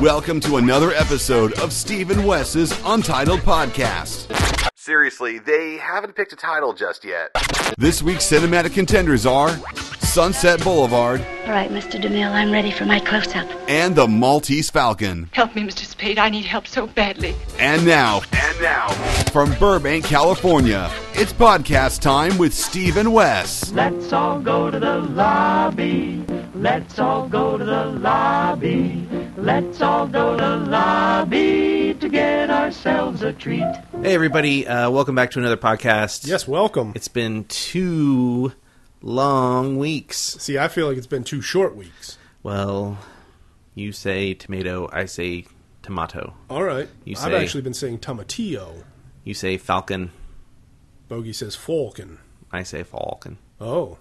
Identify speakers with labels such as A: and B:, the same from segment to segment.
A: Welcome to another episode of Stephen Wes's Untitled Podcast.
B: Seriously, they haven't picked a title just yet.
A: This week's cinematic contenders are Sunset Boulevard
C: All right, Mr. DeMille, I'm ready for my close up.
A: and The Maltese Falcon.
D: Help me, Mr. Spade. I need help so badly.
A: And now,
B: And now,
A: from Burbank, California, it's podcast time with Stephen Wes.
E: Let's all go to the lobby. Let's all go to the lobby. Let's all go to the lobby to get ourselves a treat.
F: Hey, everybody. Uh, welcome back to another podcast.
G: Yes, welcome.
F: It's been two long weeks.
G: See, I feel like it's been two short weeks.
F: Well, you say tomato, I say tomato.
G: All right.
F: You
G: I've
F: say-
G: actually been saying tomatillo.
F: You say falcon,
G: Bogey says falcon.
F: I say falcon.
G: Oh.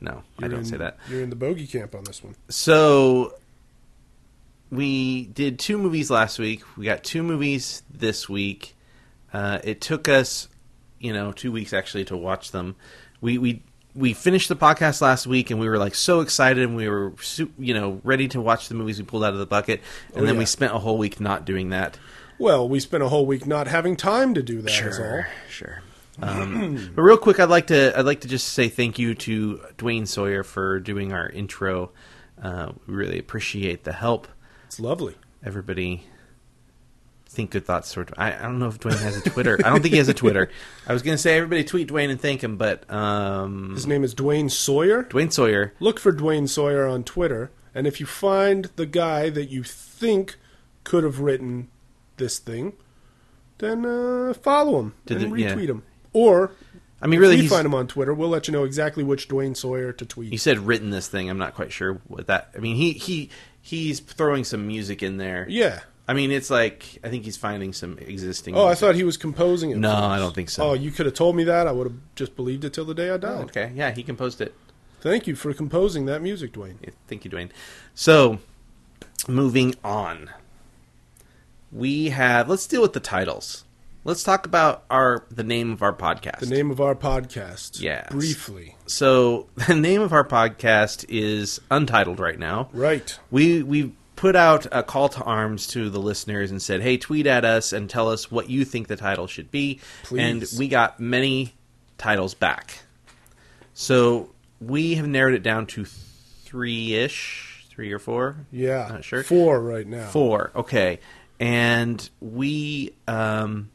F: No, I
G: you're
F: don't
G: in-
F: say that.
G: You're in the bogey camp on this one.
F: So, we did two movies last week. We got two movies this week. Uh, it took us, you know, two weeks actually to watch them. We we we finished the podcast last week, and we were like so excited, and we were su- you know ready to watch the movies we pulled out of the bucket, and
G: Oh,
F: then
G: yeah.
F: we spent a whole week not doing that.
G: Well, we spent a whole week not having time to do that is
F: Sure, sure. Um, but real quick, I'd like to I'd like to just say thank you to Dwayne Sawyer for doing our intro. Uh, we really appreciate the help.
G: all. It's lovely.
F: everybody think good thoughts sort of I, I don't know if Dwayne has a Twitter. I don't think he has a Twitter. I was gonna say everybody tweet Dwayne and thank him, but um
G: His name is Dwayne Sawyer.
F: Dwayne Sawyer.
G: Look for Dwayne Sawyer on Twitter, and if you find the guy that you think could have written this thing, then uh, follow him
F: Did
G: and
F: the- yeah.
G: retweet him. Or
F: I mean
G: if
F: really
G: we
F: he's-
G: find him on Twitter, we'll let you know exactly which Dwayne Sawyer to tweet.
F: you said written this thing, I'm not quite sure what that I mean he he he's throwing some music in there.
G: Yeah.
F: I mean it's like I think he's finding some existing
G: Oh, I
F: music.
G: thought he was composing it.
F: No,
G: first.
F: I don't think so.
G: Oh, you could have told me that. I would have just believed it till the day I died.
F: Oh, okay. Yeah, he composed it.
G: Thank you for composing that music, Dwayne.
F: Yeah, Thank you, Dwayne. So, moving on. We have let's deal with the titles. Let's talk about our the name of our podcast.
G: The name of our podcast.
F: Yes.
G: Briefly.
F: So, the name of our podcast is untitled right now.
G: Right.
F: We we put out a call to arms to the listeners and said, "Hey, tweet at us and tell us what you think the title should be." And
G: Please.
F: we got many titles back. So, we have narrowed it down to 3ish, 3 or 4.
G: Yeah.
F: Not Uh, sure.
G: Four right now.
F: Four. Okay. And we um,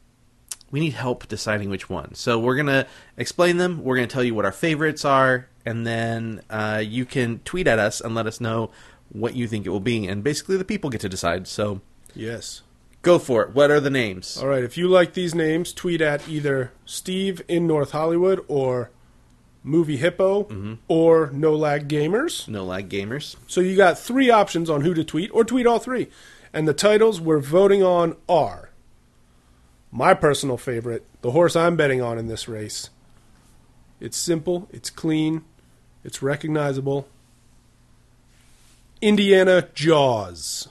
F: we need help deciding which one. So we're gonna explain them. We're gonna tell you what our favorites are, and then uh, you can tweet at us and let us know what you think it will be. And basically, the people get to decide. So
G: Yes.
F: go for it. What are the names?
G: All right. If you like these names, tweet at either Steve in North Hollywood or Movie Hippo
F: Mm-hmm.
G: or No Lag Gamers.
F: No lag gamers.
G: So you got three options on who to tweet, or tweet all three. And the titles we're voting on are my personal favorite, the horse I'm betting on in this race. It's simple, it's clean, it's recognizable. Indiana Jaws.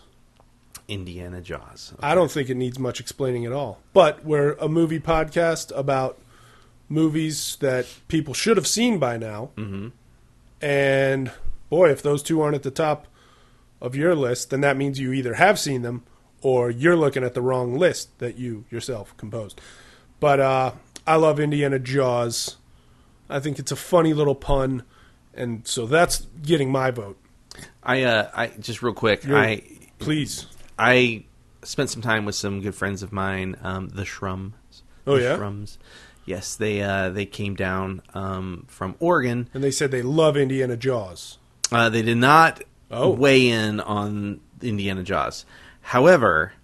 F: Indiana Jaws.
G: I don't think it needs much explaining at all. But we're a movie podcast about movies that people should have seen by now. Mm-hmm. And boy, if those two aren't at the top of your list, then that means you either have seen them or you're looking at the wrong list that you yourself composed. But uh, I love Indiana Jaws. I think it's a funny little pun. And so that's getting my vote.
F: I uh, I just real quick. I
G: Please.
F: I spent some time with some good friends of mine, um, the Shrums.
G: Oh,
F: The
G: yeah?
F: Shrums. Yes, they uh, they came down um, from Oregon.
G: And they said they love Indiana Jaws.
F: Uh, they did not
G: Oh.
F: weigh in on Indiana Jaws. However,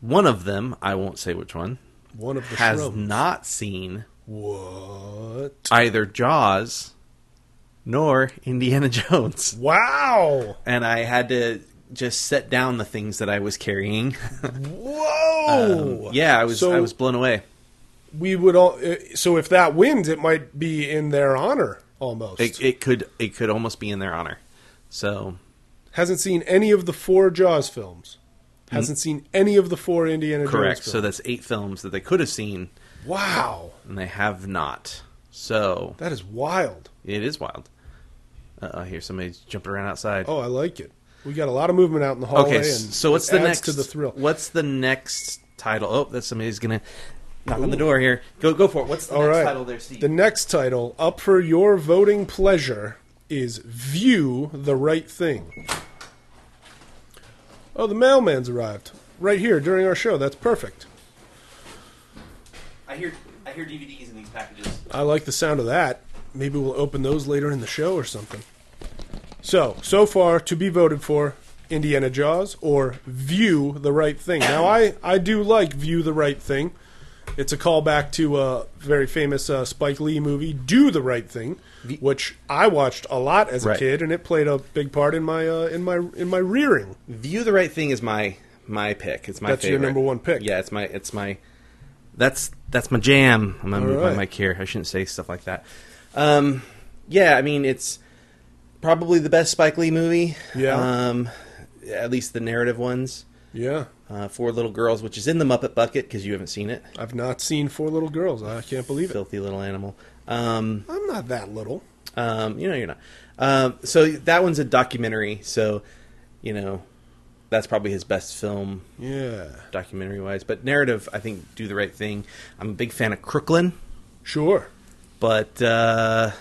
F: one of them, I won't say which one,
G: One of the
F: has
G: shrubs.
F: not seen
G: What?
F: either Jaws nor Indiana Jones,
G: Wow!
F: and I had to just set down the things that I was carrying.
G: Whoa!
F: Um, yeah, I was
G: So
F: I was blown away.
G: we would all. uh, So if that wins, it might be in their honor almost.
F: It, it could it could almost be in their honor. So
G: Hasn't seen any of the four Jaws films. Hasn't seen any of the four Indiana
F: Hmm. correct.
G: Jones.
F: So
G: films.
F: that's eight films that they could have seen
G: wow,
F: and they have not. So
G: that is wild.
F: it is wild. Uh, I hear somebody's jumping around outside.
G: Oh, I like it. We got a lot of movement out in the hallway.
F: Okay,
G: and
F: so what's
G: it
F: the
G: adds
F: next?
G: to the thrill?
F: What's the next title? Oh, that's somebody's gonna knock on the door here. Go, go for it. What's the
G: All
F: next
G: right.
F: title there, Steve?
G: The next title up for your voting pleasure is "View the Right Thing." Oh, the mailman's arrived right here during our show. That's perfect.
F: I hear, I hear DVDs in these packages.
G: I like the sound of that. Maybe we'll open those later in the show or something. So, so far to be voted for Indiana Jaws or View the Right Thing. Now, I, I do like View the Right Thing. It's a callback to a very famous uh, Spike Lee movie, Do the Right Thing, which I watched a lot as a
F: Right.
G: kid, and it played a big part in my uh, in my in my rearing.
F: View the right thing is my my pick. It's my
G: That's your
F: favorite.
G: number one pick.
F: Yeah, it's my it's my that's that's my jam. I'm gonna
G: All
F: move
G: right.
F: my mic here. I shouldn't say stuff like that. Um, yeah, I mean it's probably the best Spike Lee movie.
G: Yeah.
F: Um, at least the narrative ones.
G: Yeah,
F: Uh, Four Little Girls, which is in the Muppet Bucket because you haven't seen it.
G: I've not seen Four Little Girls. I can't believe it.
F: Filthy little animal. Um,
G: I'm not that little.
F: um, you know you're not. Um, so that one's a documentary. So, you know, that's probably his best film
G: Yeah,
F: documentary wise, but narrative, I think, do the right thing. I'm a big fan of Crooklyn,
G: sure.
F: but uh,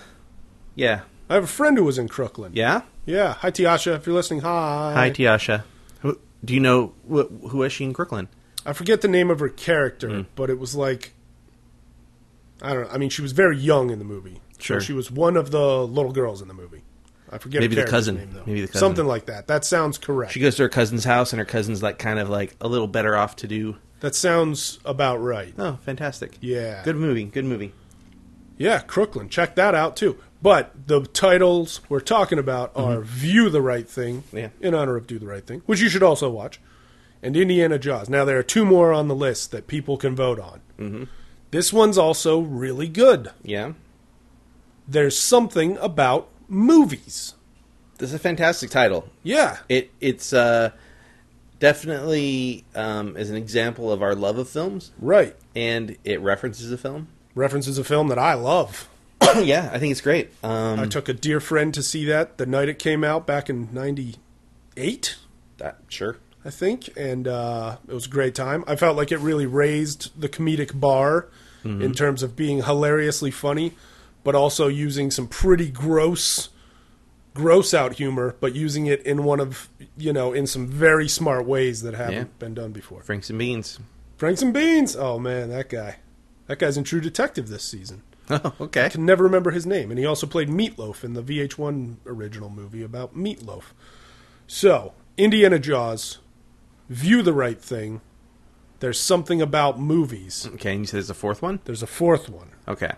F: yeah,
G: I have a friend who was in Crooklyn.
F: yeah.
G: Yeah. Hi, Tiasha. If you're listening, hi.
F: Hi, Tiasha. Who, do you know who, who is she in Crooklyn?
G: I forget the name of her character,
F: Hmm.
G: but it was like, I don't know. I mean, she was very young in the movie.
F: Sure.
G: So she was one of the little girls in the movie. I forget
F: Maybe the
G: character's
F: cousin.
G: Name, though.
F: Maybe the cousin.
G: Something like that. That sounds correct.
F: She goes to her cousin's house, and her cousin's like kind of like a little better off to do.
G: that sounds about right.
F: Oh, fantastic!
G: Yeah.
F: good movie, good movie.
G: Yeah, Crooklyn. Check that out, too. But the titles we're talking about are View the Right Thing,
F: Yeah.
G: in honor of Do the Right Thing, which you should also watch, and Indiana Jaws. Now, there are two more on the list that people can vote on. Mm-hmm. This one's also really good.
F: Yeah,
G: there's something about movies.
F: this is a fantastic title.
G: Yeah.
F: It it's uh, definitely um, is an example of our love of films,
G: Right.
F: and it references a film.
G: References a film that I love.
F: yeah, I think it's great. Um,
G: I took a dear friend to see that the night it came out back in 98,
F: that- uh, sure.
G: I think, and uh, it was a great time. I felt like it really raised the comedic bar in terms of being hilariously funny, but also using some pretty gross gross out humor but using it in one of you know in some very smart ways that haven't
F: Yeah.
G: been done before
F: Franks and beans.
G: Franks and Beans. Oh man, that guy. That guy's in True Detective this season.
F: Oh, okay.
G: Can never remember his name, and he also played Meatloaf in the VH1 original movie about Meatloaf. So, Indiana Jaws, View the Right Thing. There's something about movies.
F: Okay, and you said there's a fourth one?
G: There's a fourth one.
F: Okay.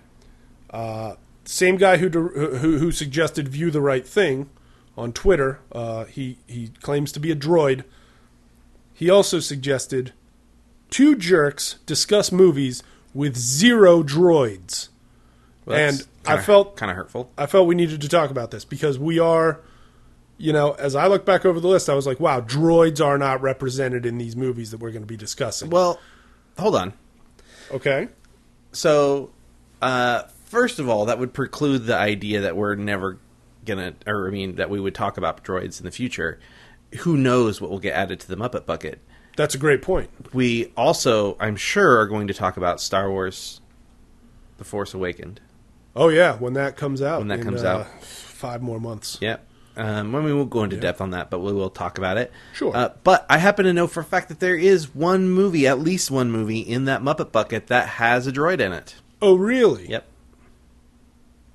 G: Same guy who dir- who, who suggested View the Right Thing on Twitter. Uh, he he claims to be a droid. He also suggested two jerks discuss movies with zero droids. And I felt-
F: kind of hurtful.
G: I felt we needed to talk about this because we are, you know, as I look back over the list, I was like, wow, droids are not represented in these movies that we're going to be discussing.
F: Well, hold on.
G: okay.
F: So, uh, first of all, that would preclude the idea that we're never gonna, or I mean, that we would talk about droids in the future. Who knows what will get added to the Muppet Bucket?
G: That's a great point.
F: We also, I'm sure, are going to talk about Star Wars: The Force Awakened.
G: Oh, yeah, when that comes out.
F: When that
G: in,
F: comes
G: uh,
F: out.
G: Five more months.
F: Yeah. Um, well, we won't go into depth on that, but we will talk about it.
G: Sure.
F: Uh, but I happen to know for a fact that there is one movie, at least one movie, in that Muppet Bucket that has a droid in it.
G: Oh, really?
F: Yep.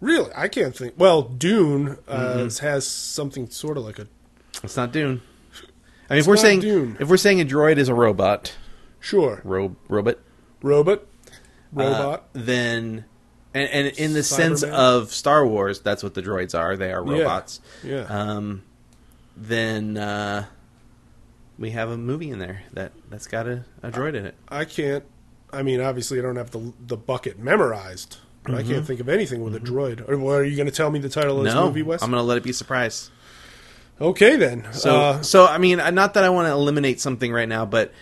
G: Really? I can't think. Well, Dune uh,
F: Mm-hmm.
G: has something sort of like a.
F: It's not Dune. I mean, if we're
G: not
F: saying
G: Dune.
F: if we're saying a droid is a robot,
G: Sure.
F: ro- robot,
G: Robot?
F: uh,
G: Robot?
F: then, and, and in the sense
G: Cyberman?
F: of Star Wars, that's what the droids are. They are
G: Yeah.
F: robots.
G: yeah.
F: Um, then uh, we have a movie in there that that's got a, a droid in it.
G: I can't. I mean, obviously, I don't have the the bucket memorized. but I can't think of anything with a droid. Or well, are you going to tell me the title of this
F: Mm-hmm. No,
G: movie, Wes?
F: I'm going to let it be a surprise.
G: Okay, then.
F: So,
G: uh,
F: so I mean, I- not that I want to eliminate something right now, but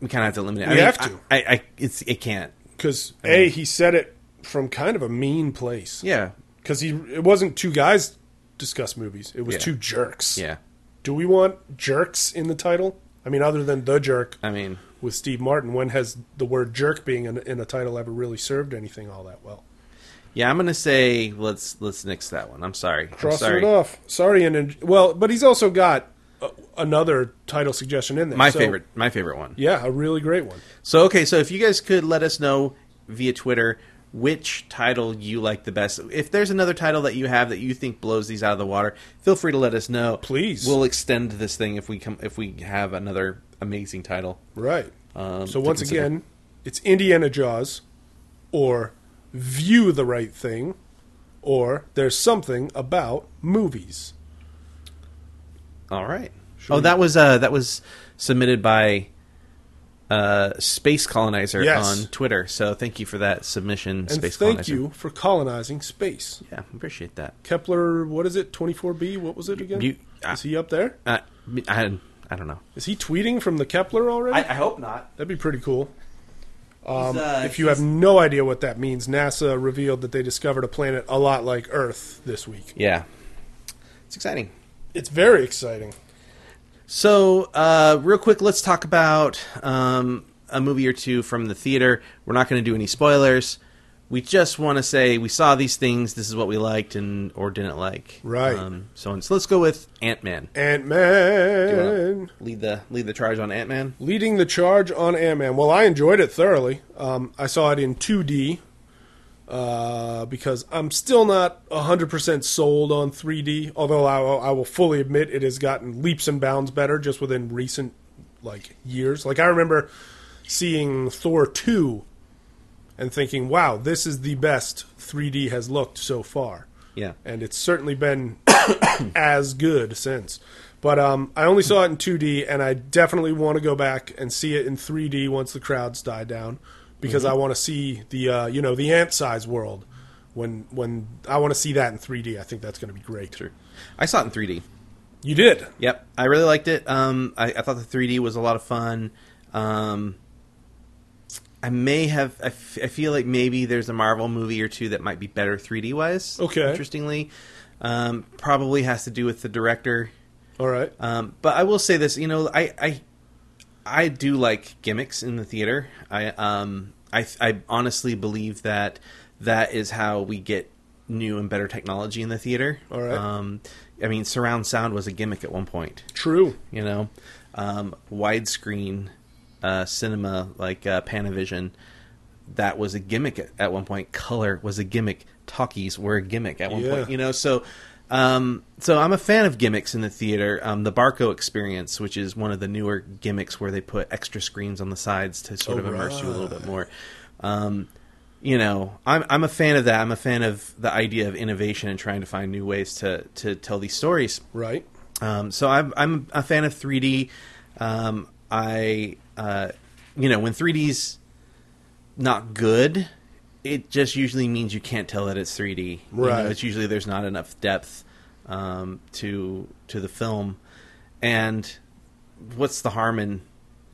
F: we kind of have to eliminate. I
G: We
F: mean,
G: have to.
F: I, I, I it's it can't.
G: because a he said it from kind of a mean place.
F: Yeah,
G: because he it wasn't two guys discuss movies. It was
F: Yeah.
G: two jerks.
F: yeah.
G: Do we want jerks in the title? I mean, other than the jerk
F: I mean,
G: with Steve Martin, when has the word jerk being in, in a title ever really served anything all that well?
F: yeah, I'm gonna say let's let's nix that one. I'm sorry. I'm
G: Cross
F: sorry.
G: it off. Sorry, and and- well, but he's also got a, another title suggestion in there.
F: My
G: so-
F: favorite. My favorite one.
G: Yeah, a really great one.
F: So okay, so if you guys could let us know via Twitter which title you like the best. If there's another title that you have that you think blows these out of the water, feel free to let us know.
G: Please.
F: We'll extend this thing if we come if we have another amazing title.
G: Right.
F: Um, to
G: so once
F: consider.
G: again, it's Indiana Jaws, or View the Right Thing, or There's Something About Movies.
F: All right. Oh, that was uh that was submitted by uh Space Colonizer
G: Yes.
F: on Twitter. So thank you for that submission,
G: And
F: Space
G: thank
F: Colonizer.
G: you for colonizing space.
F: Yeah, appreciate that.
G: Kepler, what is it? 24b? What was it again?
F: you- uh,
G: Is he up there?
F: Uh, I, I don't know.
G: Is he tweeting from the Kepler already?
F: hope not. uh,
G: That'd be pretty cool. Um, If you have no idea what that means, NASA revealed that they discovered a planet a lot like Earth this week.
F: Yeah. It's exciting.
G: It's very exciting.
F: So, uh, real quick, let's talk about um, a movie or two from the theater. We're not going to do any spoilers. We just want to say we saw these things. This is what we liked and or didn't like.
G: Right.
F: Um, so, on. so let's go with Ant Man.
G: Ant Man.
F: Lead the lead the charge on Ant Man.
G: leading the charge on Ant Man. Well, I enjoyed it thoroughly. Um, I saw it in 2D uh, because I'm still not 100% sold on 3D, although I, will- I will fully admit it has gotten leaps and bounds better just within recent like years. Like I remember seeing Thor 2 and thinking, "Wow, this is the best 3D has looked so far."
F: Yeah.
G: and it's certainly been as good since. But um, I only saw it in 2D, and I definitely want to go back and see it in 3D once the crowds die down, because
F: Mm-hmm.
G: I want to see the uh, you know the ant size world. When when I want to see that in 3D, I think that's going to be great.
F: I saw it in 3D.
G: You did.
F: Yep, I really liked it. Um, I, I thought the 3D was a lot of fun. Um, I may have. I, f- I feel like maybe there's a Marvel movie or two that might be better 3D wise.
G: Okay.
F: Interestingly, um, probably has to do with the director.
G: All right.
F: Um, but I will say this, you know, I, I I do like gimmicks in the theater. I um I I honestly believe that that is how we get new and better technology in the theater.
G: All right.
F: Um, I mean, surround sound was a gimmick at one point.
G: True.
F: You know, um, widescreen uh, cinema like uh, Panavision. That was a gimmick at, at one point. Color was a gimmick. Talkies were a gimmick at one
G: Yeah.
F: point. You know, so um, so I'm a fan of gimmicks in the theater. Um, the Barco Experience, which is one of the newer gimmicks where they put extra screens on the sides to sort of immerse you a little bit more. Um, you know, I'm I'm a fan of that. I'm a fan of the idea of innovation and trying to find new ways to to tell these stories.
G: Right.
F: Um, so I'm, I'm a fan of 3D. Um, I, uh, you know, when 3D's not good, it just usually means you can't tell that it's 3D. You know,
G: Right.
F: it's usually there's not enough depth um, to to the film, and what's the harm in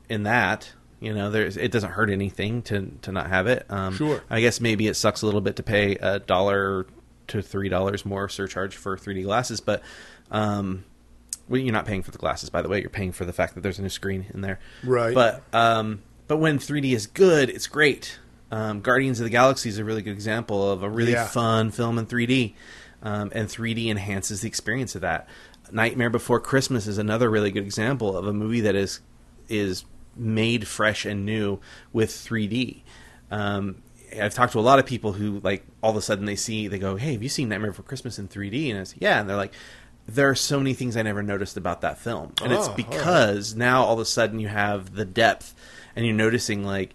F: in that? You know, there's it doesn't hurt anything to to not have it. Um,
G: Sure.
F: I guess maybe it sucks a little bit to pay a dollar to three dollars more surcharge for 3D glasses, but um, well, you're not paying for the glasses, by the way. You're paying for the fact that there's a new screen in there.
G: Right.
F: But um, but when 3D is good, it's great. Um, Guardians of the Galaxy is a really good example of a really
G: Yeah.
F: fun film in 3D, um, and 3D enhances the experience of that. Nightmare Before Christmas is another really good example of a movie that is is made fresh and new with 3D. Um, I've talked to a lot of people who like all of a sudden they see they go, "Hey, have you seen Nightmare Before Christmas in 3D?" And it's yeah, and they're like, "There are so many things I never noticed about that film," and it's
G: Oh, all right.
F: because now all of a sudden you have the depth and you're noticing like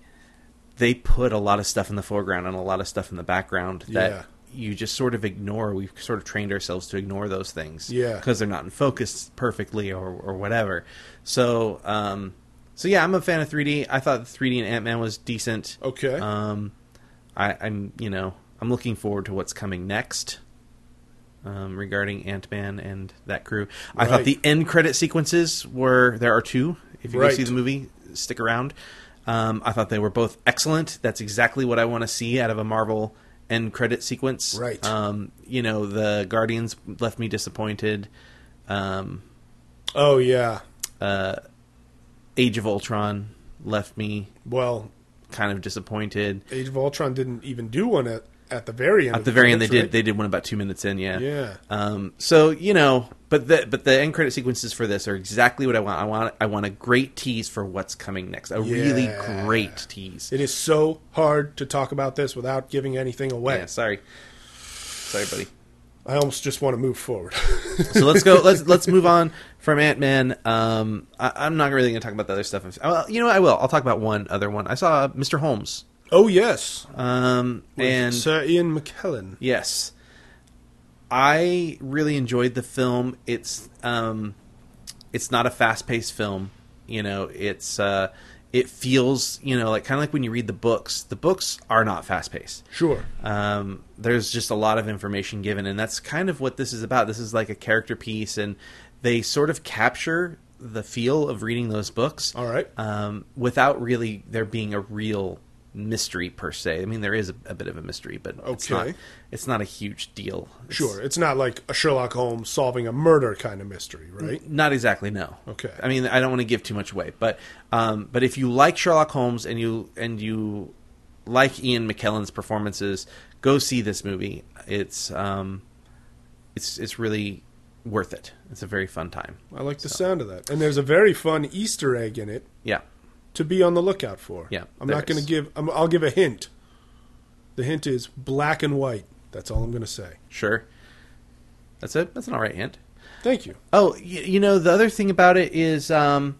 F: they put a lot of stuff in the foreground and a lot of stuff in the background that
G: Yeah.
F: you just sort of ignore. We've sort of trained ourselves to ignore those things,
G: Yeah.
F: because they're not in focus perfectly or or whatever. So, um, so yeah, I'm a fan of 3D. I thought 3D and Ant Man was decent.
G: Okay.
F: Um, I, I'm you know I'm looking forward to what's coming next. Um, regarding Ant Man and that crew, I thought
G: Right.
F: the end credit sequences were there are two. If you go
G: Right.
F: see the movie, stick around. Um, I thought they were both excellent. That's exactly what I want to see out of a Marvel end credit sequence.
G: Right.
F: Um, you know, the Guardians left me disappointed. Um,
G: Oh yeah.
F: Age of Ultron left me
G: Well,
F: kind of disappointed.
G: Age of Ultron didn't even do one at, at the very end.
F: At
G: of
F: the very end, they
G: credits,
F: did
G: right?
F: they did one about two minutes in, yeah.
G: Yeah.
F: Um, so you know, but the but the end credit sequences for this are exactly what I want. I want I want a great tease for what's coming next. A really
G: Yeah.
F: great tease.
G: It is so hard to talk about this without giving anything away.
F: Yeah, sorry, sorry, buddy.
G: I almost just want to move forward.
F: So let's go. let's let's move on from Ant Man. Um, I, I'm not really going to talk about the other stuff. Well, you know, what? I will. I'll talk about one other one. I saw Mr. Holmes.
G: oh yes,
F: Um,
G: with
F: and
G: Sir Ian McKellen.
F: Yes. I really enjoyed the film. It's um it's not a fast-paced film, you know, it's uh it feels, you know, like kind of like when you read the books. The books are not fast-paced.
G: Sure.
F: Um there's just a lot of information given and that's kind of what this is about. This is like a character piece and they sort of capture the feel of reading those books
G: All right.
F: um, without really there being a real mystery per se. I mean, there is a, a bit of a mystery, but it's not
G: Okay.
F: it's not a huge deal. It's
G: Sure. It's not like a Sherlock Holmes solving a murder kind of mystery, right?
F: Not exactly. No.
G: Okay.
F: I mean, I don't want to give too much away, but um, but if you like Sherlock Holmes and you and you like Ian McKellen's performances, go see this movie. It's um, it's it's really worth it. It's a very fun time.
G: I like the sound of that. And there's a very fun Easter egg in it
F: Yeah.
G: to be on the lookout for.
F: Yeah,
G: I'm
F: there
G: not going
F: is.
G: to give. I'm, I'll give a hint. The hint is black and white. That's all I'm going to say.
F: Sure. That's it. That's an all right hint.
G: Thank you.
F: Oh, y- you know the other thing about it is, um,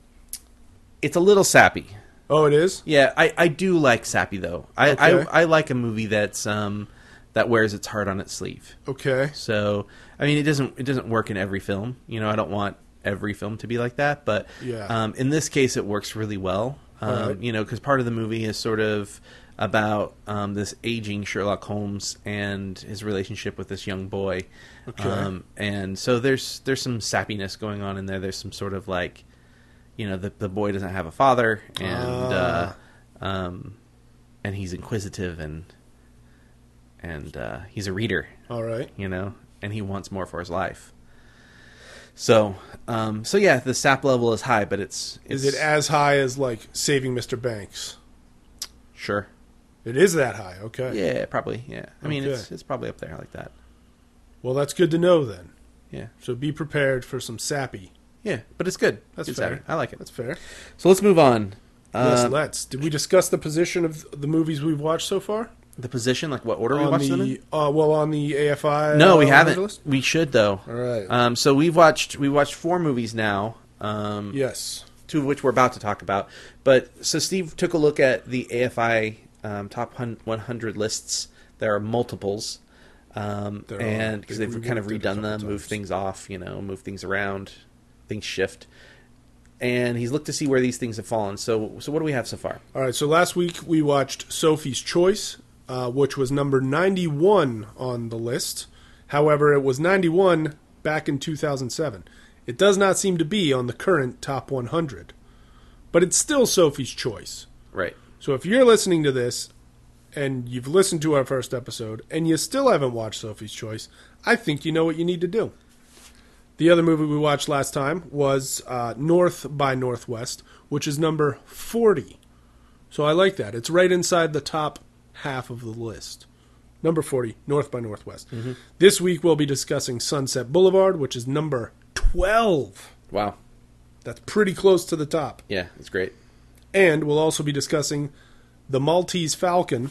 F: it's a little sappy.
G: Oh, it is.
F: Yeah, I, I do like sappy though. I,
G: Okay.
F: I I like a movie that's um that wears its heart on its sleeve.
G: Okay.
F: So I mean, it doesn't it doesn't work in every film. You know, I don't want every film to be like that, but
G: Yeah.
F: um, in this case, it works really well. Um,
G: Alright.
F: You know, because part of the movie is sort of about um, this aging Sherlock Holmes and his relationship with this young boy.
G: Okay.
F: Um, and so there's there's some sappiness going on in there. There's some sort of like, you know, the the boy doesn't have a father, and uh,
G: Ah.
F: um, and he's inquisitive and and uh, he's a reader
G: All right.
F: you know, and he wants more for his life. So, um, so yeah, the sap level is high, but it's, it's
G: Is it as high as like saving Mr. Banks?
F: sure?
G: It is that high. Okay.
F: Yeah, probably. Yeah, I mean,
G: Okay.
F: it's it's probably up there like that.
G: Well, that's good to know then.
F: Yeah,
G: So be prepared for some sappy.
F: yeah, but it's good.
G: That's
F: It's
G: fair.
F: average. I like it.
G: That's fair.
F: So let's move on.
G: yes,
F: Uh,
G: let's. Did we discuss the position of the movies we've watched so far?
F: the position, like what order we
G: on
F: watched
G: the
F: them in?
G: uh, well on the AFI.
F: No,
G: uh,
F: we haven't.
G: list?
F: We should though.
G: All right.
F: Um, so we've watched we watched four movies now. Um,
G: Yes.
F: two of which we're about to talk about. But so Steve took a look at the AFI um, top hun- 100 lists. There are multiples, um,
G: There are.
F: and because
G: They
F: they've kind of
G: reworked it a
F: redone
G: couple
F: them, moved
G: times.
F: things off, you know, moved things around, things shift. And he's looked to see where these things have fallen. So, so what do we have so far?
G: All right. So last week we watched Sophie's Choice, uh, which was number ninety-one on the list. However, it was ninety-one back in two thousand seven. It does not seem to be on the current top one hundred, but it's still Sophie's Choice.
F: Right.
G: So if you're listening to this and you've listened to our first episode and you still haven't watched Sophie's Choice, I think you know what you need to do. The other movie we watched last time was uh, North by Northwest, which is number 40. So I like that. It's right inside the top half of the list. Number 40, North by Northwest. This week we'll be discussing Sunset Boulevard, which is number 12.
F: Wow.
G: That's pretty close to the top.
F: Yeah, it's great.
G: And we'll also be discussing the Maltese Falcon,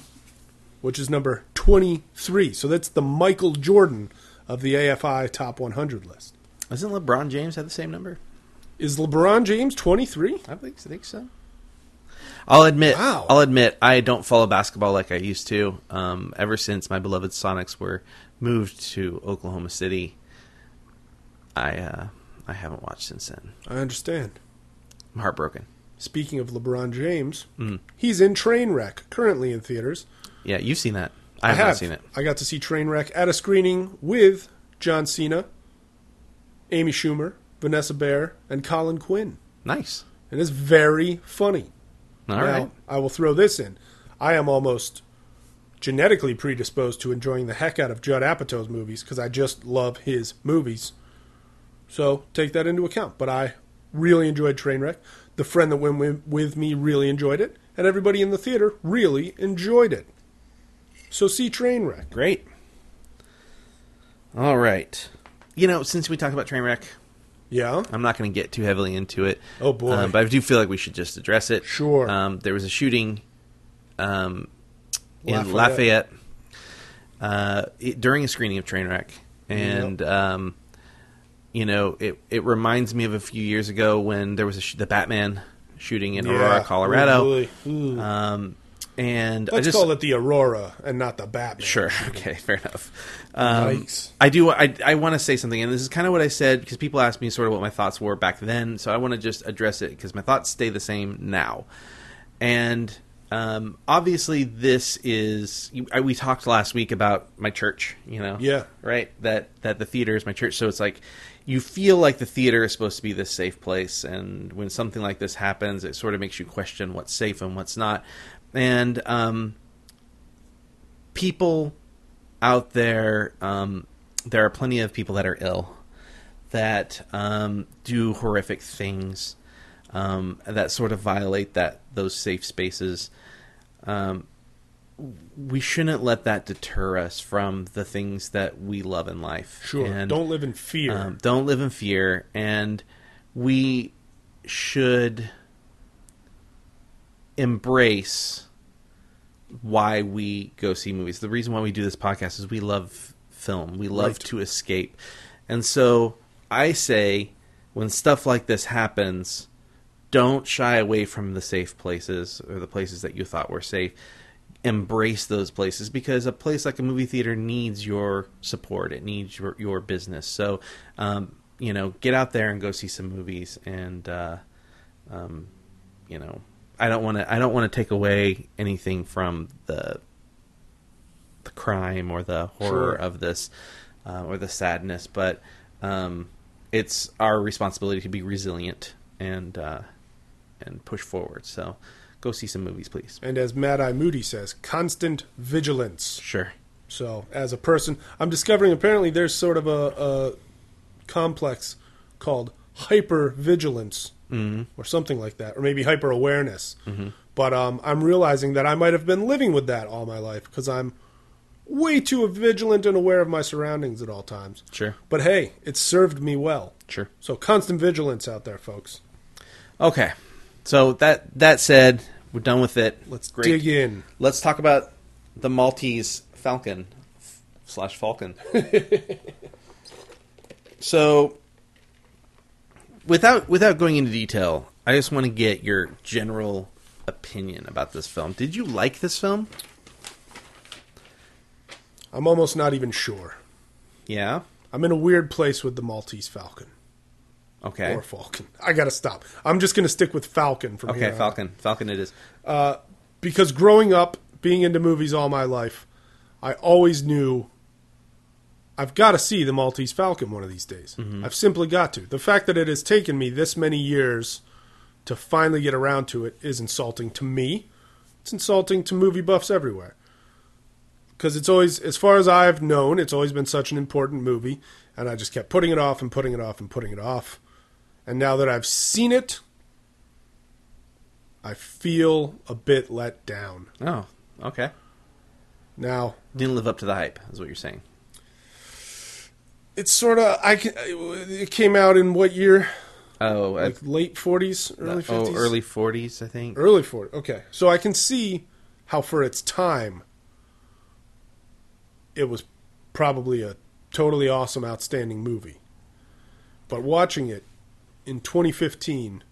G: which is number 23. So that's the Michael Jordan of the AFI Top 100 list.
F: Doesn't LeBron James have the same number?
G: Is LeBron James 23?
F: I think, think so. I'll admit,
G: Wow.
F: I'll admit, I don't follow basketball like I used to. Um, ever since my beloved Sonics were moved to Oklahoma City, I uh, I haven't watched since then.
G: I understand.
F: I'm heartbroken.
G: Speaking of LeBron James,
F: Mm.
G: he's in Trainwreck, currently in theaters.
F: Yeah, you've seen that. I, have not seen it.
G: I got to see Trainwreck at a screening with John Cena, Amy Schumer, Vanessa Bayer, and Colin Quinn.
F: Nice.
G: And it's very funny.
F: All
G: Now,
F: right.
G: I will throw this in. I am almost genetically predisposed to enjoying the heck out of Judd Apatow's movies because I just love his movies. So take that into account. But I really enjoyed Trainwreck. The friend that went wi- with me really enjoyed it, and everybody in the theater really enjoyed it. So see Trainwreck.
F: Great. All right. You know, since we talked about Trainwreck,
G: Yeah.
F: I'm not going to get too heavily into it.
G: Oh, boy.
F: Um, but I do feel like we should just address it.
G: Sure.
F: Um, there was a shooting um, in Lafayette
G: Lafayette.
F: uh, it, during a screening of Trainwreck, and um, you know, it it reminds me of a few years ago when there was a sh- the Batman shooting in Aurora,
G: Yeah.
F: Colorado.
G: Ooh, ooh.
F: Um, and I
G: Let's
F: just
G: call it the Aurora and not the Batman.
F: Sure. Okay. Fair enough. Um,
G: Yikes.
F: I do. I, I want to say something, and this is kind of what I said because people asked me sort of what my thoughts were back then. So I want to just address it because my thoughts stay the same now. And um, obviously, this is you- I, we talked last week about my church. You know.
G: Yeah.
F: Right. That that the theater is my church. So it's like you feel like the theater is supposed to be this safe place, and when something like this happens, it sort of makes you question what's safe and what's not. And um, people out there, um, there are plenty of people that are ill, that um, do horrific things, um, that sort of violate that those safe spaces. Um, we shouldn't let that deter us from the things that we love in life.
G: Sure.
F: And,
G: Don't live in fear.
F: um, don't live in fear, and we should embrace why we go see movies. The reason why we do this podcast is we love film. We love
G: Right.
F: to escape. And so I say when stuff like this happens, don't shy away from the safe places or the places that you thought were safe. Embrace those places because a place like a movie theater needs your support. It needs your, your business. So, um, you know, get out there and go see some movies and, uh, um, you know i don't want to i don't want to take away anything from the the crime or the horror
G: Sure.
F: of this uh, or the sadness but um it's our responsibility to be resilient and uh and push forward so go see some movies please
G: and as Mad Eye Moody says, constant vigilance.
F: sure
G: So, as a person, I'm discovering apparently there's sort of a, a complex called hypervigilance
F: Mm-hmm.
G: or something like that, or maybe hyper awareness. But um, I'm realizing that I might have been living with that all my life because I'm way too vigilant and aware of my surroundings at all times.
F: Sure.
G: But hey, it served me well.
F: Sure.
G: So, constant vigilance out there, folks.
F: okay so that that said we're done with it
G: Let's
F: Great.
G: dig in.
F: Let's talk about the Maltese Falcon f- slash Falcon. so, without without going into detail, I just want to get your general opinion about this film. Did you like this film?
G: I'm almost not even sure.
F: Yeah.
G: I'm in a weird place with the Maltese Falcon.
F: Okay.
G: or Falcon. I gotta stop. I'm just gonna stick with Falcon from here
F: okay.
G: on.
F: Falcon. Falcon. It is.
G: because growing up, being into movies all my life, I always knew I've got to see the Maltese Falcon one of these days. I've simply got to. The fact that it has taken me this many years to finally get around to it is insulting to me. It's insulting to movie buffs everywhere. Because it's always, as far as I've known, it's always been such an important movie, and I just kept putting it off and putting it off and putting it off. And now that I've seen it, I feel a bit let down.
F: Oh. Okay.
G: Now,
F: Didn't live up to the hype. Is what you're saying.
G: it's sort of I can, it came out in what year?
F: Oh. I-
G: Like late 40s, early 50s.
F: oh. Early 40s. I think.
G: early 40s. Okay. So I can see how for its time it was probably a totally awesome outstanding movie. But watching it in 2015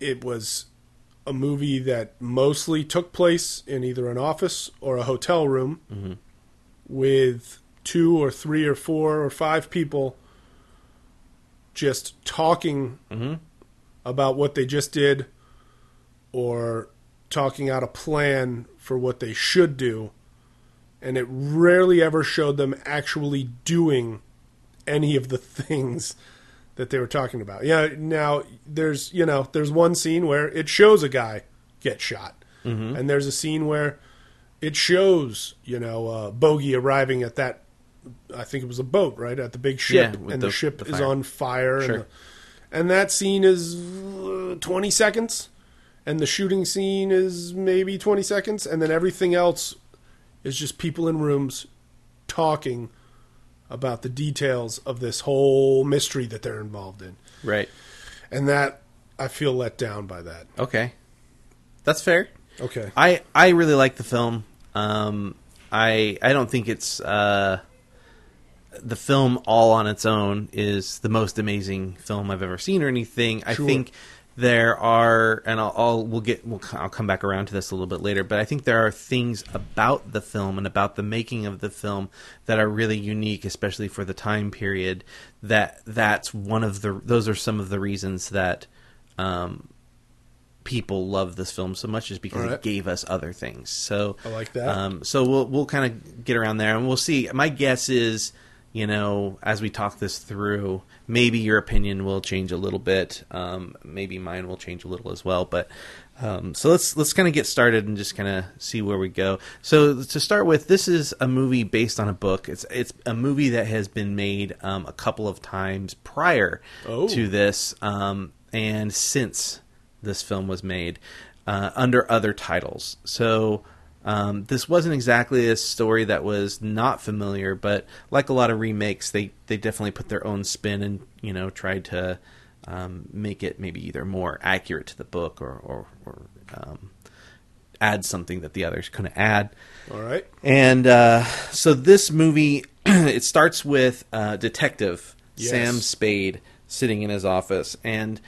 G: it was a movie that mostly took place in either an office or a hotel room with two or three or four or five people just talking
F: Mm-hmm.
G: about what they just did or talking out a plan for what they should do. And it rarely ever showed them actually doing any of the things that they were talking about. Yeah, now there's, you know, there's one scene where it shows a guy get shot.
F: Mm-hmm.
G: And there's a scene where it shows, you know, uh, Bogey arriving at that I think it was a boat, right, at the big ship,
F: Yeah, with
G: and the,
F: the-
G: ship
F: the
G: is
F: fire.
G: on fire,
F: Sure.
G: and, the, and that scene is uh, twenty seconds, and the shooting scene is maybe twenty seconds, and then everything else is just people in rooms talking about the details of this whole mystery that they're involved in,
F: Right.
G: and that I feel let down by that.
F: Okay. That's fair.
G: Okay,
F: I I really like the film. Um, I I don't think it's uh, the film all on its own is the most amazing film I've ever seen or anything. I
G: Sure.
F: think there are, and I'll, I'll we'll get we'll, I'll come back around to this a little bit later. But I think there are things about the film and about the making of the film that are really unique, especially for the time period. That that's one of the those are some of the reasons that. Um, people love this film so much is because
G: Alright.
F: it gave us other things. So
G: I like that.
F: Um, so we'll we'll kind of get around there and we'll see. My guess is, you know, as we talk this through, maybe your opinion will change a little bit. Um, maybe mine will change a little as well. But um, so let's let's kind of get started and just kind of see where we go. So to start with, this is a movie based on a book. It's it's a movie that has been made um, a couple of times prior
G: Oh.
F: to this um, and since this film was made uh, under other titles. So um, this wasn't exactly a story that was not familiar, but like a lot of remakes, they they definitely put their own spin and you know tried to um, make it maybe either more accurate to the book or or, or um, add something that the others couldn't add.
G: all right,
F: And uh, so this movie, it starts with uh, Detective
G: Yes.
F: Sam Spade sitting in his office, and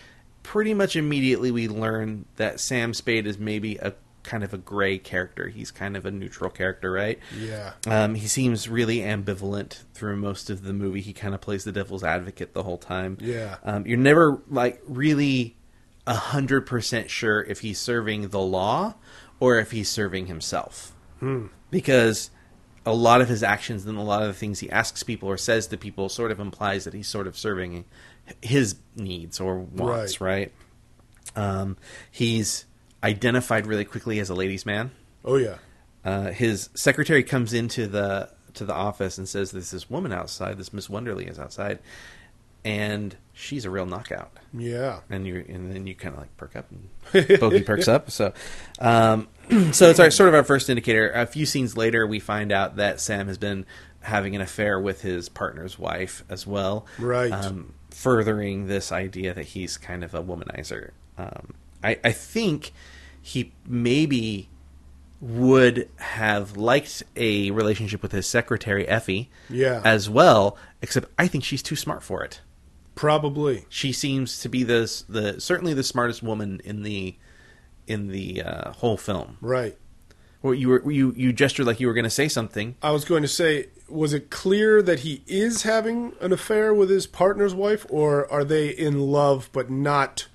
F: pretty much immediately we learn that Sam Spade is maybe a kind of a gray character. He's kind of a neutral character, right?
G: yeah,
F: Um, he seems really ambivalent through most of the movie. He kind of plays the devil's advocate the whole time.
G: Yeah.
F: Um, you're never like really a hundred percent sure if he's serving the law or if he's serving himself, because a lot of his actions and a lot of the things he asks people or says to people sort of implies that he's sort of serving his needs or wants, right? Um, he's identified really quickly as a ladies' man
G: oh yeah,
F: uh, his secretary comes into the to the office and says, "There's this woman outside. This Miss Wonderly is outside, and she's a real knockout."
G: yeah,
F: And you and then you kind of like perk up, and Bogey perks up. So, um, so it's our sort of our first indicator. A few scenes later, we find out that Sam has been having an affair with his partner's wife as well,
G: Right.
F: Um, furthering this idea that he's kind of a womanizer. Um, I, I think he maybe would have liked a relationship with his secretary Effie,
G: Yeah.
F: as well. Except I think she's too smart for it.
G: probably,
F: She seems to be the the certainly the smartest woman in the in the uh, whole film.
G: right.
F: Well, you were you you gestured like you were going to say something.
G: I was going to say, was it clear that he is having an affair with his partner's wife, or are they in love but not,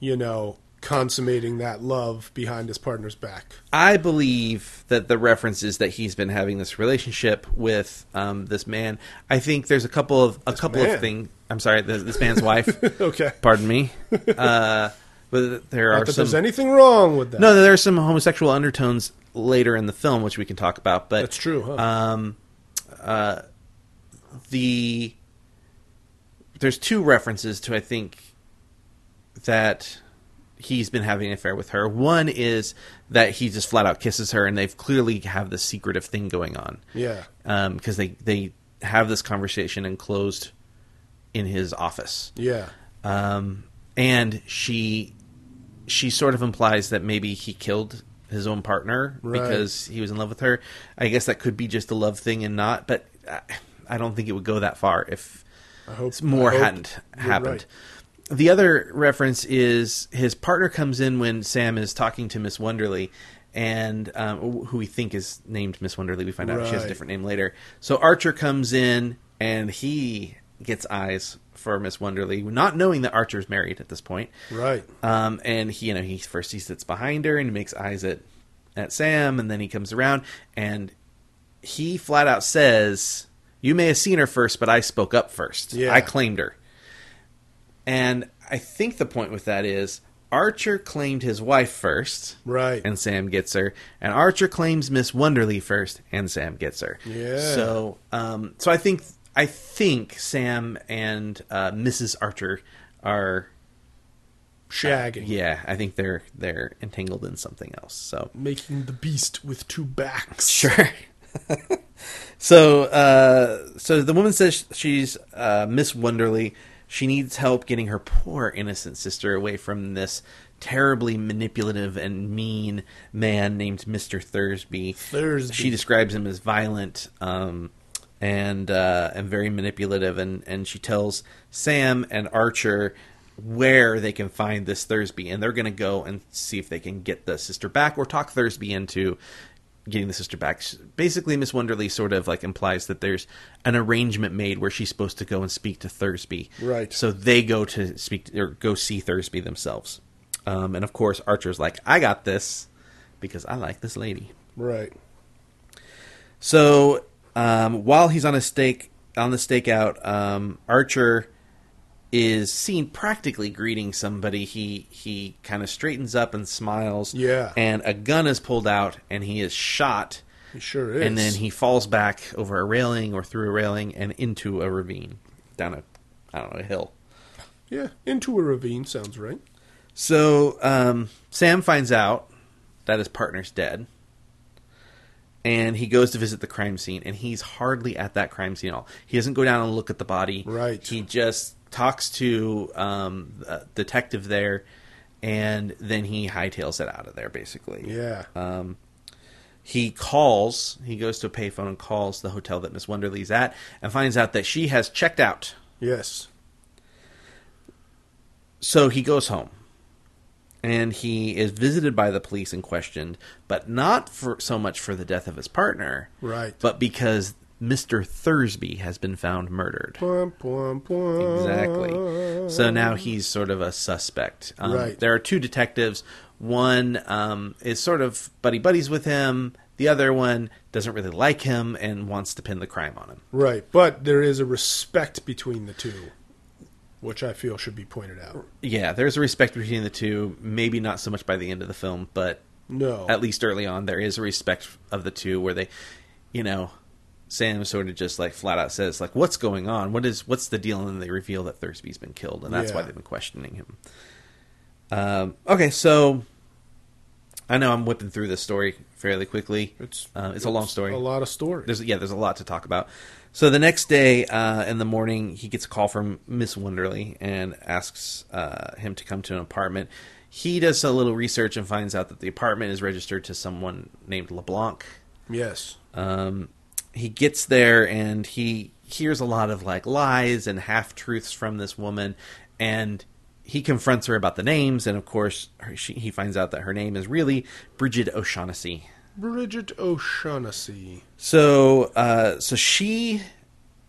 G: you know, consummating that love behind his partner's back?
F: I believe that the reference is that he's been having this relationship with um, this man. I think there's a couple of a couple
G: man.
F: of things. I'm sorry, this, this man's wife.
G: Okay.
F: pardon me. Uh, but there are
G: Not that
F: some.
G: there's anything wrong with that.
F: No, there are some homosexual undertones later in the film, which we can talk about. But
G: that's true. Huh?
F: Uh, the there's two references to I think that he's been having an affair with her. One is that he just flat out kisses her, and they've clearly have this secretive thing going on.
G: yeah.
F: because they they have this conversation enclosed in his office.
G: Yeah.
F: um, and she she sort of implies that maybe he killed his own partner
G: Right.
F: because he was in love with her. I guess that could be just a love thing and not, but I, I don't think it would go that far if
G: I hope
F: more
G: I hope
F: hadn't
G: you're
F: happened.
G: right.
F: The other reference is his partner comes in when Sam is talking to Miss Wonderly, and um, who we think is named Miss Wonderly. We find out she has a
G: Right.
F: different name later. So Archer comes in and he gets eyes for Miss Wonderly, not knowing that Archer's married at this point.
G: Right.
F: Um, and he, you know, he first he sits behind her and he makes eyes at at Sam, and then he comes around and he flat out says, "You may have seen her first, but I spoke up first.
G: Yeah.
F: I claimed her." And I think the point with that is Archer claimed his wife first,
G: Right.
F: And Sam gets her, and Archer claims Miss Wonderly first, and Sam gets her.
G: Yeah.
F: So, um, so I think I think Sam and uh, Mrs. Archer are
G: Shagging.
F: yeah. I think they're they're entangled in something else. So
G: Making the beast with two backs.
F: Sure. so, uh, so the woman says she's uh, Miss Wonderly. She needs help getting her poor innocent sister away from this terribly manipulative and mean man named Mister Thursby.
G: Thursby.
F: She describes him as violent um, and uh, and very manipulative, and and she tells Sam and Archer where they can find this Thursby, and they're going to go and see if they can get the sister back or talk Thursby into getting the sister back. Basically, Miss Wonderly sort of like implies that there's an arrangement made where she's supposed to go and speak to Thursby.
G: Right.
F: So they go to speak or go see Thursby themselves. Um, and of course, Archer's like, I got this because I like this lady.
G: Right.
F: So um, while he's on a stake on the stakeout, um, Archer is seen practically greeting somebody. He he kind of straightens up and smiles.
G: Yeah.
F: And a gun is pulled out, and he is shot.
G: He sure is.
F: And then he falls back over a railing or through a railing and into a ravine down a I don't know a hill.
G: Yeah. Into a ravine sounds right.
F: So um, Sam finds out that his partner's dead, and he goes to visit the crime scene. And he's hardly at that crime scene at all. He doesn't go down and look at the body.
G: Right.
F: He just talks to um, a detective there, and then he hightails it out of there. Basically. Um,
G: Yeah.
F: He calls. He goes to a payphone and calls the hotel that Miss Wonderly's at, and finds out that she has checked out.
G: yes.
F: So he goes home. And he is visited by the police and questioned, but not for so much for the death of his partner,
G: Right.
F: But because Mr. Thursby has been found murdered.
G: Bwomp, bwomp, bwomp.
F: Exactly. So now he's sort of a suspect. Um,
G: Right.
F: There are two detectives. One um, is sort of buddy buddies with him. The other one doesn't really like him and wants to pin the crime on him.
G: Right. But there is a respect between the two, which I feel should be pointed out.
F: Yeah, there's a respect between the two. Maybe not so much by the end of the film, but
G: No.
F: at least early on, there is a respect of the two where they, you know, Sam sort of just like flat out says like, "What's going on? What is what's the deal?" And they reveal that Thursby's been killed, and that's why
G: Yeah.
F: they've been questioning him. Um, okay, so I know I'm whipping through this story fairly quickly.
G: It's-
F: uh, it's, a long story.
G: A lot of stories.
F: There's yeah, there's a lot to talk about. So the next day uh, in the morning, he gets a call from Miss Wonderly and asks uh, him to come to an apartment. He does a little research and finds out that the apartment is registered to someone named LeBlanc.
G: yes.
F: Um, he gets there and he hears a lot of like lies and half truths from this woman, and he confronts her about the names. And of course, her, she, he finds out that her name is really Bridget O'Shaughnessy.
G: Bridget O'Shaughnessy.
F: So, uh, so she,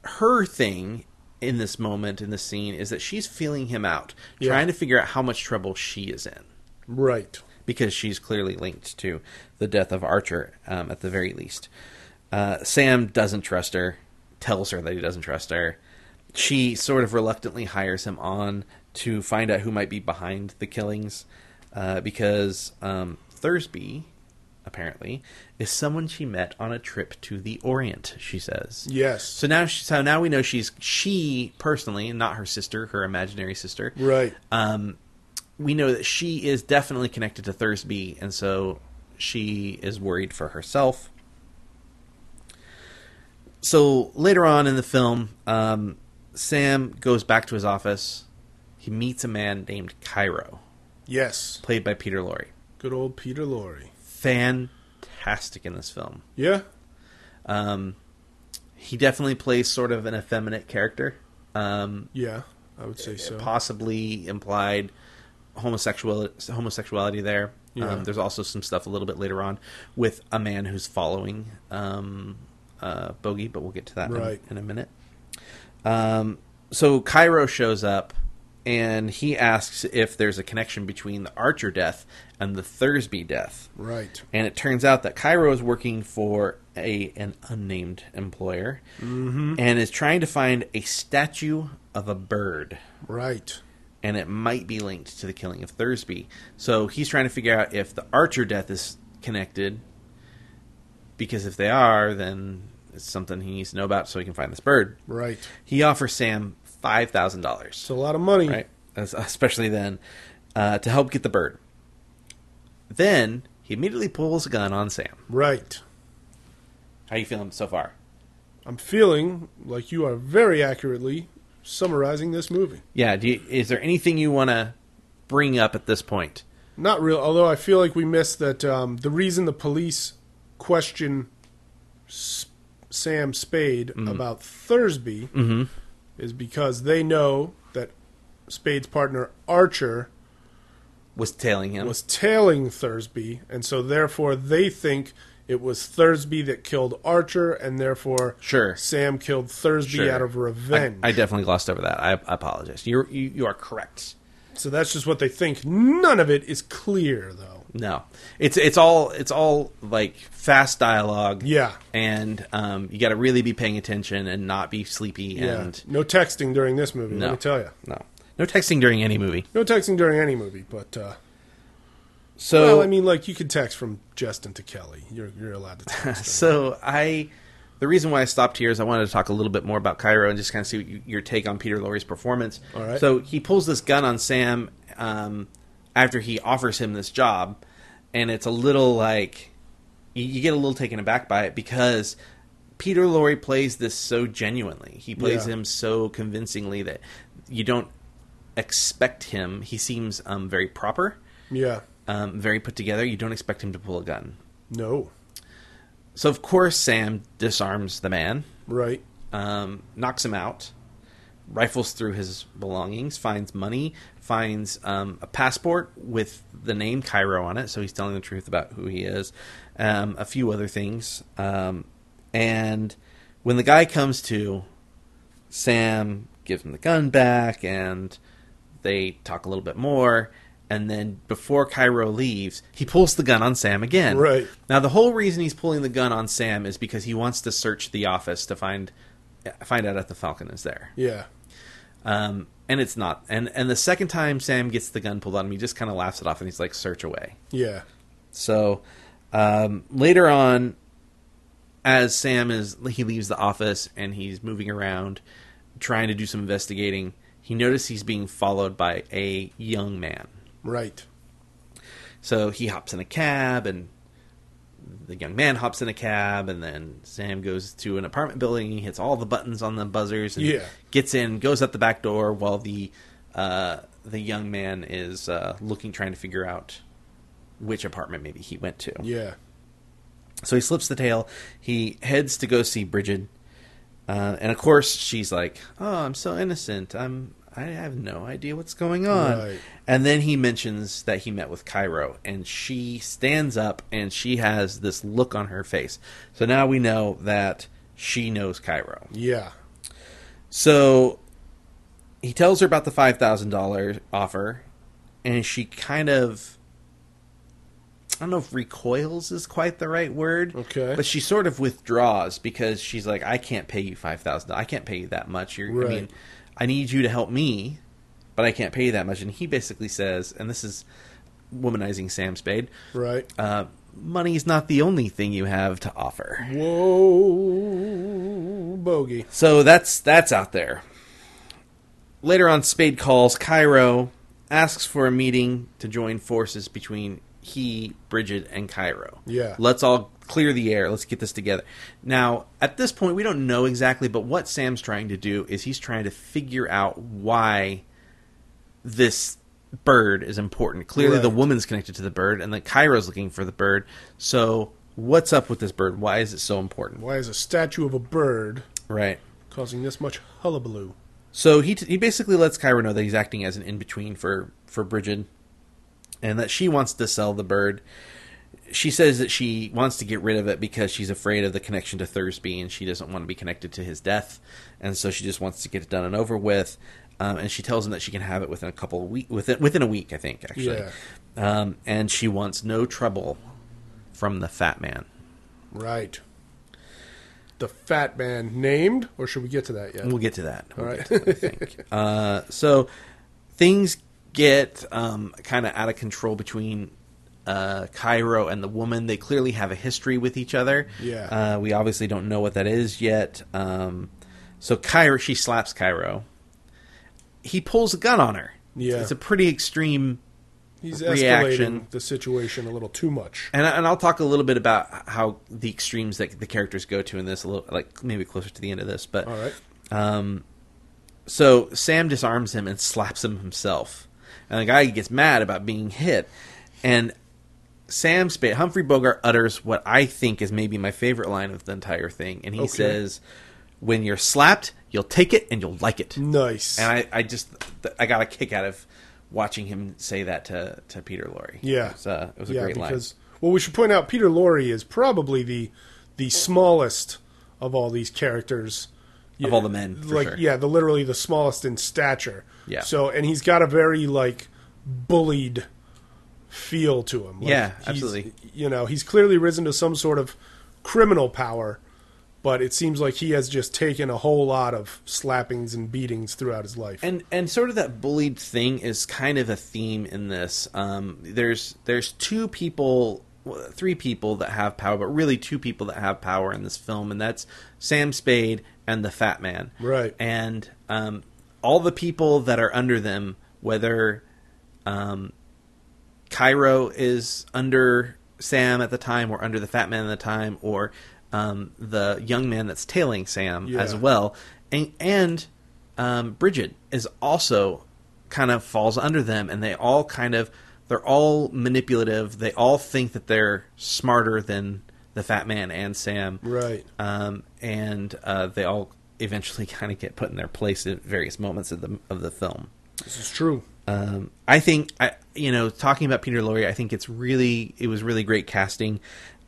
F: her thing in this moment in this scene is that she's feeling him out,
G: Yeah.
F: trying to figure out how much trouble she is in
G: Right.
F: because she's clearly linked to the death of Archer um, at the very least. Uh, Sam doesn't trust her, tells her that he doesn't trust her. She sort of reluctantly hires him on to find out who might be behind the killings uh, because um, Thursby, apparently, is someone she met on a trip to the Orient, she says.
G: Yes.
F: So now, she, so now we know she's she personally, and not her sister, her imaginary sister,
G: Right.
F: um, we know that she is definitely connected to Thursby, and so she is worried for herself. So later on in the film, um, Sam goes back to his office. He meets a man named Cairo,
G: yes.
F: played by Peter Lorre.
G: Good old Peter Lorre.
F: Fantastic in this film.
G: Yeah.
F: Um, he definitely plays sort of an effeminate character. Um,
G: Yeah. I would say so.
F: possibly implied homosexual homosexuality there.
G: Yeah.
F: Um, there's also some stuff a little bit later on with a man who's following um, uh, Bogey, but we'll get to that in-
G: Right.
F: in, a minute. Um, so Cairo shows up and he asks if there's a connection between the Archer death and the Thursby death.
G: Right.
F: And it turns out that Cairo is working for a an unnamed employer
G: Mm-hmm.
F: and is trying to find a statue of a bird
G: Right.
F: and it might be linked to the killing of Thursby. So he's trying to figure out if the Archer death is connected, because if they are, then it's something he needs to know about so he can find this bird.
G: Right.
F: He offers Sam five thousand dollars
G: It's a lot of money.
F: right? As- Especially then, uh, to help get the bird. Then he immediately pulls a gun on Sam.
G: Right.
F: How you feeling so far?
G: I'm feeling like you are very accurately summarizing this movie.
F: Yeah. Do you, is there anything you want to bring up at this point?
G: Not real, although I feel like we missed that um, the reason the police question S- Sam Spade
F: Mm-hmm.
G: about Thursby is because they know that Spade's partner Archer
F: Was tailing him.
G: was tailing Thursby, and so therefore they think it was Thursby that killed Archer, and therefore
F: Sure.
G: Sam killed Thursby
F: Sure.
G: out of revenge.
F: I, I definitely glossed over that. I, I apologize. You're, you you are correct.
G: so that's just what they think. None of it is clear, though.
F: No, it's it's all it's all like fast dialogue.
G: Yeah.
F: and um, you got to really be paying attention and not be sleepy. And
G: yeah, no texting during this movie.
F: no,
G: Let me tell you.
F: no, no texting during any movie.
G: No texting during any movie, but uh,
F: So
G: well, I mean, like you could text from Justin to Kelly. You're you're allowed to text.
F: So I, the reason why I stopped here is I wanted to talk a little bit more about Cairo and just kind of see what you, your take on Peter Lorre's performance.
G: All right.
F: So he pulls this gun on Sam um, after he offers him this job, and it's a little like you, you get a little taken aback by it because Peter Lorre plays this so genuinely. He plays
G: Yeah.
F: him so convincingly that you don't expect him. He seems um, very proper.
G: yeah,
F: Um, very put together. You don't expect him to pull a gun.
G: no,
F: So of course Sam disarms the man,
G: right,
F: um, knocks him out, rifles through his belongings, finds money, finds um, a passport with the name Cairo on it, so he's telling the truth about who he is, um, a few other things, um, and when the guy comes to, Sam gives him the gun back, and they talk a little bit more. And then before Cairo leaves, he pulls the gun on Sam again.
G: Right.
F: Now the whole reason he's pulling the gun on Sam is because he wants to search the office to find find out if the Falcon is there.
G: yeah,
F: Um, and it's not. And and the second time Sam gets the gun pulled on him, he just kind of laughs it off and he's like, "Search away."
G: yeah,
F: So um, later on, as Sam is he leaves the office and he's moving around, trying to do some investigating, he notices he's being followed by a young man.
G: right,
F: So he hops in a cab, and the young man hops in a cab, and then Sam goes to an apartment building. He hits all the buttons on the buzzers, and
G: Yeah.
F: gets in, goes out the back door, while the uh, the young man is uh, looking, trying to figure out which apartment maybe he went to.
G: yeah,
F: So he slips the tail. He heads to go see Bridget, uh, and of course she's like, "Oh, I'm so innocent. I'm I have no idea what's going on."
G: Right.
F: And then he mentions that he met with Cairo, and she stands up and she has this look on her face. So now we know that she knows Cairo.
G: yeah,
F: So he tells her about the five thousand dollar offer, and she kind of I don't know if recoils is quite the right word.
G: Okay.
F: But she sort of withdraws because she's like, I can't pay you five thousand I can't pay you that much. You're I mean
G: Right.
F: I need you to help me, but I can't pay you that much. And he basically says, and this is womanizing Sam Spade,
G: right.
F: uh, money's not the only thing you have to offer.
G: Whoa, bogey.
F: So that's that's out there. Later on, Spade calls Cairo, asks for a meeting to join forces between he, Bridget, and Cairo.
G: Yeah.
F: Let's all clear the air. Let's get this together. Now, at this point, we don't know exactly, but what Sam's trying to do is he's trying to figure out why this bird is important. Clearly, the
G: Right.
F: woman's connected to the bird, and the Cairo's looking for the bird. So, what's up with this bird? Why is it so important?
G: Why is a statue of a bird
F: Right.
G: causing this much hullabaloo?
F: So he t- he basically lets Cairo know that he's acting as an in between for for Bridget, and that she wants to sell the bird. She says that she wants to get rid of it because she's afraid of the connection to Thursby, and she doesn't want to be connected to his death, and so she just wants to get it done and over with. Um, and she tells him that she can have it within a couple of week within within a week, I think actually.
G: Yeah.
F: Um, and she wants no trouble from the fat man.
G: Right. The fat man named, or should we get to that yet?
F: We'll get to that. We'll
G: All
F: get to
G: right.
F: that, I think. uh, so things get um, kind of out of control between uh, Cairo and the woman. They clearly have a history with each other.
G: Yeah.
F: Uh, we obviously don't know what that is yet. Um, so Cairo, she slaps Cairo. He pulls a gun on her.
G: Yeah.
F: It's a pretty extreme
G: He's
F: Reaction.
G: escalating the situation a little too much.
F: And, I- and I'll talk a little bit about how the extremes that the characters go to in this, a little like maybe closer to the end of this. But
G: All right.
F: um, so Sam disarms him and slaps him himself, and the guy gets mad about being hit. And Sam Spade, Humphrey Bogart utters what I think is maybe my favorite line of the entire thing, and he
G: Okay.
F: says, "When you're slapped, you'll take it and you'll like it."
G: Mm. Nice.
F: And I, I just, th- I got a kick out of watching him say that to to Peter Lorre.
G: yeah.
F: it was, uh, it was a
G: yeah,
F: great line.
G: because, Well, we should point out Peter Lorre is probably the the smallest of all these characters.
F: Of all the men, for
G: like
F: sure.
G: yeah, the literally the smallest in stature.
F: Yeah.
G: So and he's got a very like bullied feel to him. Like,
F: Yeah,
G: he's-
F: absolutely.
G: You know, he's clearly risen to some sort of criminal power, but it seems like he has just taken a whole lot of slappings and beatings throughout his life.
F: and and sort of that bullied thing is kind of a theme in this. Um, there's there's two people, well, three people that have power, but really two people that have power in this film, and that's Sam Spade and the Fat Man.
G: Right.
F: And um, all the people that are under them, whether um, Cairo is under Sam at the time, or under the Fat Man at the time, or um, the young man that's tailing Sam
G: Yeah.
F: as well, and, and um, Bridget is also kind of falls under them, and they all kind of they're all manipulative. They all think that they're smarter than the Fat Man and Sam,
G: Right.
F: Um, and uh, they all eventually kind of get put in their place at various moments of the of the film.
G: this is true.
F: Um, I think I, you know, talking about Peter Lorre, I think it's really it was really great casting.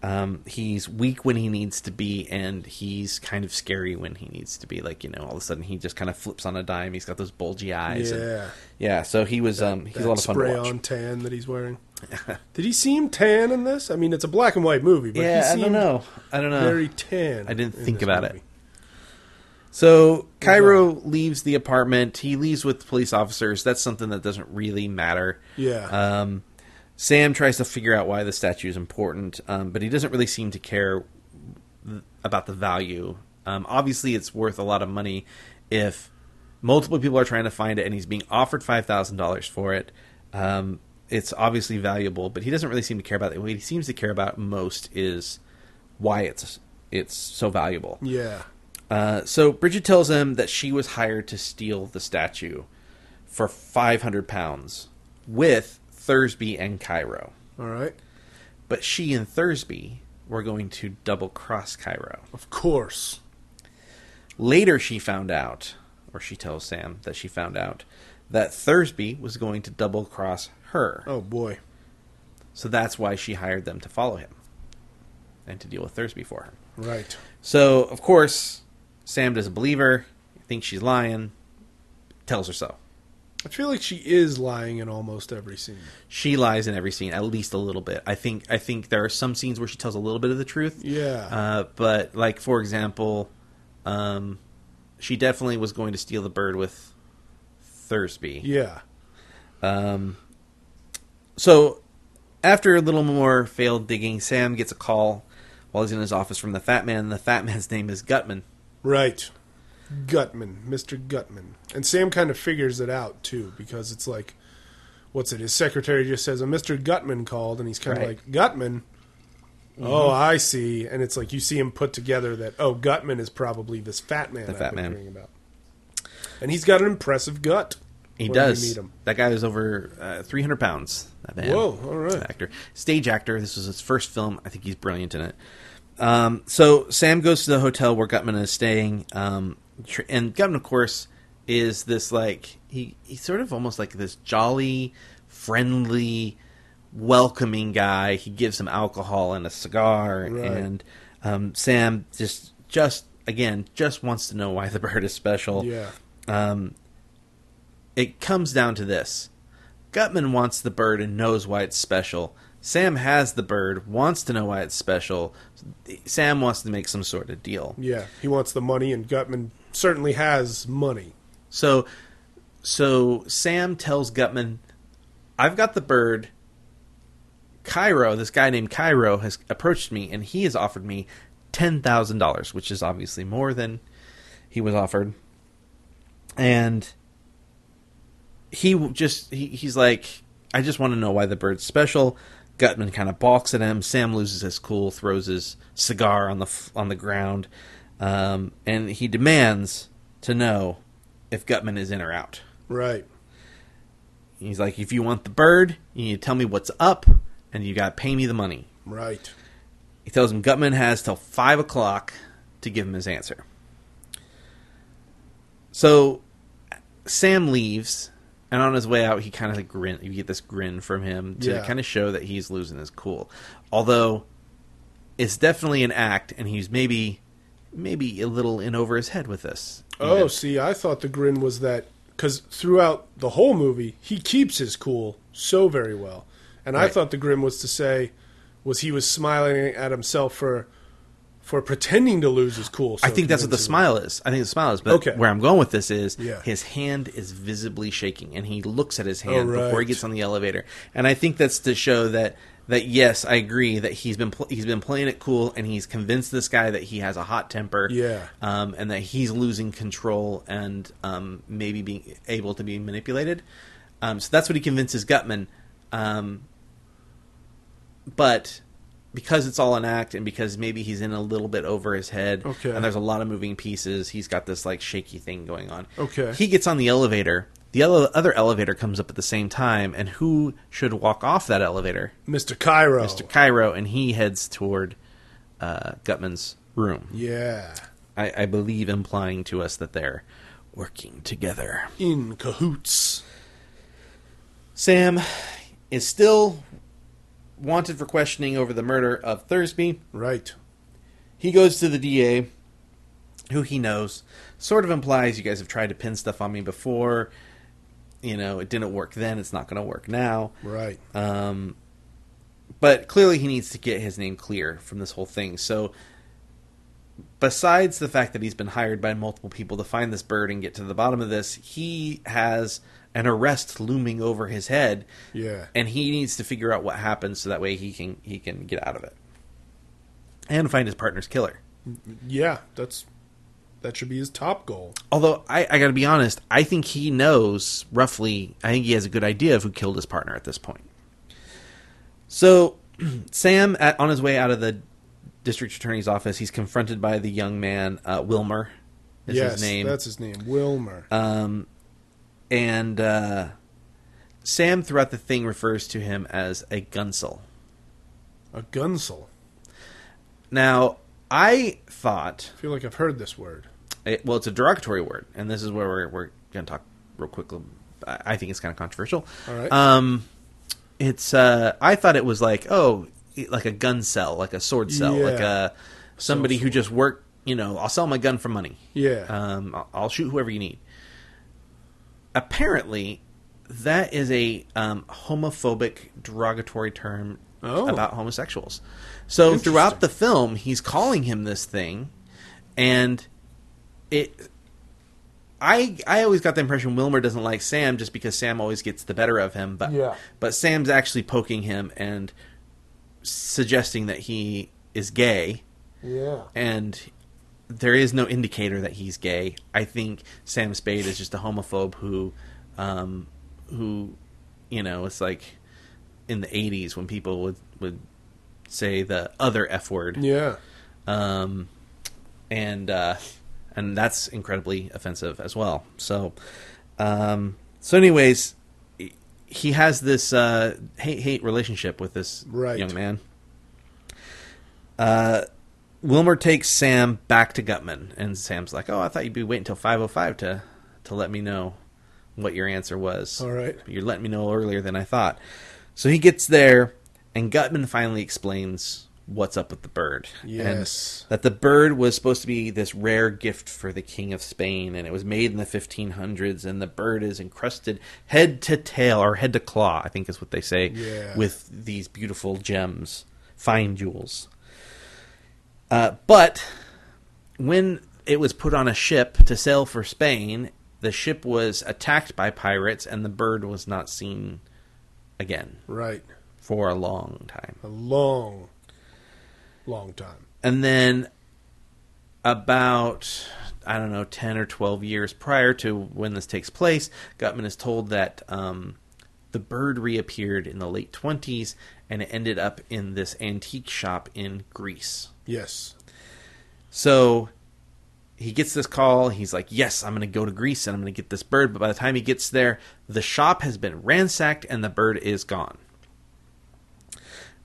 F: Um, he's weak when he needs to be, and he's kind of scary when he needs to be. Like you know, all of a sudden he just kind of flips on a dime. He's got those bulgy eyes. and-
G: Yeah.
F: yeah. So he was um, he's
G: that
F: a lot of fun to
G: spray
F: watch.
G: on tan that he's wearing. Did he seem tan in this? I mean, it's a black and white movie, but
F: Yeah,
G: he
F: I
G: seemed
F: don't know. I don't know.
G: very tan.
F: I didn't
G: in
F: think
G: this
F: about it.
G: movie.
F: So Cairo leaves the apartment. He leaves with police officers. That's something that doesn't really matter.
G: Yeah.
F: Um, Sam tries to figure out why the statue is important, um, but he doesn't really seem to care th- about the value. Um, obviously, it's worth a lot of money if multiple people are trying to find it, and he's being offered five thousand dollars for it. Um, it's obviously valuable, but he doesn't really seem to care about it. What he seems to care about most is why it's it's so valuable.
G: Yeah.
F: Uh, so Bridget tells him that she was hired to steal the statue for 500 pounds with Thursby and Cairo.
G: All right.
F: But she and Thursby were going to double cross Cairo.
G: Of course.
F: Later, she found out, or she tells Sam that she found out, that Thursby was going to double cross her.
G: Oh boy.
F: So that's why she hired them to follow him and to deal with Thursby for her.
G: Right.
F: So, of course, Sam doesn't believe her, thinks she's lying, tells her so.
G: I feel like she is lying in almost every scene.
F: she lies in every scene at least a little bit. I think I think there are some scenes where she tells a little bit of the truth.
G: Yeah.
F: Uh, but like for example, um, she definitely was going to steal the bird with Thursby.
G: Yeah.
F: So after a little more failed digging, Sam gets a call while he's in his office from the fat man. and The fat man's name is Gutman.
G: Right. Gutman, Mr. Gutman. And Sam kind of figures it out too because it's like what's it? His secretary just says, "A Mr. Gutman called," and he's kind
F: Right. Mm-hmm.
G: of like, "Gutman." Oh, I see. And it's like you see him put together that oh, Gutman is probably this fat man I've
F: fat
G: been
F: man.
G: hearing about. And he's got an impressive gut.
F: He
G: when we
F: does.
G: meet him.
F: That guy was over uh, 300 pounds. That man.
G: Whoa, all right.
F: That Actor, stage actor. This was his first film. I think he's brilliant in it. Um, so Sam goes to the hotel where Gutman is staying, um, tr- and Gutman, of course, is this like he he's sort of almost like this jolly, friendly, welcoming guy. He gives him alcohol and a cigar,
G: Right.
F: and um, Sam just just again just wants to know why the bird is special
G: Yeah.
F: it comes down to this Gutman wants the bird and knows why it's special. Sam has the bird, wants to know why it's special. Sam wants to make some sort of deal.
G: Yeah. He wants the money and Gutman certainly has money.
F: So So Sam tells Gutman, I've got the bird. Cairo, this guy named Cairo, has approached me and he has offered me $10,000, which is obviously more than he was offered. And he w- just, he, he's like, I just want to know why the bird's special. Gutman kind of balks at him. Sam loses his cool, throws his cigar on the f- on the ground, um, and he demands to know if Gutman is in or out.
G: Right.
F: He's like, if you want the bird, you need to tell me what's up, and you got to pay me the money.
G: Right.
F: He tells him Gutman has till five o'clock to give him his answer. So Sam leaves, and on his way out, he kind of like grin. You get this grin from him to
G: Yeah.
F: kind of show that he's losing his cool. Although it's definitely an act, and he's maybe maybe a little in over his head with this.
G: Oh,
F: Even.
G: see, I thought the grin was that because throughout the whole movie, he keeps his cool so very well, and I
F: Right.
G: thought the grin was to say was he was smiling at himself for for pretending to lose his cool. So
F: I think that's what the
G: convincingly.
F: smile is. I think the smile is. But
G: Okay.
F: where I'm going with this is
G: Yeah.
F: his hand is visibly shaking, and he looks at his hand
G: Oh,
F: before he
G: right.
F: gets on the elevator. And I think that's to show that that yes, I agree that he's been pl- he's been playing it cool, and he's convinced this guy that he has a hot temper,
G: Yeah.
F: um, and that he's losing control and um, maybe being able to be manipulated. Um, so that's what he convinces Gutman. Um, but because it's all an act and because maybe he's in a little bit over his head
G: Okay.
F: and there's a lot of moving pieces he's got this like shaky thing going on
G: Okay.
F: he gets on the elevator the ele- other elevator comes up at the same time and who should walk off that elevator
G: Mr. Cairo.
F: mr cairo and he heads toward uh, gutman's room
G: yeah,
F: I-, I believe implying to us that they're working together
G: in cahoots.
F: sam is still wanted for questioning over the murder of thursby
G: Right.
F: He goes to the DA, who he knows, sort of implies you guys have tried to pin stuff on me before. You know, it didn't work then, it's not going to work now.
G: Right.
F: Um, but clearly, he needs to get his name clear from this whole thing. So, besides the fact that he's been hired by multiple people to find this bird and get to the bottom of this, he has an arrest looming over his head.
G: Yeah.
F: and he needs to figure out what happens so that way he can he can get out of it and find his partner's killer.
G: yeah, that's that should be his top goal.
F: Although I, I got to be honest, I think he knows roughly. I think he has a good idea of who killed his partner at this point. So, Sam, at, on his way out of the district attorney's office, he's confronted by the young man uh, Wilmer. Is
G: yes,
F: his name?
G: that's his name, Wilmer.
F: Um, and uh, Sam, throughout the thing, refers to him as a gunsel.
G: a gunsel.
F: Now, I thought
G: I feel like I've heard this word.
F: it, well, it's a derogatory word, and this is where we're, we're going to talk real quickly. I I think it's kind of controversial.
G: All right.
F: Um, it's uh, I thought it was like oh, like a gun cell, like a sword cell, like
G: Yeah.
F: a somebody who just worked. You know, I'll sell my gun for money.
G: Yeah.
F: Um, I'll, I'll shoot whoever you need. Apparently, that is a um, homophobic, derogatory term
G: Oh.
F: about homosexuals. So throughout the film, he's calling him this thing, and it. I I always got the impression Wilmer doesn't like Sam just because Sam always gets the better of him, but
G: Yeah.
F: but Sam's actually poking him and suggesting that he is gay
G: Yeah.
F: and there is no indicator that he's gay. I think Sam Spade is just a homophobe who, um, who, you know, it's like in the '80s when people would would say the other f word,
G: Yeah.
F: um, and uh, and that's incredibly offensive as well. So, um, so anyways, he has this uh, hate hate relationship with this
G: Right.
F: young man. Uh, Wilmer takes Sam back to Gutman, and Sam's like, "Oh, I thought you'd be waiting until five oh five to to let me know what your answer was.
G: All right.
F: but you're letting me know earlier than I thought." So he gets there, and Gutman finally explains what's up with the bird. and
G: Yes.
F: that the bird was supposed to be this rare gift for the king of Spain, and it was made in the 1500s. And the bird is encrusted head to tail, or head to claw, I think is what they say,
G: Yeah.
F: with these beautiful gems, fine jewels. Uh, but when it was put on a ship to sail for Spain, the ship was attacked by pirates and the bird was not seen again
G: Right.
F: for a long time.
G: A long, long time.
F: And then about I don't know, ten or twelve years prior to when this takes place, Gutman is told that um, the bird reappeared in the late twenties and it ended up in this antique shop in Greece.
G: Yes.
F: So he gets this call. He's like, Yes, I'm going to go to Greece and I'm going to get this bird. But by the time he gets there, the shop has been ransacked and the bird is gone.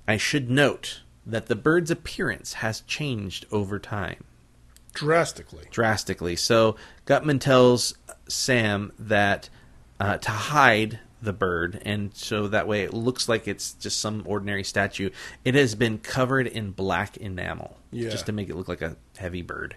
F: I should note that the bird's appearance has changed over time
G: Drastically.
F: drastically. So Gutman tells Sam that uh, to hide the bird, and so that way it looks like it's just some ordinary statue. It has been covered in black enamel,
G: Yeah.
F: just to make it look like a heavy bird.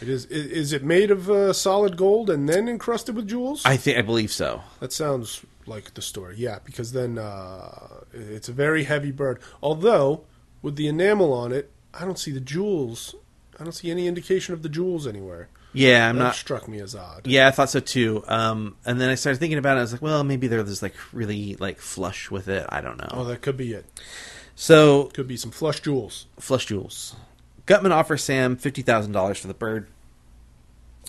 G: It is. i- Is it made of uh, solid gold and then encrusted with jewels?
F: I think I believe so.
G: that sounds like the story. Yeah, because then uh, it's a very heavy bird. Although with the enamel on it, I don't see the jewels. I don't see any indication of the jewels anywhere.
F: Yeah, I'm
G: that
F: not.
G: struck me as odd.
F: Yeah, I thought so too. Um, and then I started thinking about it. I was like, well, maybe they're just like really like flush with it. I don't know.
G: Oh, that could be it.
F: so
G: Could be some flush jewels.
F: flush jewels. Gutman offers Sam fifty thousand dollars for the bird.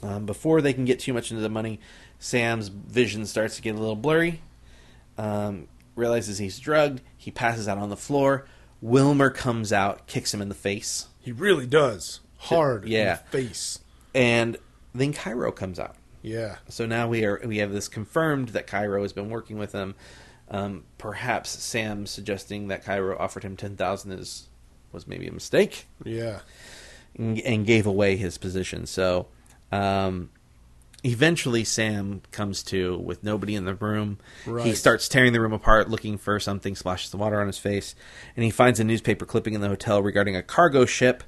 F: Um, before they can get too much into the money, Sam's vision starts to get a little blurry. Um, realizes he's drugged. He passes out on the floor. Wilmer comes out, kicks him in the face,
G: He really does hard.
F: Yeah.
G: in the face.
F: and then Cairo comes out.
G: Yeah.
F: So now we are we have this confirmed that Cairo has been working with him. Um, perhaps Sam suggesting that Cairo offered him ten thousand is was maybe a mistake
G: Yeah.
F: and, and gave away his position. So um, eventually, Sam comes to with nobody in the room. He
G: Right.
F: starts tearing the room apart, looking for something. Splashes the water on his face, and he finds a newspaper clipping in the hotel regarding a cargo ship.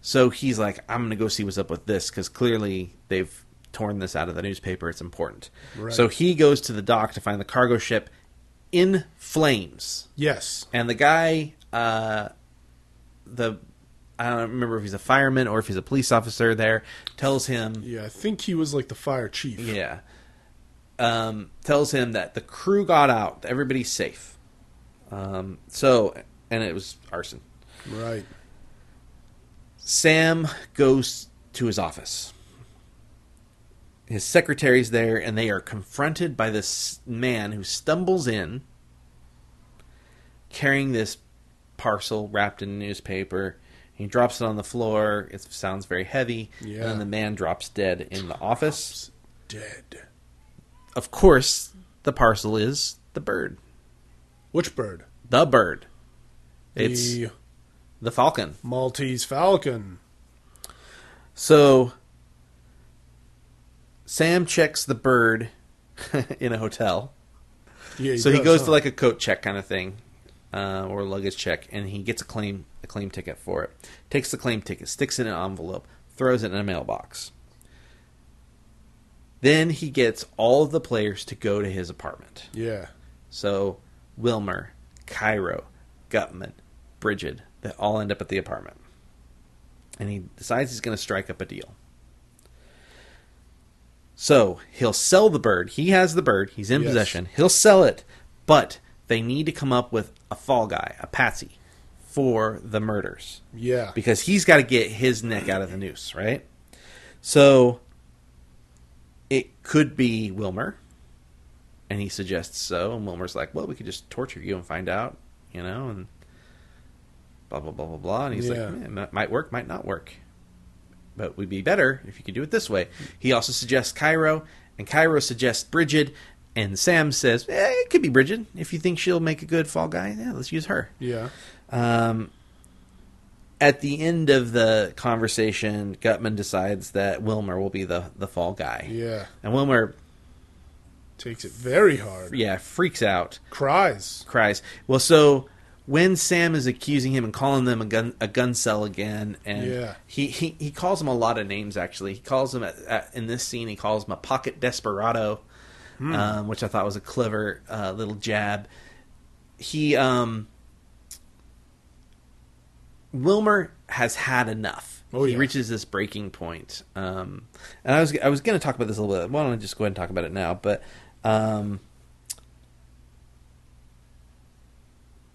F: So he's like, "I'm going to go see what's up with this because clearly they've torn this out of the newspaper. It's important."
G: Right.
F: So he goes to the dock to find the cargo ship in flames
G: Yes.
F: and the guy uh the i don't remember if he's a fireman or if he's a police officer there tells him
G: Yeah. I think he was like the fire chief.
F: yeah um tells him that the crew got out everybody's safe um so and it was arson
G: Right.
F: sam goes to his office his secretary's there and they are confronted by this man who stumbles in carrying this parcel wrapped in newspaper. He drops it on the floor. It sounds very heavy. And
G: Yeah.
F: then the man drops dead in the office.
G: Dead.
F: Of course, the parcel is the bird.
G: Which bird?
F: The bird. It's
G: the
F: the falcon.
G: Maltese Falcon.
F: So Sam checks the bird in a hotel.
G: Yeah,
F: so he
G: does,
F: goes
G: huh?
F: to like a coat check kind of thing, uh, or luggage check, and he gets a claim a claim ticket for it. Takes the claim ticket, sticks it in an envelope, throws it in a mailbox. Then he gets all of the players to go to his apartment.
G: yeah,
F: So Wilmer, Cairo, Gutman, Bridget, they all end up at the apartment. And he decides he's going to strike up a deal. So he'll sell the bird. He has the bird. He's in
G: Yes.
F: possession. He'll sell it, but they need to come up with a fall guy, a patsy, for the murders
G: yeah.
F: because he's got to get his neck out of the noose, right? So it could be Wilmer, and he suggests so. And Wilmer's like, "Well, we could just torture you and find out, you know." And blah blah blah blah blah. And he's
G: Yeah.
F: like, "Man, that might work, might not work, but we'd be better if you could do it this way." He also suggests Cairo, and Cairo suggests Bridget. And Sam says, eh, "It could be Bridget. If you think she'll make a good fall guy, yeah, let's use her."
G: yeah,
F: Um, at the end of the conversation, Gutman decides that Wilmer will be the, the fall guy.
G: yeah.
F: And Wilmer,
G: Takes it very hard.
F: yeah, freaks out,
G: Cries.
F: cries. Well, so when Sam is accusing him and calling them a gun a gun cell again, and
G: Yeah.
F: he, he, he calls him a lot of names, actually. He calls him, at, at, in this scene, he calls him a pocket desperado,
G: Hmm.
F: um, which I thought was a clever uh, little jab. He, um, Wilmer has had enough.
G: Oh,
F: he
G: yeah.
F: reaches this breaking point. Um, and I was I was going to talk about this a little bit. Why don't I just go ahead and talk about it now? But um,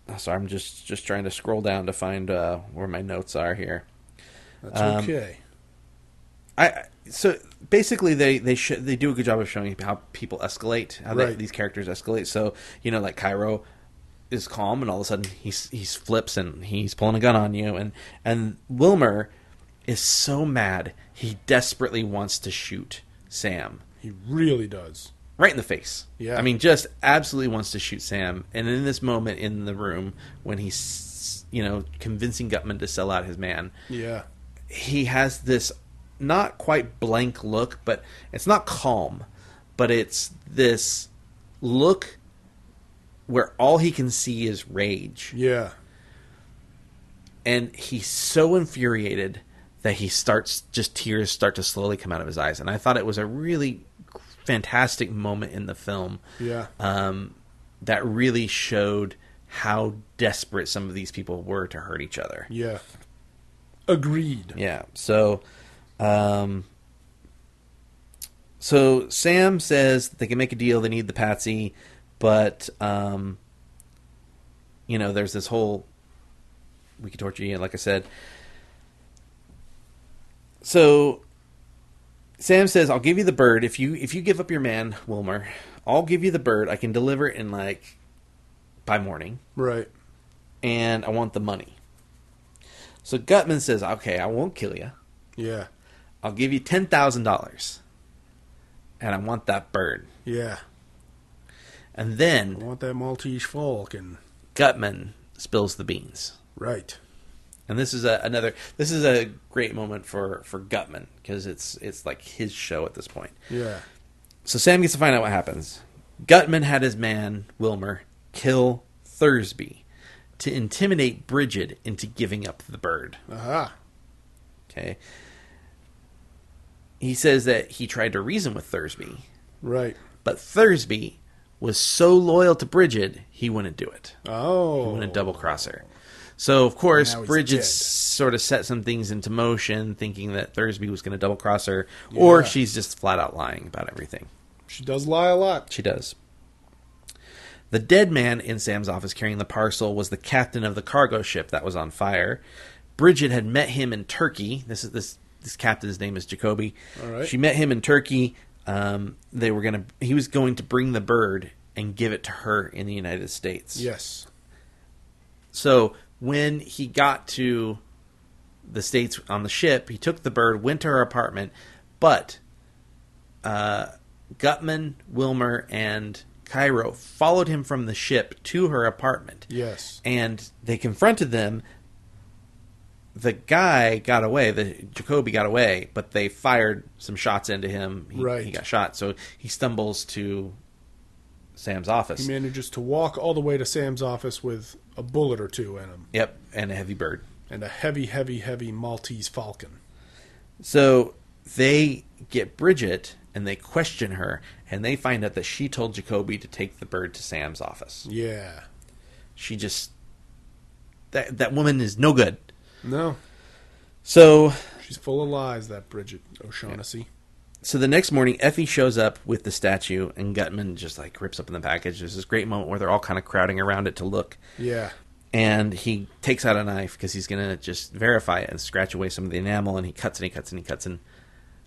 F: oh, sorry, I'm just just trying to scroll down to find uh, where my notes are here.
G: That's
F: Um,
G: okay.
F: I I- so basically they they sh- they do a good job of showing how people escalate, how they,
G: Right.
F: these characters escalate. So you know, like Cairo is calm, and all of a sudden he's he's flips and he's pulling a gun on you, and and Wilmer is so mad he desperately wants to shoot Sam
G: He really does.
F: right in the face.
G: Yeah.
F: I mean, just absolutely wants to shoot Sam. And in this moment in the room when he's you know convincing Gutman to sell out his man,
G: Yeah.
F: he has this not quite blank look, but it's not calm, but it's this look where all he can see is rage.
G: Yeah.
F: And he's so infuriated that he starts just tears start to slowly come out of his eyes. And I thought it was a really fantastic moment in the film
G: Yeah.
F: um, that really showed how desperate some of these people were to hurt each other.
G: Yeah. Agreed.
F: Yeah. So, um, so Sam says that they can make a deal. They need the patsy, but um, you know, there's this whole we could torture you. and Like I said, so Sam says, "I'll give you the bird if you if you give up your man Wilmer. I'll give you the bird. I can deliver it in like by morning."
G: Right.
F: and I want the money. So Gutman says, "Okay, I won't kill you.
G: Yeah.
F: I'll give you ten thousand dollars, and I want that bird."
G: Yeah.
F: And
G: I
F: then
G: want that Maltese Falcon.
F: Gutman spills the beans,
G: Right.
F: and this is a, another. This is a great moment for for Gutman because it's it's like his show at this point.
G: Yeah.
F: So Sam gets to find out what happens. Gutman had his man Wilmer kill Thursby to intimidate Bridget into giving up the bird.
G: Aha.
F: Okay. He says that he tried to reason with Thursby,
G: Right.
F: but Thursby was so loyal to Bridget, he wouldn't do it. He
G: Oh.
F: wouldn't double cross her. So, of course,
G: Now he's
F: Bridget
G: dead.
F: sort of set some things into motion, thinking that Thursby was going to double cross her, or
G: Yeah.
F: she's just flat out lying about everything.
G: She does lie a lot.
F: She does. The dead man in Sam's office carrying the parcel was the captain of the cargo ship that was on fire. Bridget had met him in Turkey. This is this this captain's name is Jacoby.
G: All right.
F: She met him in Turkey. Um, they were gonna. He was going to bring the bird and give it to her in the United States.
G: Yes.
F: So when he got to the states on the ship, he took the bird, went to her apartment, but uh, Gutman, Wilmer, and Cairo followed him from the ship to her apartment,
G: Yes.
F: and they confronted them. The guy got away. The Jacoby got away, but they fired some shots into him. He,
G: Right.
F: he got shot, so he stumbles to Sam's office.
G: He manages to walk all the way to Sam's office with a bullet or two in him
F: yep, and a heavy bird.
G: and a heavy, heavy, heavy Maltese Falcon.
F: So they get Bridget and they question her, and they find out that she told Jacoby to take the bird to Sam's office.
G: Yeah.
F: She just that that woman is no good.
G: No.
F: So
G: She's full of lies, that Bridget O'Shaughnessy.
F: so the next morning, Effie shows up with the statue, and Gutman just like rips open the package. There's this great moment where they're all kind of crowding around it to look,
G: Yeah.
F: and he takes out a knife because he's gonna just verify it and scratch away some of the enamel, and he cuts and he cuts and he cuts, and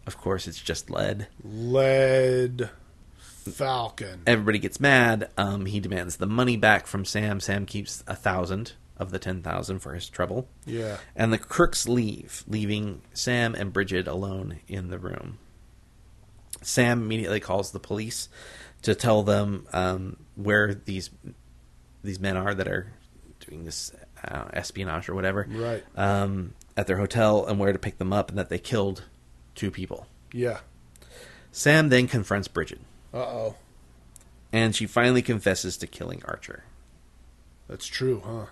F: of course it's just lead.
G: Lead Falcon.
F: Everybody gets mad. Um, he demands the money back from Sam. Sam keeps a thousand of the ten thousand for his trouble,
G: Yeah.
F: and the crooks leave, leaving Sam and Bridget alone in the room. Sam immediately calls the police to tell them um, where these these men are that are doing this uh, espionage or whatever,
G: Right.
F: Um, at their hotel and where to pick them up, and that they killed two people.
G: Yeah.
F: Sam then confronts Bridget,
G: Uh oh.
F: and she finally confesses to killing Archer.
G: That's true, huh?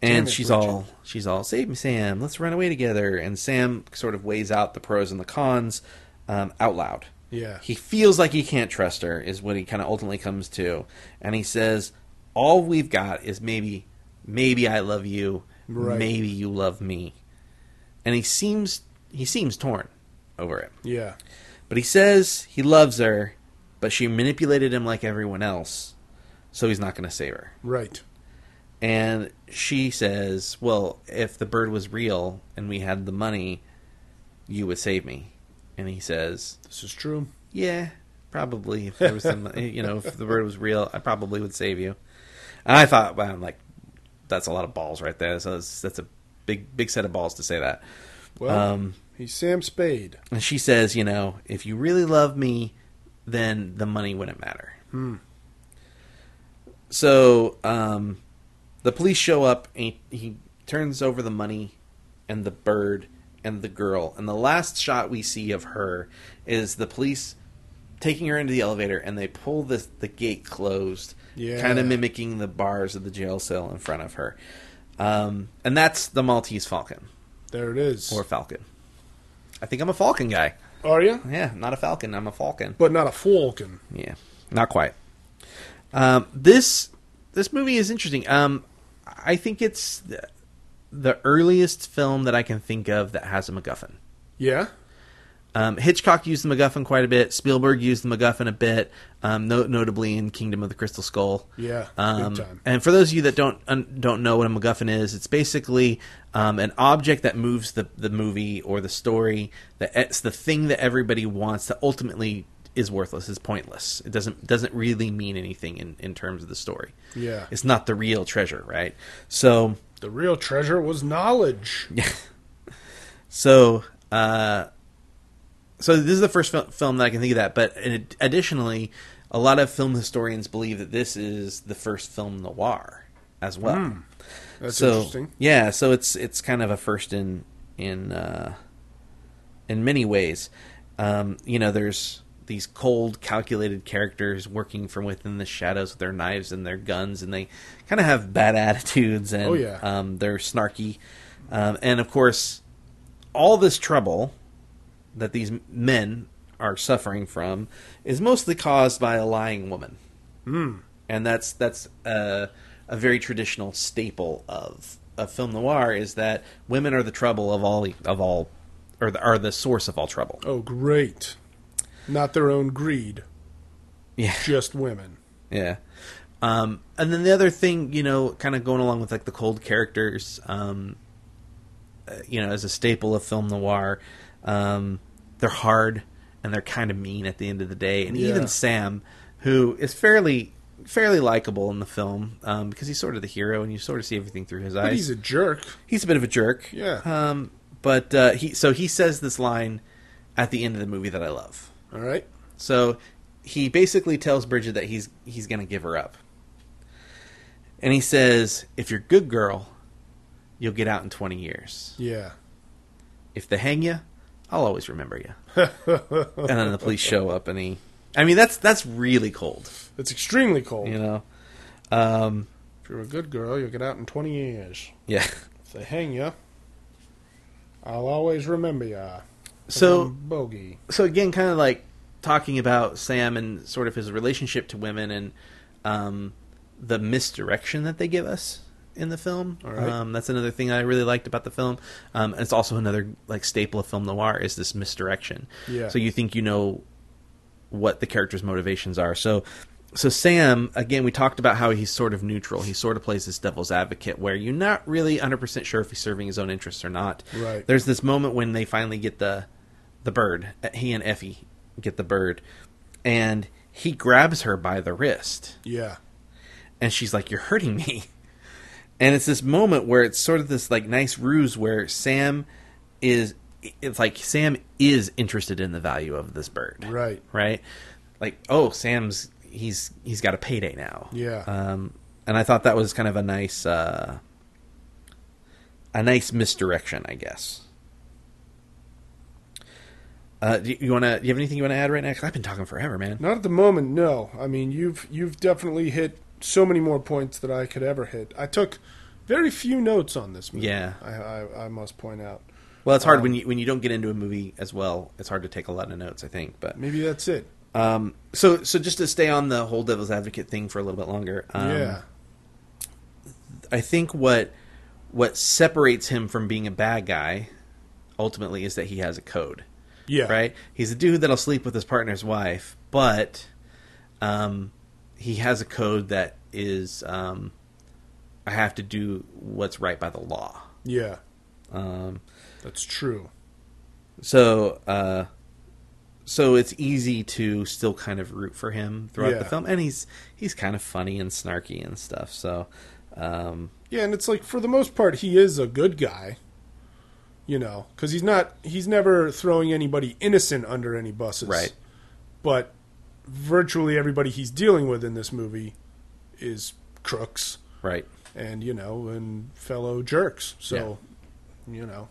G: Damn
F: and
G: it,
F: she's
G: Bridget.
F: all she's all save me sam let's run away together and sam sort of weighs out the pros and the cons um, out loud
G: Yeah.
F: he feels like he can't trust her is what he kind of ultimately comes to and he says all we've got is maybe maybe i love you
G: Right.
F: maybe you love me and he seems he seems torn over it.
G: Yeah.
F: But he says he loves her, but she manipulated him like everyone else, so he's not going to save her.
G: Right.
F: And she says, "Well, if the bird was real and we had the money, you would save me." And he says,
G: This is true.
F: "Yeah, probably. If there was some, you know, if the bird was real, I probably would save you." And I thought, well, I'm like, that's a lot of balls right there. So that's, that's a big, big set of balls to say that.
G: Well,
F: Um,
G: he's Sam Spade.
F: And she says, you know, if you really love me, then the money wouldn't matter. So um, the police show up and he, he turns over the money and the bird and the girl. And the last shot we see of her is the police taking her into the elevator and they pull the, the gate closed,
G: Yeah.
F: kind of mimicking the bars of the jail cell in front of her. Um, and that's the Maltese Falcon
G: There it is.
F: or Falcon. I think I'm a Falcon guy.
G: Are you?
F: Yeah, not a falcon. I'm a falcon.
G: But not a falcon.
F: Yeah, not quite. Um, this this movie is interesting. Um, I think it's the, the earliest film that I can think of that has a MacGuffin.
G: Yeah.
F: Um, Hitchcock used the MacGuffin quite a bit. Spielberg used the MacGuffin a bit, um, no, notably in Kingdom of the Crystal Skull.
G: Yeah, big
F: Um,
G: time.
F: and for those of you that don't un, don't know what a MacGuffin is, it's basically um, an object that moves the the movie or the story. That it's the thing that everybody wants that ultimately is worthless, is pointless. It doesn't doesn't really mean anything in in terms of the story.
G: Yeah.
F: it's not the real treasure, right? So
G: The real treasure was knowledge.
F: So, uh, so this is the first fil- film that I can think of that. But in, additionally, a lot of film historians believe that this is the first film noir as well.
G: Hmm. That's
F: so,
G: interesting.
F: Yeah, so it's it's kind of a first in in uh, in many ways. Um, you know, there's these cold, calculated characters working from within the shadows with their knives and their guns, and they kind of have bad attitudes, and
G: Oh, yeah.
F: um, they're snarky. Um, and of course, all this trouble that these men are suffering from is mostly caused by a lying woman, and that's that's a, a very traditional staple of of film noir is that women are the trouble of all of all or the, are the source of all trouble.
G: Oh, great. Not their own greed.
F: Yeah.
G: Just women.
F: Yeah. Um, and then the other thing, you know, kind of going along with like the cold characters, um, uh, you know, as a staple of film noir, um, they're hard and they're kind of mean at the end of the day. And
G: Yeah.
F: even Sam, who is fairly fairly likable in the film um, because he's sort of the hero and you sort of see everything through his eyes
G: But he's a jerk.
F: he's a bit of a jerk.
G: Yeah.
F: Um, but uh, he so he says this line at the end of the movie that I love.
G: All right.
F: So he basically tells Bridget that he's he's going to give her up. And he says, "If you're a good girl, you'll get out in 20 years.
G: Yeah.
F: If they hang you, I'll always remember you." and then the police show up and he I mean, that's that's really cold,
G: It's extremely cold.
F: you know. Um,
G: If you're a good girl, you'll get out in 20 years.
F: yeah.
G: If they hang you, I'll always remember ya.
F: So
G: I'm bogey.
F: so again, kind of like talking about Sam and sort of his relationship to women and um, the misdirection that they give us in the film.
G: right.
F: Um, that's another thing I really liked about the film. Um, and it's also another like staple of film noir is this misdirection.
G: Yeah.
F: So you think you know what the character's motivations are. So so Sam, again, we talked about how he's sort of neutral. He sort of plays this devil's advocate where you're not really 100% sure if he's serving his own interests or not.
G: Right.
F: There's this moment when they finally get the the bird. He and Effie get the bird and he grabs her by the wrist
G: Yeah.
F: and she's like you're hurting me. And it's this moment where it's sort of this like nice ruse where Sam is it's like Sam is interested in the value of this bird
G: Right.
F: right? Like, oh, Sam's he's he's got a payday now.
G: Yeah.
F: Um, and I thought that was kind of a nice uh, a nice misdirection, I guess. Uh, do you- you want to? Do you have anything you want to add right now? 'Cause I've been talking forever, man.
G: Not at the moment, no. I mean, you've you've definitely hit so many more points that I could ever hit. I took very few notes on this movie.
F: Yeah.
G: I, I, I must point out.
F: Well, it's hard when you when you don't get into a movie as well. It's hard to take a lot of notes, I think. But
G: Maybe that's it.
F: um, so so just to stay on the whole devil's advocate thing for a little bit longer. Um,
G: yeah.
F: I think what what separates him from being a bad guy ultimately is that he has a code
G: Yeah.
F: right? He's a dude that'll sleep with his partner's wife, but um, he has a code that is um, I have to do what's right by the law.
G: Yeah.
F: Um,
G: That's true.
F: so, uh, so it's easy to still kind of root for him throughout the
G: Yeah.
F: film, and he's he's kind of funny and snarky and stuff. So, um,
G: Yeah, and it's like for the most part, he is a good guy. You know, because he's not. He's never throwing anybody innocent under any buses.
F: Right.
G: But virtually everybody he's dealing with in this movie is crooks
F: right,
G: and you know and fellow jerks. So, you know,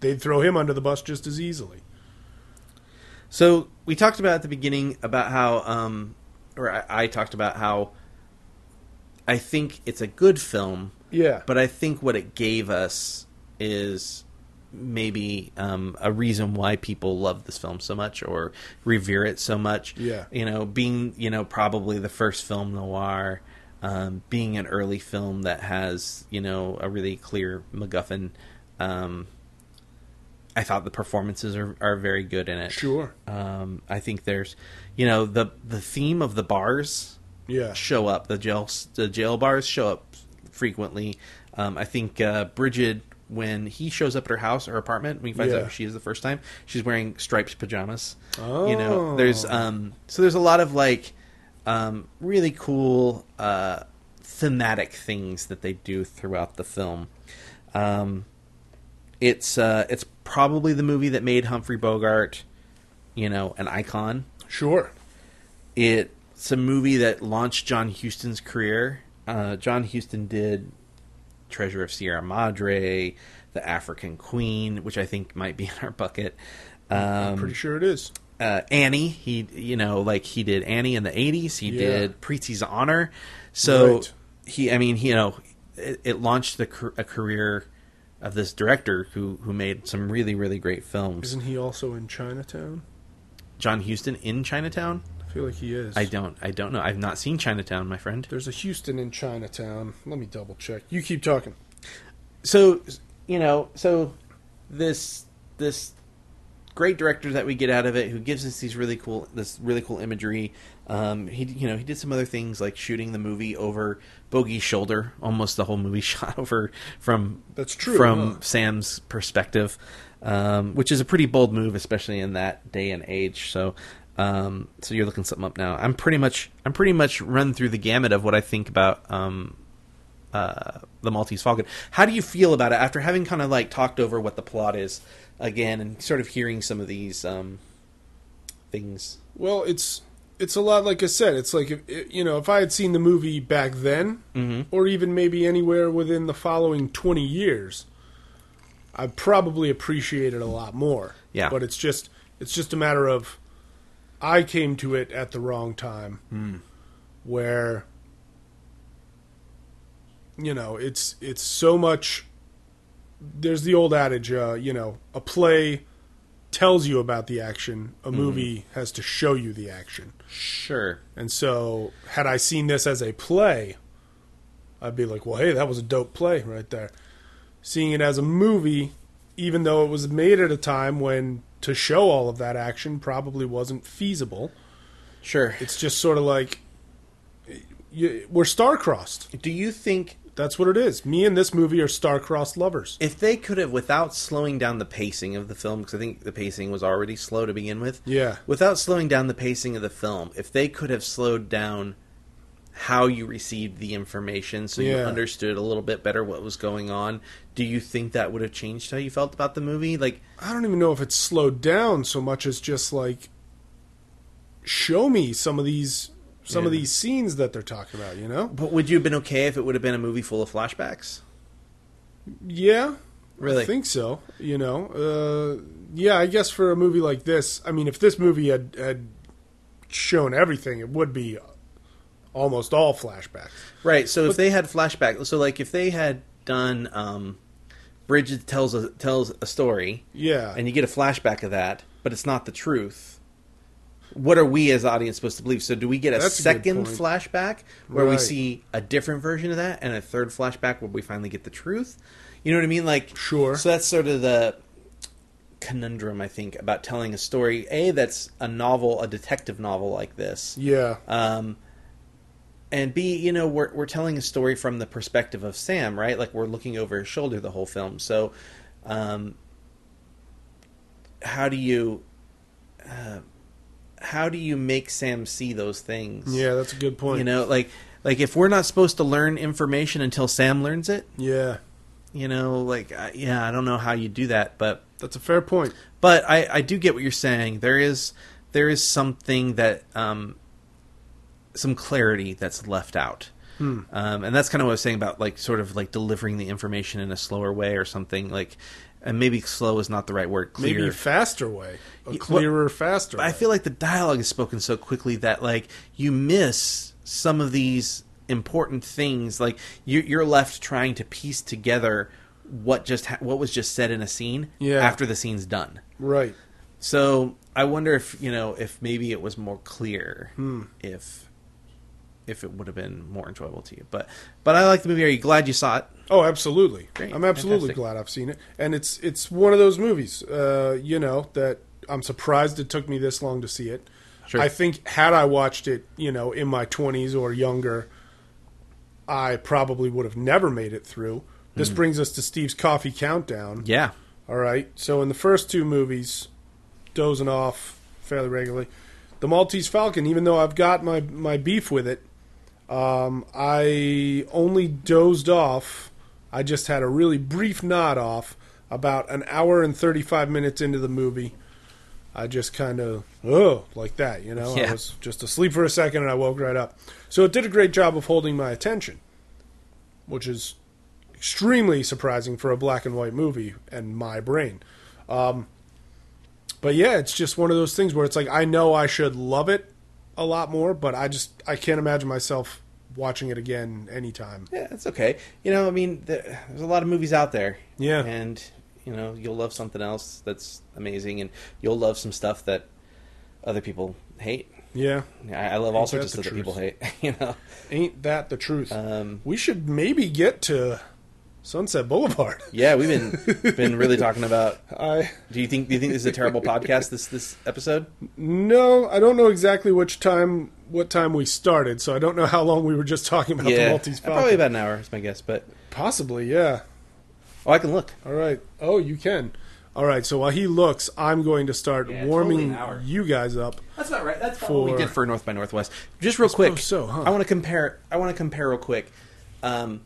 G: they'd throw him under the bus just as easily.
F: So we talked about at the beginning about how, um, or I, I talked about how I think it's a good film,
G: Yeah.
F: but I think what it gave us is maybe um, a reason why people love this film so much or revere it so much.
G: Yeah.
F: you know, being you know probably the first film noir. Um, being an early film that has you know a really clear MacGuffin, um, I thought the performances are, are very good in it.
G: Sure.
F: Um, I think there's, you know, the the theme of the bars
G: Yeah.
F: show up. The jail the jail bars show up frequently. Um, I think uh, Bridget, when he shows up at her house or apartment, when he finds
G: Yeah.
F: out who she is the first time, she's wearing striped pajamas.
G: Oh.
F: You know, there's um, so there's a lot of like um, really cool uh, thematic things that they do throughout the film. Um, it's uh, it's probably the movie that made Humphrey Bogart, you know, an icon
G: Sure.
F: it's a movie that launched John Huston's career. Uh, John Huston did Treasure of Sierra Madre, The African Queen, which I think might be in our bucket. Um,
G: Pretty sure it is.
F: uh, Annie. He, you know, like he did Annie in the '80s. He
G: Yeah.
F: did Preeti's Honor. So
G: Right.
F: he, I mean, you know, it, it launched the car- a career of this director who who made some really really great films.
G: Isn't he also in Chinatown?
F: John Huston in Chinatown.
G: I feel like he is.
F: I don't. I don't know. I've not seen Chinatown, my friend.
G: There's a Houston in Chinatown. Let me double check. You keep talking.
F: so you know so this this great director that we get out of it who gives us these really cool this really cool imagery um he you know he did some other things like shooting the movie over bogey's shoulder almost the whole movie shot over from
G: That's true,
F: from
G: huh?
F: sam's perspective um which is a pretty bold move especially in that day and age so um so you're looking something up now i'm pretty much i'm pretty much run through the gamut of what i think about um uh, the Maltese Falcon. How do you feel about it after having kind of like talked over what the plot is again and sort of hearing some of these um, things?
G: Well, it's it's a lot like I said. It's like if, i you know, if I had seen the movie back then, or even maybe anywhere within the following twenty years, I probably appreciate it a lot more.
F: Yeah.
G: But it's just it's just a matter of I came to it at the wrong time, where you know it's it's so much. There's the old adage, uh, you know, a play tells you about the action, a movie has to show you the action.
F: Sure.
G: And so, had I seen this as a play, I'd be like, well, hey, that was a dope play right there. Seeing it as a movie, even though it was made at a time when to show all of that action probably wasn't feasible,
F: Sure.
G: it's just sort of like you, we're star-crossed.
F: Do you think
G: That's what it is. Me and this movie are star-crossed lovers.
F: if they could have, without slowing down the pacing of the film, because I think the pacing was already slow to begin with,
G: Yeah.
F: without slowing down the pacing of the film, if they could have slowed down how you received the information so you
G: Yeah.
F: understood a little bit better what was going on, do you think that would have changed how you felt about the movie? Like,
G: I don't even know if it's slowed down so much as just like show me some of these some of
F: Yeah.
G: these scenes that they're talking about, you know?
F: But would you have been okay if it would have been a movie full of flashbacks?
G: Yeah.
F: Really?
G: I think so, you know. Uh yeah, I guess for a movie like this, I mean if this movie had had shown everything, it would be almost all flashbacks.
F: Right. So if they had flashback, so like if they had done, um, Bridget tells a tells a story,
G: Yeah.
F: and you get a flashback of that, but it's not the truth. What are we as audience supposed to believe? So do we get a
G: That's a good
F: second
G: point.
F: flashback where we
G: Right.
F: see a different version of that, and a third flashback where we finally get the truth? You know what I mean? Like
G: Sure.
F: So that's sort of the conundrum, I think, about telling a story. A that's a novel, a detective novel like this,
G: Yeah.
F: um, and B, you know, we're we're telling a story from the perspective of Sam, right? Like we're looking over his shoulder the whole film. So, um, how do you, uh, how do you make Sam see those things?
G: yeah, that's a good point.
F: you know, like like if we're not supposed to learn information until Sam learns it,
G: yeah,
F: you know, like I, yeah, I don't know how you do that, but
G: that's a fair point.
F: but I, I do get what you're saying. There is there is something that um, some clarity that's left out,
G: Hmm.
F: um, and that's kind of what I was saying about like sort of like delivering the information in a slower way or something like, and maybe slow is not the right word. Clear.
G: Maybe faster way, a
F: well,
G: clearer, faster.
F: But I
G: way.
F: feel like the dialogue is spoken so quickly that like you miss some of these important things. Like you, you're left trying to piece together what just ha- what was just said in a scene
G: Yeah.
F: after the scene's done.
G: right.
F: So I wonder if you know if maybe it was more clear
G: Hmm.
F: if if it would have been more enjoyable to you. But but I like the movie. Are you glad you saw it?
G: Oh, absolutely.
F: Great.
G: I'm absolutely
F: Fantastic.
G: glad I've seen it, and it's it's one of those movies, uh, you know, that I'm surprised it took me this long to see it.
F: Sure.
G: I think had I watched it, you know, in my 20s or younger, I probably would have never made it through. This brings us to Steve's coffee countdown.
F: Mm-hmm. Yeah.
G: All right. So in the first two movies, dozing off fairly regularly. The Maltese Falcon, even though I've got my my beef with it, um, I only dozed off. I just had a really brief nod off about an hour and thirty five minutes into the movie. I just kind of oh like that, you know. I
F: Yeah.
G: was just asleep for a second and I woke right up. So it did a great job of holding my attention, which is extremely surprising for a black and white movie and my brain. But yeah, it's just one of those things where it's like I know I should love it a lot more, but I just I can't imagine myself watching it again anytime.
F: Yeah, that's okay. You know, I mean, there- there's a lot of movies out there.
G: Yeah.
F: And, you know, you'll love something else that's amazing, and you'll love some stuff that other people hate.
G: Yeah.
F: I, I love all
G: Ain't
F: sorts of
G: that
F: stuff
G: the
F: that people hate, you know?
G: Ain't that the truth?
F: Um,
G: we should maybe get to Sunset Boulevard.
F: Yeah, we've been been really talking about.
G: I
F: Do you think do you think this is a terrible podcast? This this episode?
G: no, I don't know exactly which time what time we started, so I don't know how long we were just talking about the
F: yeah,
G: Maltese Falcon.
F: probably about an hour is my guess. But
G: Possibly, yeah.
F: oh, I can look.
G: All right. Oh, you can. All right. So while he looks, I'm going to start
F: Yeah, it's only
G: warming
F: an hour.
G: you guys up.
F: That's not right. That's
G: what we
F: what we
G: For-
F: did for North by Northwest. Just real quick.
G: so, huh?
F: I want to compare. I want to compare real quick. Um,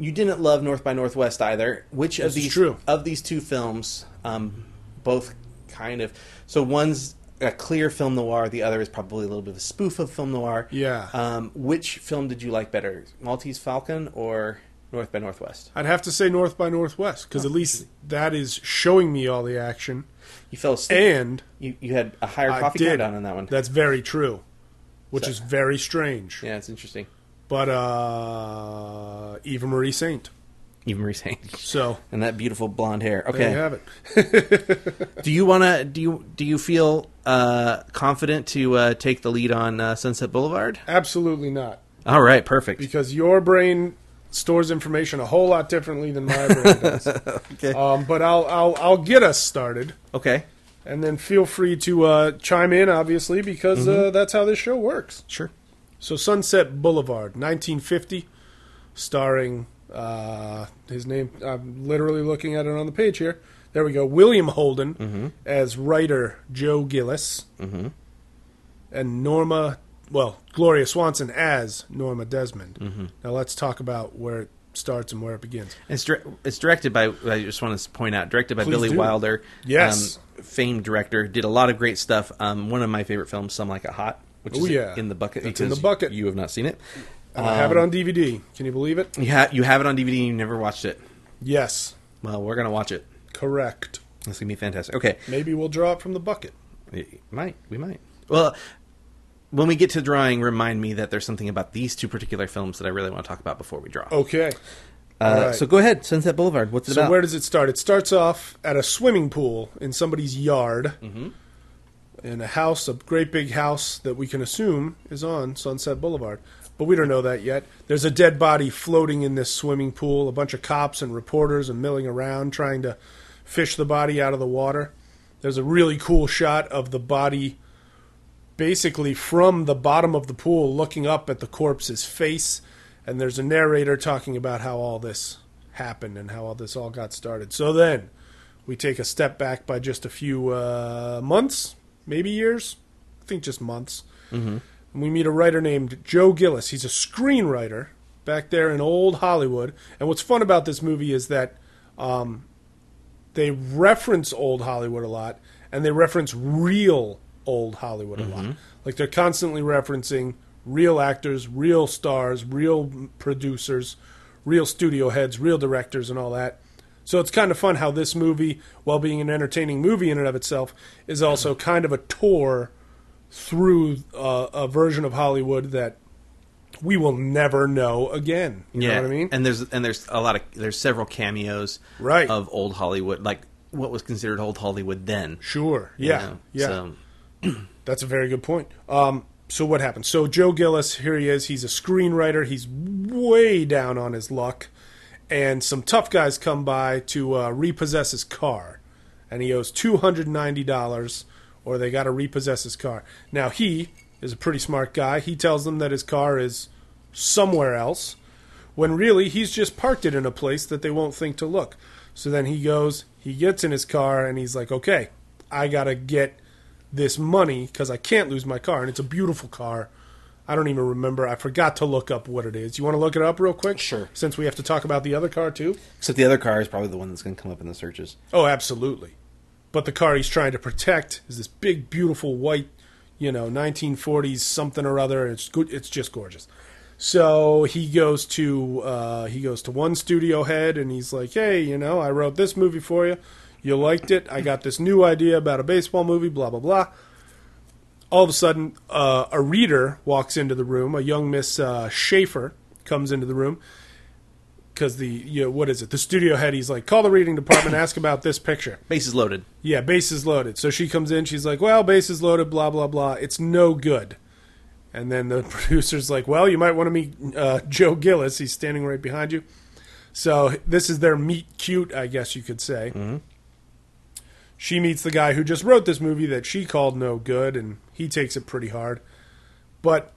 F: you didn't love North by Northwest either. Which of
G: This is
F: these
G: true.
F: of these two films, um, both kind of. So one's a clear film noir. The other is probably a little bit of a spoof of film noir.
G: Yeah.
F: Um, which film did you like better, Maltese Falcon or North by Northwest?
G: I'd have to say North by Northwest
F: Oh,
G: because at least that is showing me all the action,
F: You fell asleep.
G: and
F: you, you had a higher
G: I
F: coffee
G: did.
F: countdown on that one.
G: That's very true, which
F: So-
G: is very strange.
F: yeah, it's interesting.
G: But uh, Eva Marie Saint.
F: Even Reese
G: So
F: and that beautiful blonde hair. Okay.
G: there you have it.
F: Do you want to? Do you do you feel uh, confident to uh, take the lead on uh, Sunset Boulevard?
G: Absolutely not,
F: All right, perfect.
G: because your brain stores information a whole lot differently than my brain does. um, but I'll, I'll I'll get us started.
F: Okay,
G: And then feel free to uh, chime in, obviously, because
F: Mm-hmm.
G: uh, that's how this show works.
F: sure.
G: So, Sunset Boulevard, 1950, starring uh, his name. I'm literally looking at it on the page here. There we go. William Holden as writer Joe Gillis, and Norma, well, Gloria Swanson as Norma Desmond. Now, let's talk about where it starts and where it begins.
F: It's dir- it's directed by. I just want to point out, directed by
G: Please
F: Billy
G: do.
F: Wilder.
G: Yes.
F: um, famed director. Did a lot of great stuff. Um, one of my favorite films, "Some Like It Hot," which
G: Oh,
F: is
G: yeah.
F: in the bucket.
G: It's in the
F: because
G: bucket.
F: You have not seen it.
G: And I have it on DVD. Can you believe it?
F: You have you have it on DVD and you never watched it.
G: Yes,
F: Well, we're gonna watch it.
G: correct.
F: It's gonna be fantastic. Okay,
G: Maybe we'll draw it from the bucket.
F: It might. We might. Well, when we get to drawing, remind me that there's something about these two particular films that I really want to talk about before we draw.
G: Okay.
F: uh,
G: right.
F: So go ahead, Sunset Boulevard. What's it
G: So
F: about?
G: where does it start? It starts off at a swimming pool in somebody's yard, in a house, a great big house that we can assume is on Sunset Boulevard, but we don't know that yet. There's a dead body floating in this swimming pool. A bunch of cops and reporters are milling around trying to fish the body out of the water. There's a really cool shot of the body basically from the bottom of the pool looking up at the corpse's face and there's a narrator talking about how all this happened and how all this all got started. So then we take a step back by just a few uh, months, maybe years. I think just months. And we meet a writer named Joe Gillis. He's a screenwriter back there in old Hollywood. And what's fun about this movie is that um, they reference old Hollywood a lot, and they reference real old Hollywood a
F: Mm-hmm.
G: lot. Like they're constantly referencing real actors, real stars, real producers, real studio heads, real directors, and all that. So it's kind of fun how this movie, while being an entertaining movie in and of itself, is also
F: Mm-hmm.
G: kind of a tour through uh, a version of Hollywood that we will never know again. You know what I mean?
F: And there's and there's a lot of there's several cameos
G: Right.
F: of old Hollywood, like what was considered old Hollywood then.
G: sure.
F: you
G: Yeah.
F: know?
G: Yeah.
F: So,
G: That's a very good point. Um, so what happened? So Joe Gillis, here he is. He's a screenwriter. He's way down on his luck, and some tough guys come by to uh, repossess his car, and he owes two hundred ninety dollars, or they got to repossess his car. Now he is a pretty smart guy. He tells them that his car is somewhere else, when really he's just parked it in a place that they won't think to look. So then he goes, he gets in his car, and he's like, "Okay, I gotta get." this money because I can't lose my car, and it's a beautiful car. I don't even remember. I forgot to look up what it is. You want to look it up real quick?
F: Sure.
G: Since we have to talk about the other car too.
F: except the other car is probably the one that's going to come up in the searches.
G: Oh, absolutely. But the car he's trying to protect is this big, beautiful white, you know, 1940s something or other. It's good. It's just gorgeous. So he goes to uh, he goes to one studio head and he's like, "Hey, you know, I wrote this movie for you. You liked it. I got this new idea about a baseball movie. Blah blah blah." All of a sudden, uh, a reader walks into the room. A young Miss uh, Schaefer comes into the room because the you know, what is it? The studio head. He's like, "Call the reading department. ask about this picture."
F: Base is loaded.
G: Yeah, base is loaded. So she comes in, she's like, "Well, base is loaded, blah blah blah. It's no good." And then the producer's like, "Well, you might want to meet uh, Joe Gillis. He's standing right behind you." So this is their meet cute, I guess you could say. She meets the guy who just wrote this movie that she called no good, and he takes it pretty hard. But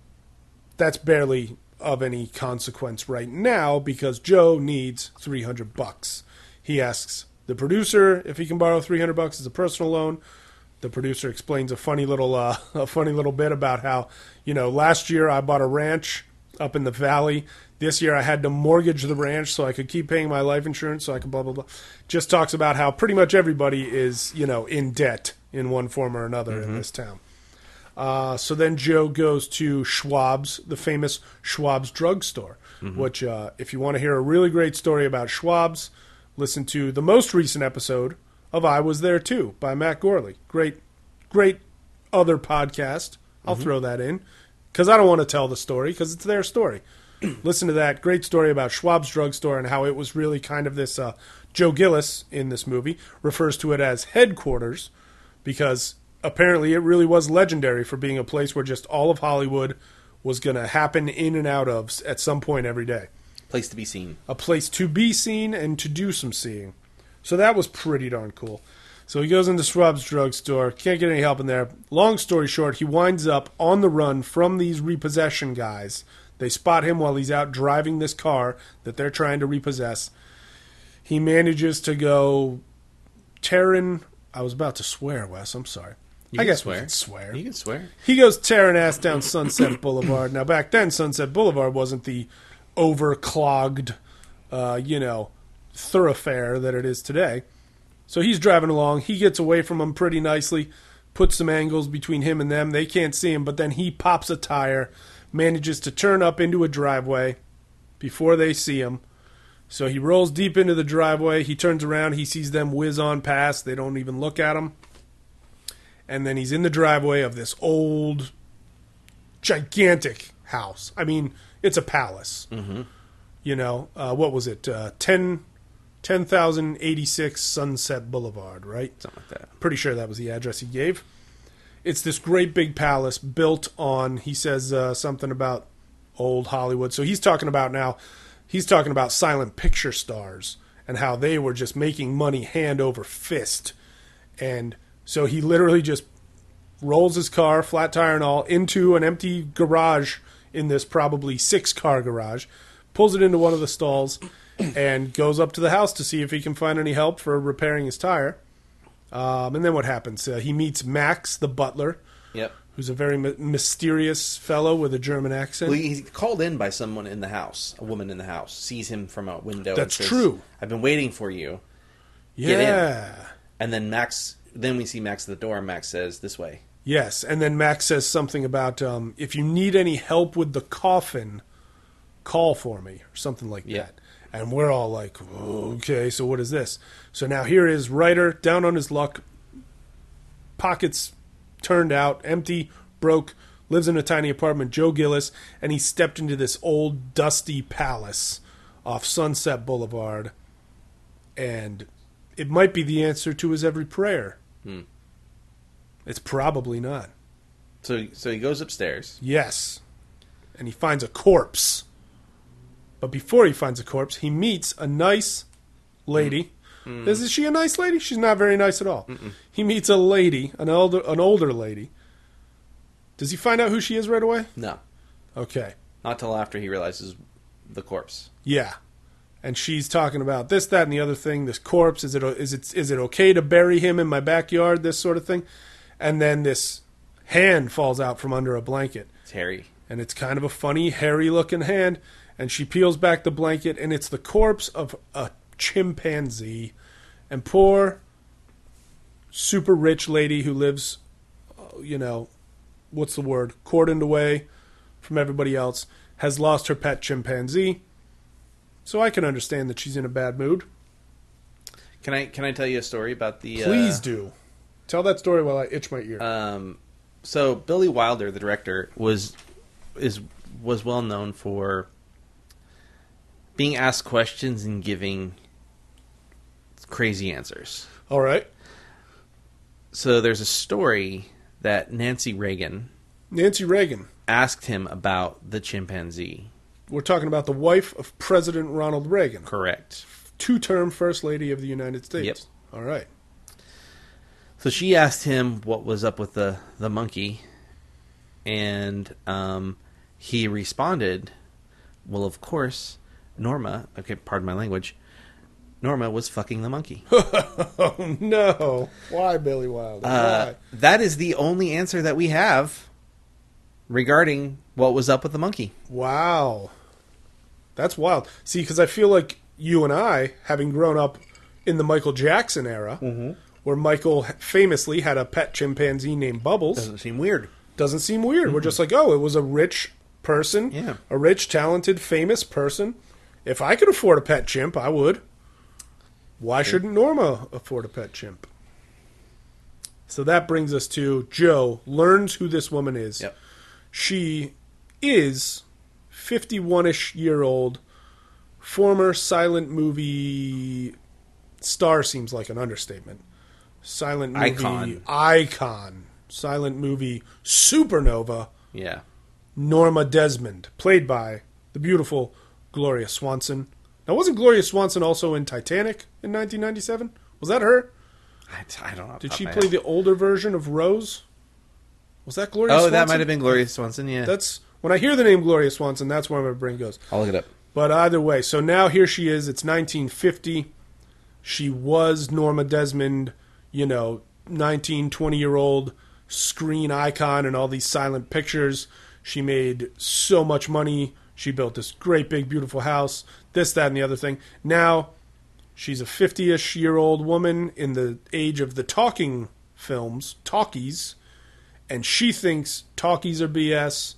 G: that's barely of any consequence right now because Joe needs 300 bucks. He asks the producer if he can borrow 300 bucks as a personal loan. The producer explains a funny little uh, a funny little bit about how, you know, last year I bought a ranch up in the valley. This year I had to mortgage the ranch so I could keep paying my life insurance so I could blah blah blah. Just talks about how pretty much everybody is, you know, in debt in one form or another in this town. Uh, so then Joe goes to Schwab's, the famous Schwab's drugstore, which, uh, if you want to hear a really great story about Schwab's, listen to the most recent episode of I Was There Too by Matt Gorley. Great, great other podcast. I'll throw that in because I don't want to tell the story because it's their story. listen to that great story about Schwab's drugstore and how it was really kind of this. Uh, Joe Gillis in this movie refers to it as headquarters because apparently it really was legendary for being a place where just all of Hollywood was going to happen in and out of s- at some point every day.
F: Place to be seen.
G: A place to be seen and to do some seeing. So that was pretty darn cool. So he goes into Schwab's drugstore, can't get any help in there. Long story short, he winds up on the run from these repossession guys. They spot him while he's out driving this car that they're trying to repossess. He manages to go Terran. I was about to swear, Wes. I'm sorry. I
F: can
G: guess
F: swear.
G: we can swear.
F: You can swear.
G: He goes tearing ass down Sunset Boulevard. Now back then, Sunset Boulevard wasn't the overclogged, uh, you know, thoroughfare that it is today. So he's driving along. He gets away from them pretty nicely, puts some angles between him and them. They can't see him, but then he pops a tire, manages to turn up into a driveway before they see him. So he rolls deep into the driveway. He turns around. He sees them whiz on past. They don't even look at him and then he's in the driveway of this old, gigantic house. I mean, it's a palace. Mm-hmm. You know, uh, what was it? Uh, 10 10,086 Sunset Boulevard, right?
F: Something like that.
G: Pretty sure that was the address he gave. It's this great big palace built on, he says uh, something about old Hollywood. So he's talking about now, he's talking about silent picture stars and how they were just making money hand over fist. And So he literally just rolls his car, flat tire and all, into an empty garage in this probably six car garage, pulls it into one of the stalls, and goes up to the house to see if he can find any help for repairing his tire. Um, and then what happens? Uh, he meets Max, the butler,
F: Yep.
G: who's a very my- mysterious fellow with a German accent.
F: Well, he's called in by someone in the house, a woman in the house, sees him from a window. and
G: That's
F: says,
G: true.
F: I've been waiting for you.
G: yeah.
F: in. And then Max, then we see Max at the door, and Max says, This way.
G: Yes, and then Max says something about um, if you need any help with the coffin, call for me or something like
F: Yeah.
G: that. And we're all like, okay, so what is this? So now here is Ryder down on his luck, pockets turned out, empty, broke, lives in a tiny apartment, Joe Gillis, and he stepped into this old dusty palace off Sunset Boulevard, and it might be the answer to his every prayer. It's probably not.
F: So, so he goes upstairs.
G: Yes. And he finds a corpse. But before he finds a corpse, he meets a nice lady. Is she a nice lady? She's not very nice at all. He meets a lady, an elder, an older lady. Does he find out who she is right away?
F: No,
G: Okay.
F: not till after he realizes the corpse.
G: Yeah. And she's talking about this, that, and the other thing. This corpse is it is it is it okay to bury him in my backyard? This sort of thing. And then this hand falls out from under a blanket.
F: It's Harry.
G: and it's kind of a funny, hairy looking hand. And she peels back the blanket, and it's the corpse of a chimpanzee. And poor, super rich lady who lives, uh, you know, what's the word? Cordoned away from everybody else, has lost her pet chimpanzee. So I can understand that she's in a bad mood.
F: Can I can I tell you a story about the?
G: Please
F: uh,
G: do. Tell that story while I itch my ear.
F: Um, so Billy Wilder, the director, was is was well known for being asked questions and giving crazy answers.
G: All right.
F: So there's a story that Nancy Reagan
G: Nancy Reagan.
F: asked him about the chimpanzee.
G: We're talking about the wife of President Ronald Reagan.
F: Correct.
G: two term First Lady of the United States.
F: Yep.
G: All right.
F: So she asked him what was up with the, the monkey, and um, he responded, "Well, of course, Norma. Okay, pardon my language. Norma was fucking the monkey.
G: Oh, no. Why, Billy Wilder?
F: Uh,
G: Why?
F: that is the only answer that we have regarding what was up with the monkey.
G: Wow. That's wild. See, because I feel like you and I, having grown up in the Michael Jackson era,
F: Mm-hmm.
G: where Michael famously had a pet chimpanzee named Bubbles, doesn't,
F: Doesn't seem weird.
G: seem weird. We're just like, oh, it was a rich person,
F: Mm-hmm. Yeah.
G: a rich, talented, famous person. If I could afford a pet chimp, I would. Why shouldn't Norma afford a pet chimp? So that brings us to Joe learns who this woman is.
F: Yep.
G: She is 51 ish year old, former silent movie star, seems like an understatement. Silent movie
F: Icon.
G: icon, silent movie supernova,
F: Yeah,
G: Norma Desmond, played by the beautiful Gloria Swanson. Now, wasn't Gloria Swanson also in Titanic in 1997? Was that her?
F: I, I don't know.
G: Did she play the older version of Rose? Was that Gloria
F: Oh,
G: Swanson?
F: that might have been Gloria Swanson. Yeah,
G: That's when I hear the name Gloria Swanson, that's where my brain goes.
F: I'll look it up.
G: But either way, so now here she is. It's 1950. She was Norma Desmond, you know, 19, 20 year old screen icon and all these silent pictures. She made so much money. She built this great, big, beautiful house, this, that, and the other thing. Now she's a 50 ish year old woman in the age of the talking films, talkies, and she thinks talkies are BS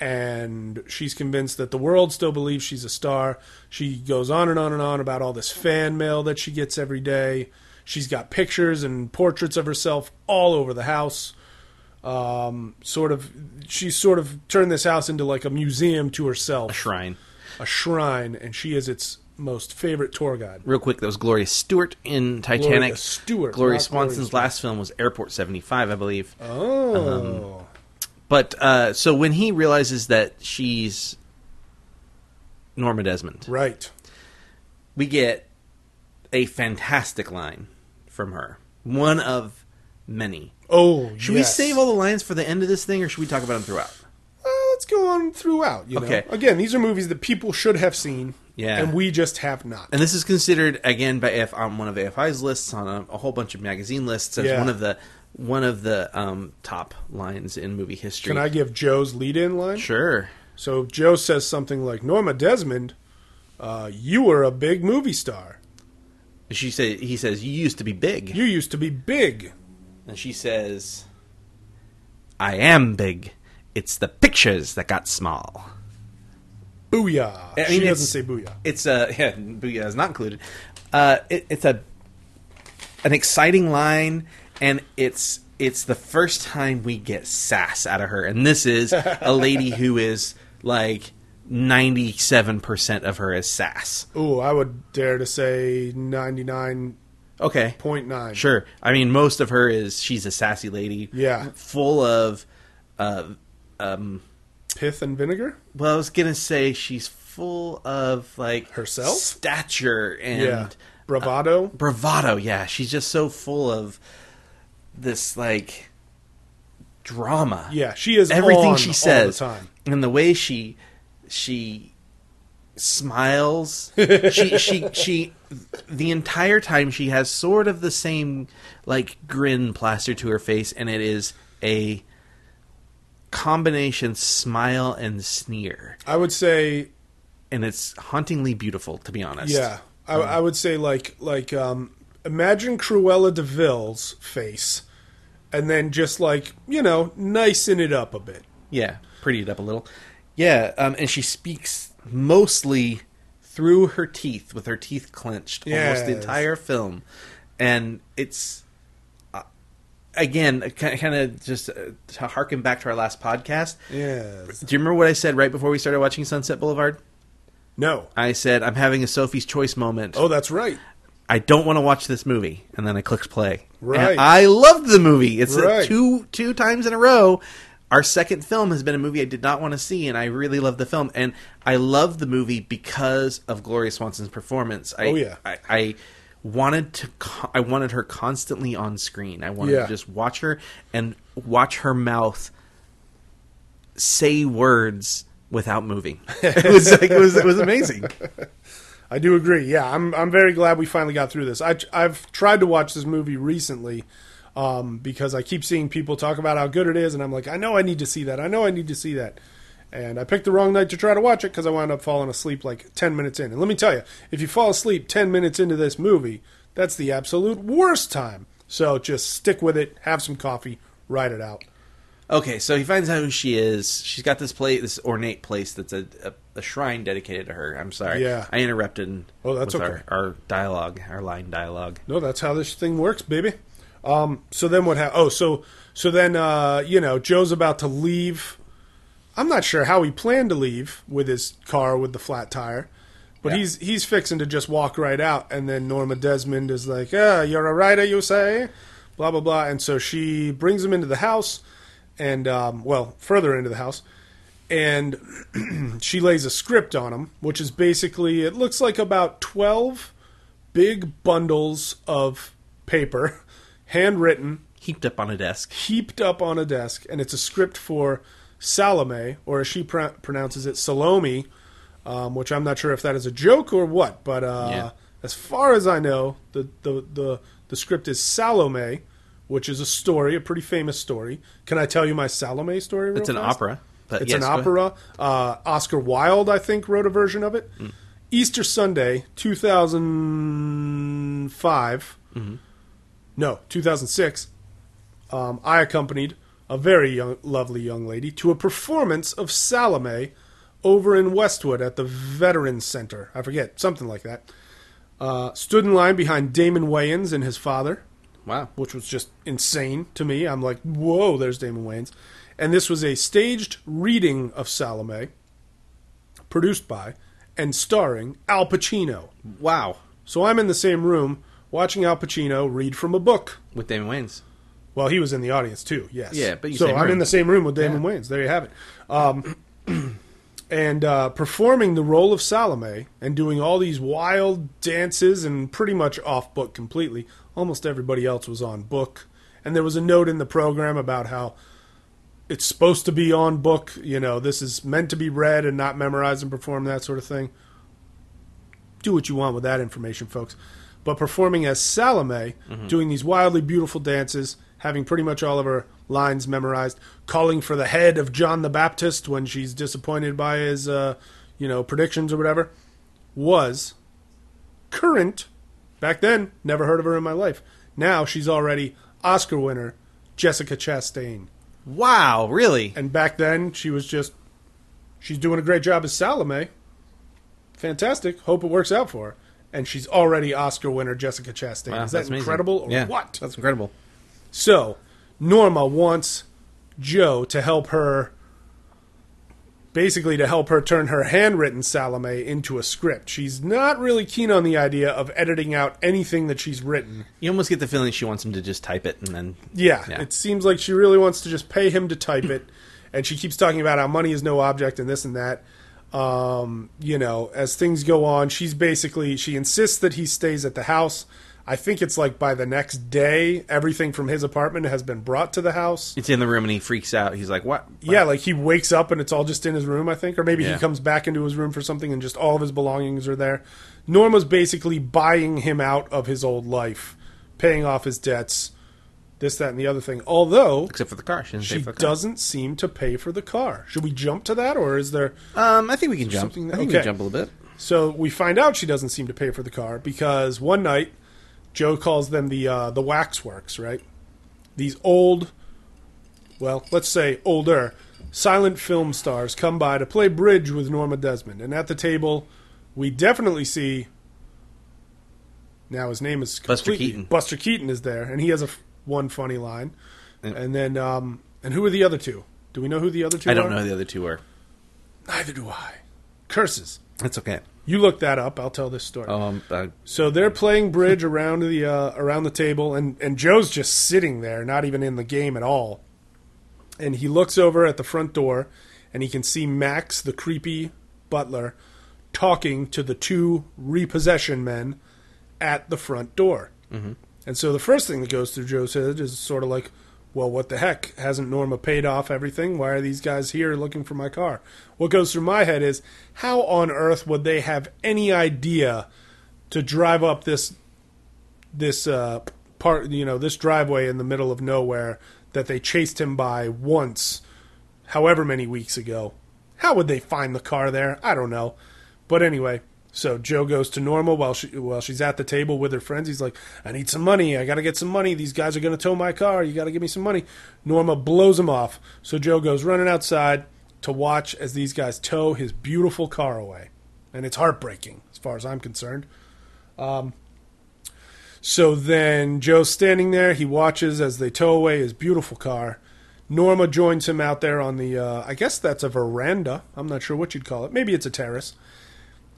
G: and she's convinced that the world still believes she's a star. She goes on and on and on about all this fan mail that she gets every day. She's got pictures and portraits of herself all over the house. Um, sort of, she's sort of turned this house into like a museum to herself,
F: A shrine.
G: a shrine, and she is its most favorite tour guide.
F: real quick, that was Gloria Stewart in Titanic.
G: Stewart,
F: Gloria
G: not
F: Swanson's
G: Gloria
F: last film was Airport 75, I believe. Um,
G: Oh,
F: But uh, so when he realizes that she's Norma Desmond,
G: right.
F: we get a fantastic line from her. One of many.
G: Oh,
F: Should
G: yes.
F: we save all the lines for the end of this thing, or should we talk about them throughout?
G: Well, let's go on throughout. You
F: Okay.
G: know, again, these are movies that people should have seen,
F: Yeah.
G: and we just have not.
F: And this is considered again by AF on one of AFI's lists on a, a whole bunch of magazine lists as
G: Yeah.
F: one of the one of the um, top lines in movie history.
G: Can I give Joe's lead-in line?
F: Sure.
G: So Joe says something like, "Norma Desmond, uh, you were a big movie star.
F: She say he says you used to be big,
G: You used to be big."
F: and she says, "I am big. It's the pictures that got small."
G: Booyah!
F: I
G: she
F: mean,
G: doesn't
F: it's-
G: say booyah.
F: It's a yeah, booyah is not included. Uh, it, it's a an exciting line, and it's it's the first time we get sass out of her, and this is a lady who is like ninety seven percent of her is sass.
G: Ooh, I would dare to say ninety-nine
F: Okay,
G: point nine.
F: Sure. I mean, most of her is she's a sassy lady.
G: Yeah.
F: Full of, uh, um.
G: Pith and vinegar.
F: Well, I was gonna say she's full of like
G: Herself?
F: stature and uh,
G: yeah. Bravado.
F: bravado. Yeah, she's just so full of this like drama.
G: yeah, she is
F: everything
G: on
F: she
G: all
F: says
G: the time.
F: and the way she she smiles she she she the entire time she has sort of the same like grin plastered to her face and it is a combination smile and sneer
G: I would say
F: and it's hauntingly beautiful to be honest
G: Yeah, I, I would say like like um, imagine Cruella Deville's face, and then just like you know, nicen it up a bit.
F: Yeah, pretty it up a little. Yeah, um, and she speaks mostly through her teeth, with her teeth clenched almost the
G: Yes.
F: entire film, and it's uh, again kind of just uh, to harken back to our last podcast.
G: Yes.
F: Do you remember what I said right before we started watching Sunset Boulevard?
G: No.
F: I said I'm having a Sophie's Choice moment.
G: Oh, that's right.
F: I don't want to watch this movie, and then I clicked play.
G: Right.
F: And I loved the movie. It's uh,
G: Right.
F: two two times in a row. Our second film has been a movie I did not want to see, and I really loved the film. And I love the movie because of Gloria Swanson's performance. I,
G: Oh, yeah.
F: I, I wanted to. co- I wanted her constantly on screen. I wanted
G: Yeah.
F: to just watch her and watch her mouth say words without moving. it was like it was it was amazing.
G: I do agree. Yeah, I'm I'm very glad we finally got through this. I I've tried to watch this movie recently. Um, because I keep seeing people talk about how good it is, and I'm like, I know I need to see that. I know I need to see that. And I picked the wrong night to try to watch it because I wound up falling asleep like 10 minutes in. And let me tell you, if you fall asleep 10 minutes into this movie, that's the absolute worst time. So just stick with it, have some coffee, ride it out.
F: Okay, so he finds out who she is. She's got this place, this ornate place that's a, a, a shrine dedicated to her. I'm sorry,
G: Yeah.
F: I interrupted. and-
G: Oh, that's
F: with
G: okay.
F: Our, our dialogue, our line dialogue.
G: No, that's how this thing works, baby. Um, so then what happened? Oh, so so then uh, you know Joe's about to leave. I'm not sure how he planned to leave with his car with the flat tire, but
F: Yeah.
G: he's he's fixing to just walk right out, and then Norma Desmond is like, "Ah, you're a writer, you say," blah blah blah, and so she brings him into the house, and um, well, further into the house, and she lays a script on him, which is basically it looks like about twelve big bundles of paper, handwritten,
F: Heaped up on a desk.
G: heaped up on a desk, and it's a script for Salome, or as she pr- pronounces it, Salome, um, which I'm not sure if that is a joke or what, but uh,
F: Yeah.
G: as far as I know, the, the, the, the script is Salome, which is a story, a pretty famous story. Can I tell you my Salome story? Real
F: It's an
G: fast?
F: opera, but
G: it's
F: yes,
G: an
F: go ahead.
G: opera. Uh, Oscar Wilde, I think, wrote a version of it.
F: Mm.
G: Easter Sunday, 2005.
F: Mm-hmm.
G: No, 2006. Um, I accompanied a very young, lovely young lady to a performance of Salome over in Westwood at the Veterans Center. I forget, something like that. Uh, stood in line behind Damon Wayans and his father
F: Wow.
G: which was just insane to me. I'm like, whoa, there's Damon Wayans. And this was a staged reading of Salome, produced by and starring Al Pacino.
F: Wow.
G: So I'm in the same room watching Al Pacino read from a book.
F: With Damon Wayans.
G: Well, he was in the audience too. Yes.
F: Yeah, but you
G: so
F: same
G: I'm
F: room.
G: in the same room with Damon Wayans. There you have it. Um, and uh, performing the role of Salome and doing all these wild dances and pretty much off book completely. Almost everybody else was on book, And there was a note in the program about how it's supposed to be on book. You know, this is meant to be read and not memorized and performed, that sort of thing. Do what you want with that information, folks. But performing as Salome, doing these wildly beautiful dances, having pretty much all of her lines memorized, calling for the head of John the Baptist when she's disappointed by his, uh, you know, predictions or whatever, was current back then never heard of her in my life now she's already oscar winner jessica chastain
F: Wow, really?
G: and back then she was just she's doing a great job as salome fantastic hope it works out for her and she's already oscar winner jessica chastain
F: Wow,
G: is that
F: that's amazing.
G: incredible or
F: Yeah,
G: what
F: That's incredible.
G: so norma wants joe to help her basically to help her turn her handwritten salome into a script she's not really keen on the idea of editing out anything that she's written
F: You almost get the feeling she wants him to just type it and then.
G: Yeah,
F: Yeah.
G: it seems like she really wants to just pay him to type it, and she keeps talking about how money is no object and this and that. Um, you know, as things go on, she's basically she insists that he stays at the house. I think it's like by the next day, everything from his apartment has been brought to the house.
F: It's in the room and he freaks out. He's like, "What?
G: Yeah, like he wakes up and it's all just in his room, I think, or maybe
F: Yeah.
G: he comes back into his room for something and just all of his belongings are there. Norma's basically buying him out of his old life, paying off his debts, this, that, and the other thing. Although
F: Except for the car. She, didn't
G: she
F: pay for the car.
G: doesn't seem to pay for the car. Should we jump to that, or is there?
F: Um, I think we can jump.
G: Something-
F: I think we
G: okay.
F: can jump a little bit.
G: So we find out she doesn't seem to pay for the car because one night Joe calls them the uh, the waxworks, right? These old, well, let's say older silent film stars come by to play bridge with Norma Desmond, and at the table we definitely see. Now his name is
F: Buster
G: completely-
F: Keaton.
G: Buster Keaton is there, and he has a f- one funny line, and then um, and who are the other two? Do we know who the other two?
F: I don't
G: are?
F: know who the other two were.
G: Neither do I. Curses.
F: That's okay.
G: You look that up. I'll tell this story.
F: Um, uh,
G: So they're playing bridge around the uh, around the table, and and Joe's just sitting there, not even in the game at all. And he looks over at the front door, and he can see Max, the creepy butler, talking to the two repossession men at the front door. Mm-hmm. And so the first thing that goes through Joe's head is sort of like, well, what the heck? Hasn't Norma paid off everything? Why are these guys here looking for my car? What goes through my head is, how on earth would they have any idea to drive up this this uh, part, you know, this driveway in the middle of nowhere that they chased him by once, however many weeks ago? How would they find the car there? I don't know. But anyway, so Joe goes to Norma while she while she's at the table with her friends. He's like, "I need some money. I got to get some money. These guys are going to tow my car. You got to give me some money." Norma blows him off. So Joe goes running outside to watch as these guys tow his beautiful car away. And it's heartbreaking as far as I'm concerned. So then Joe's standing there. He watches as they tow away his beautiful car. Norma joins him out there on the, uh, I guess that's a veranda. I'm not sure what you'd call it. Maybe it's a terrace.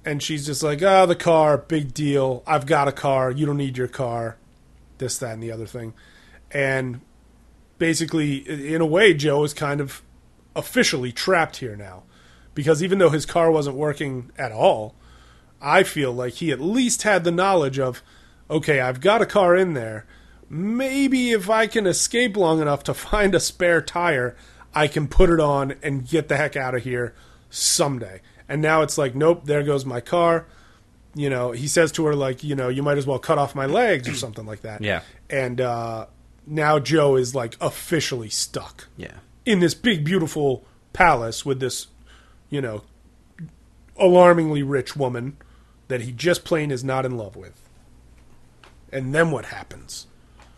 G: And she's just like, ah, the car, big deal. I've got a car. You don't need your car. This, that, and the other thing. And basically, i- in a way, Joe is kind of officially trapped here now. Because even though his car wasn't working at all, I feel like he at least had the knowledge of, okay, I've got a car in there. Maybe if I can escape long enough to find a spare tire, I can put it on and get the heck out of here someday. And now it's like, nope, there goes my car. You know, he says to her, like, you know, you might as well cut off my legs or something like that.
F: Yeah.
G: And uh, now Joe is like officially stuck
F: yeah.
G: in this big, beautiful palace with this, you know, alarmingly rich woman that he just plain is not in love with. And then what happens?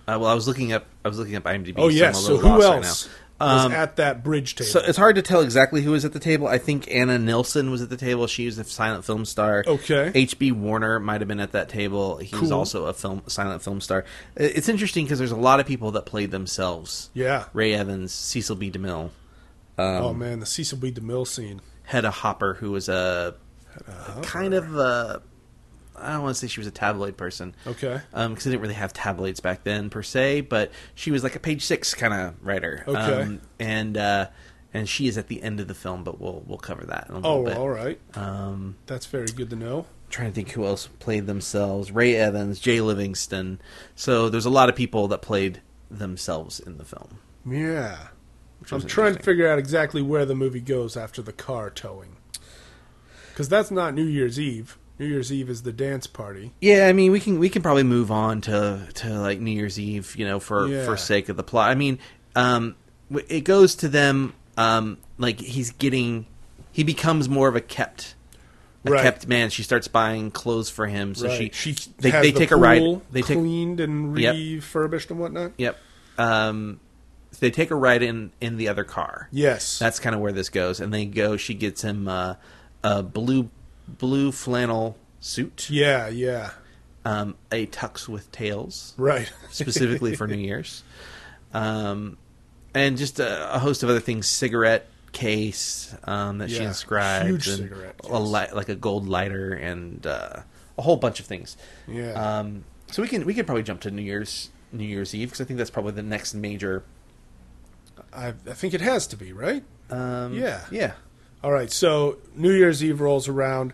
F: Uh, well, I was looking up. I was looking up IMDb.
G: Oh,
F: so I'm a
G: yes. So
F: little
G: who
F: lost right
G: else
F: now.
G: was
F: Um,
G: at that bridge table?
F: So it's hard to tell exactly who was at the table. I think Anna Nilsson was at the table. She was a silent film star.
G: Okay.
F: H.B. Warner might have been at that table. He was
G: Cool.
F: also a film silent film star. I- It's interesting because there's a lot of people that played themselves.
G: Yeah.
F: Ray Evans, Cecil B. DeMille,
G: oh, man. The Cecil B. DeMille scene.
F: Hedda Hopper, who was a, kind of a. I don't want to say she was a tabloid person.
G: Okay.
F: Because I didn't really have tabloids back then per se, but she was like a page six kind of writer.
G: Okay.
F: Um, and uh, and she is at the end of the film, but we'll we'll cover that. In a little
G: Oh,
F: bit.
G: all right.
F: Um,
G: That's very good to know.
F: trying to think who else played themselves. Ray Evans, Jay Livingston. So there's a lot of people that played themselves in the film.
G: Yeah.
F: Which
G: I'm
F: was
G: trying to
F: interesting.
G: figure out exactly where the movie goes after the car towing. Because that's not New Year's Eve. New Year's Eve is the dance party.
F: Yeah, I mean, we can we can probably move on to to like New Year's Eve, you know, for
G: Yeah.
F: for sake of the plot. I mean, um, w- it goes to them um, like he's getting he becomes more of a kept a
G: Right.
F: kept man. She starts buying clothes for him, so she
G: she
F: they,
G: has
F: they
G: the
F: take a ride.
G: pool
F: They take
G: cleaned and
F: Yep.
G: refurbished and whatnot.
F: yep. Um, they take a ride in in the other car.
G: Yes.
F: That's kind of where this goes, and they go. She gets him uh, a blue blue flannel suit,
G: yeah, yeah.
F: um, a tux with tails.
G: Right.
F: specifically for New Year's, um, and just a, a host of other things. Cigarette case um, that she
G: Yeah,
F: inscribes,
G: huge
F: and
G: cigarette
F: a
G: case.
F: light, like a gold lighter, and uh, a whole bunch of things.
G: Yeah.
F: Um, so we can we could probably jump to New Year's New Year's Eve because I think that's probably the next major.
G: I, I think it has to be, right?
F: Um,
G: Yeah.
F: Yeah.
G: All right, so New Year's Eve rolls around.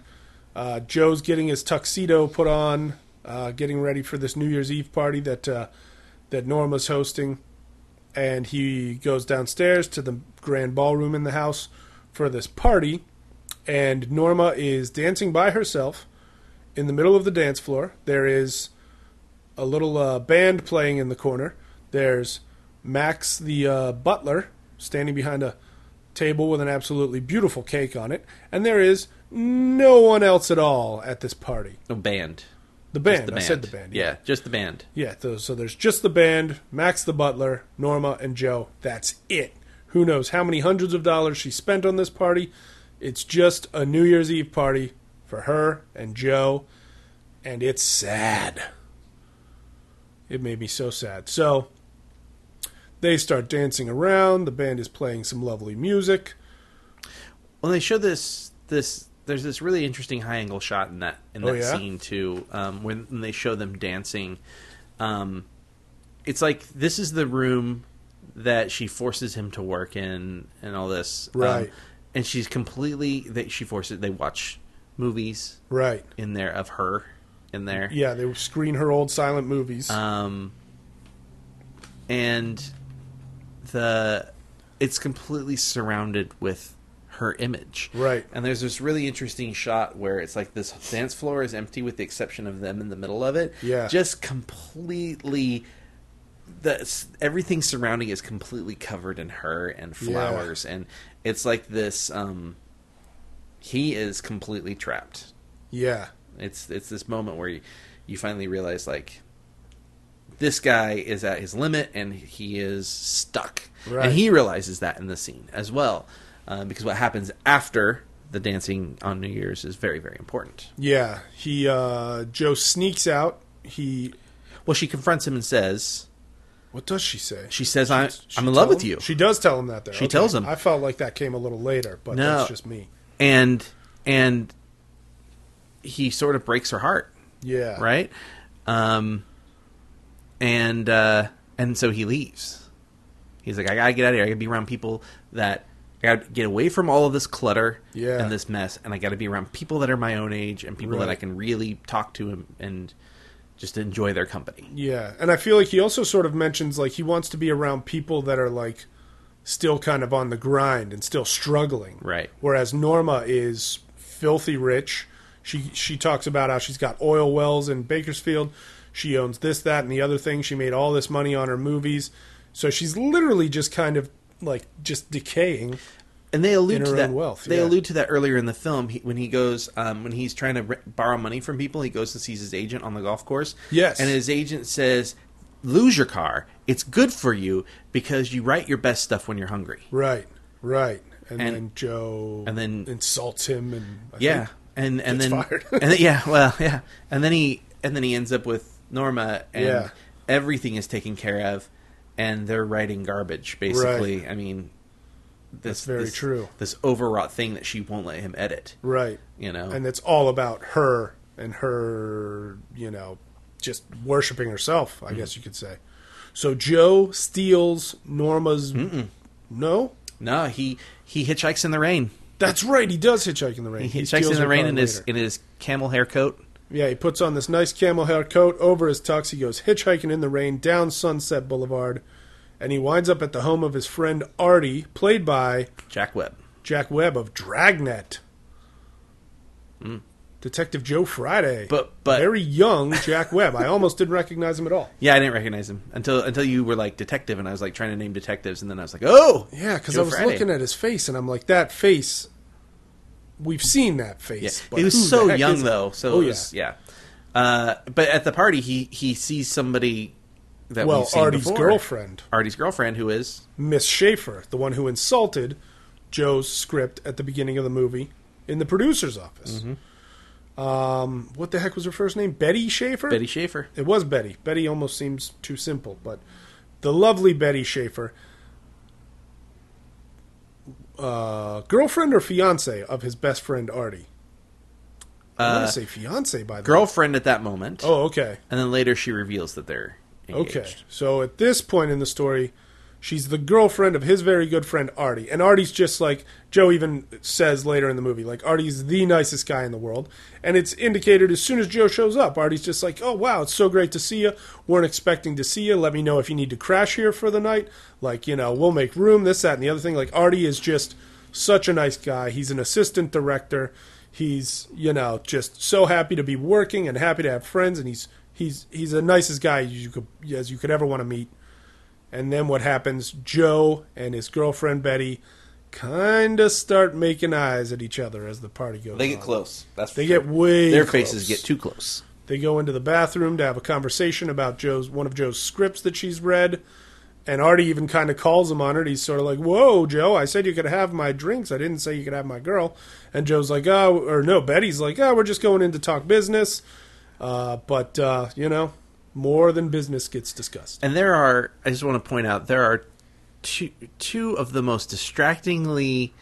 G: Uh, Joe's getting his tuxedo put on, uh, getting ready for this New Year's Eve party that uh, that Norma's hosting, and he goes downstairs to the grand ballroom in the house for this party. And Norma is dancing by herself in the middle of the dance floor. There is a little uh, band playing in the corner. There's Max the uh, butler standing behind a table with an absolutely beautiful cake on it, and there is no one else at all at this party.
F: No band.
G: The
F: Just
G: band, I said the band.
F: Yeah. just the band.
G: yeah. tho- so there's just the band, Max the butler, Norma, and Joe. That's it. Who knows how many hundreds of dollars she spent on this party? It's just a New Year's Eve party for her and Joe, and it's sad. It made me so sad. So they start dancing around. The band is playing some lovely music.
F: Well, they show this this. There's this really interesting high angle shot in that in
G: Oh,
F: that
G: yeah?
F: scene too, um, when, when they show them dancing. Um, it's like this is the room that she forces him to work in, and all this, Um,
G: Right.
F: and she's completely that she forces. They watch movies
G: Right.
F: in there of her in there,
G: Yeah, they screen her old silent movies.
F: um, and the it's completely surrounded with her image
G: Right.
F: and there's this really interesting shot where it's like this dance floor is empty with the exception of them in the middle of it
G: Yeah.
F: just completely the everything surrounding is completely covered in her and flowers and it's like this um he is completely trapped
G: yeah,
F: it's it's this moment where you, you finally realize like this guy is at his limit and he is stuck,
G: Right.
F: and he realizes that in the scene as well, uh, because what happens after the dancing on New Year's is very very important.
G: yeah. He uh, Joe sneaks out. He
F: Well, she confronts him and says,
G: what does she say?
F: "She says I
G: She
F: I'm in
G: tell
F: love with
G: him?
F: you,"
G: She does tell him that. There,
F: She tells him.
G: I felt like that came a little later, but
F: No.
G: that's just me.
F: and and he sort of breaks her heart.
G: Yeah,
F: right? Um, and uh, and so he leaves. He's like, I gotta get out of here. I gotta be around people that I gotta get away from all of this clutter
G: Yeah.
F: and this mess, and I gotta be around people that are my own age and people that
G: Right.
F: I can really talk to and, and just enjoy their company.
G: Yeah, and I feel like he also sort of mentions like he wants to be around people that are like still kind of on the grind and still struggling.
F: Right.
G: Whereas Norma is filthy rich. She she talks about how she's got oil wells in Bakersfield. She owns this, that, and the other thing. She made all this money on her movies. So she's literally just kind of like just decaying.
F: And they
G: In
F: allude to
G: her
F: that.
G: own wealth,
F: they
G: yeah.
F: allude to that earlier in the film he, when he goes um, when he's trying to re- borrow money from people. He goes and sees his agent on the golf course.
G: Yes.
F: and his agent says, "Lose your car. It's good for you because you write your best stuff when you're hungry."
G: Right. Right. And,
F: And-
G: then Joe
F: and then-
G: insults him and I
F: yeah,
G: think-
F: and and
G: gets
F: then,
G: fired.
F: and then- yeah, well, yeah, and then he and then he ends up with Norma, and
G: Yeah.
F: everything is taken care of, and they're writing garbage basically. I mean, this,
G: That's very
F: this-
G: true.
F: This overwrought thing that she won't let him edit.
G: Right.
F: You know,
G: and it's all about her and her, you know, just worshiping herself,
F: Mm-hmm.
G: I guess you could say. So Joe steals Norma's. No,
F: no, he he hitchhikes in the rain.
G: that's right. He does hitchhike in the rain.
F: He
G: steals
F: hitchhikes in
G: her
F: the rain
G: car
F: in his
G: later.
F: in his camel hair coat.
G: Yeah, he puts on this nice camel hair coat over his tux. He goes hitchhiking in the rain down Sunset Boulevard, and he winds up at the home of his friend Artie, played by
F: Jack Webb.
G: Jack Webb of Dragnet. Hmm. Detective Joe Friday.
F: But- but-
G: very young Jack Webb. I almost didn't recognize him at all.
F: Yeah, I didn't recognize him until until you were like detective, and I was like trying to name detectives, and then I was like, oh,
G: Yeah, because
F: Joe
G: I was
F: Friday.
G: looking at his face, and I'm like, that face. We've seen that
F: Yeah.
G: face. but
F: He
G: who
F: was
G: the
F: so
G: heck
F: young
G: is it?
F: though, so
G: Oh,
F: it was- yeah. Uh, but at the party, he he sees somebody that
G: Well,
F: we've seen
G: Artie's
F: before.
G: girlfriend.
F: Artie's girlfriend, who is
G: Miss Schaefer, the one who insulted Joe's script at the beginning of the movie in the producer's office. Um, what the heck was her first name? Betty Schaefer?
F: Mm-hmm. Betty Schaefer.
G: It was Betty. Betty almost seems too simple, but the lovely Betty Schaefer, uh, girlfriend or fiance of his best friend Artie. I want to say fiance by the
F: Girlfriend at that moment,
G: Oh, okay.
F: and then later she reveals that they're engaged.
G: Okay. So at this point in the story, she's the girlfriend of his very good friend Artie. And Artie's just like Joe even says later in the movie, like Artie's the nicest guy in the world. And it's indicated as soon as Joe shows up, Artie's just like, "Oh wow, it's so great to see you. Weren't expecting to see you. Let me know if you need to crash here for the night. Like, you know, we'll make room, this that and the other thing." Like Artie is just such a nice guy. He's an assistant director. He's, you know, just so happy to be working and happy to have friends and he's he's he's the nicest guy you could as you could ever want to meet. And then what happens? Joe and his girlfriend Betty kind of start making eyes at each other as the party goes.
F: They get
G: on.
F: close. That's for
G: They
F: sure.
G: get way.
F: Their
G: close.
F: faces get too close.
G: They go into the bathroom to have a conversation about Joe's one of Joe's scripts that she's read, and Artie even kind of calls him on it. He's sort of like, "Whoa, Joe! I said you could have my drinks. I didn't say you could have my girl." And Joe's like, "Oh, or no." Betty's like, "Oh, we're just going in to talk business." Uh, but uh, you know, more than business gets discussed.
F: And there are, I just want to point out, there are two, two of the most distractingly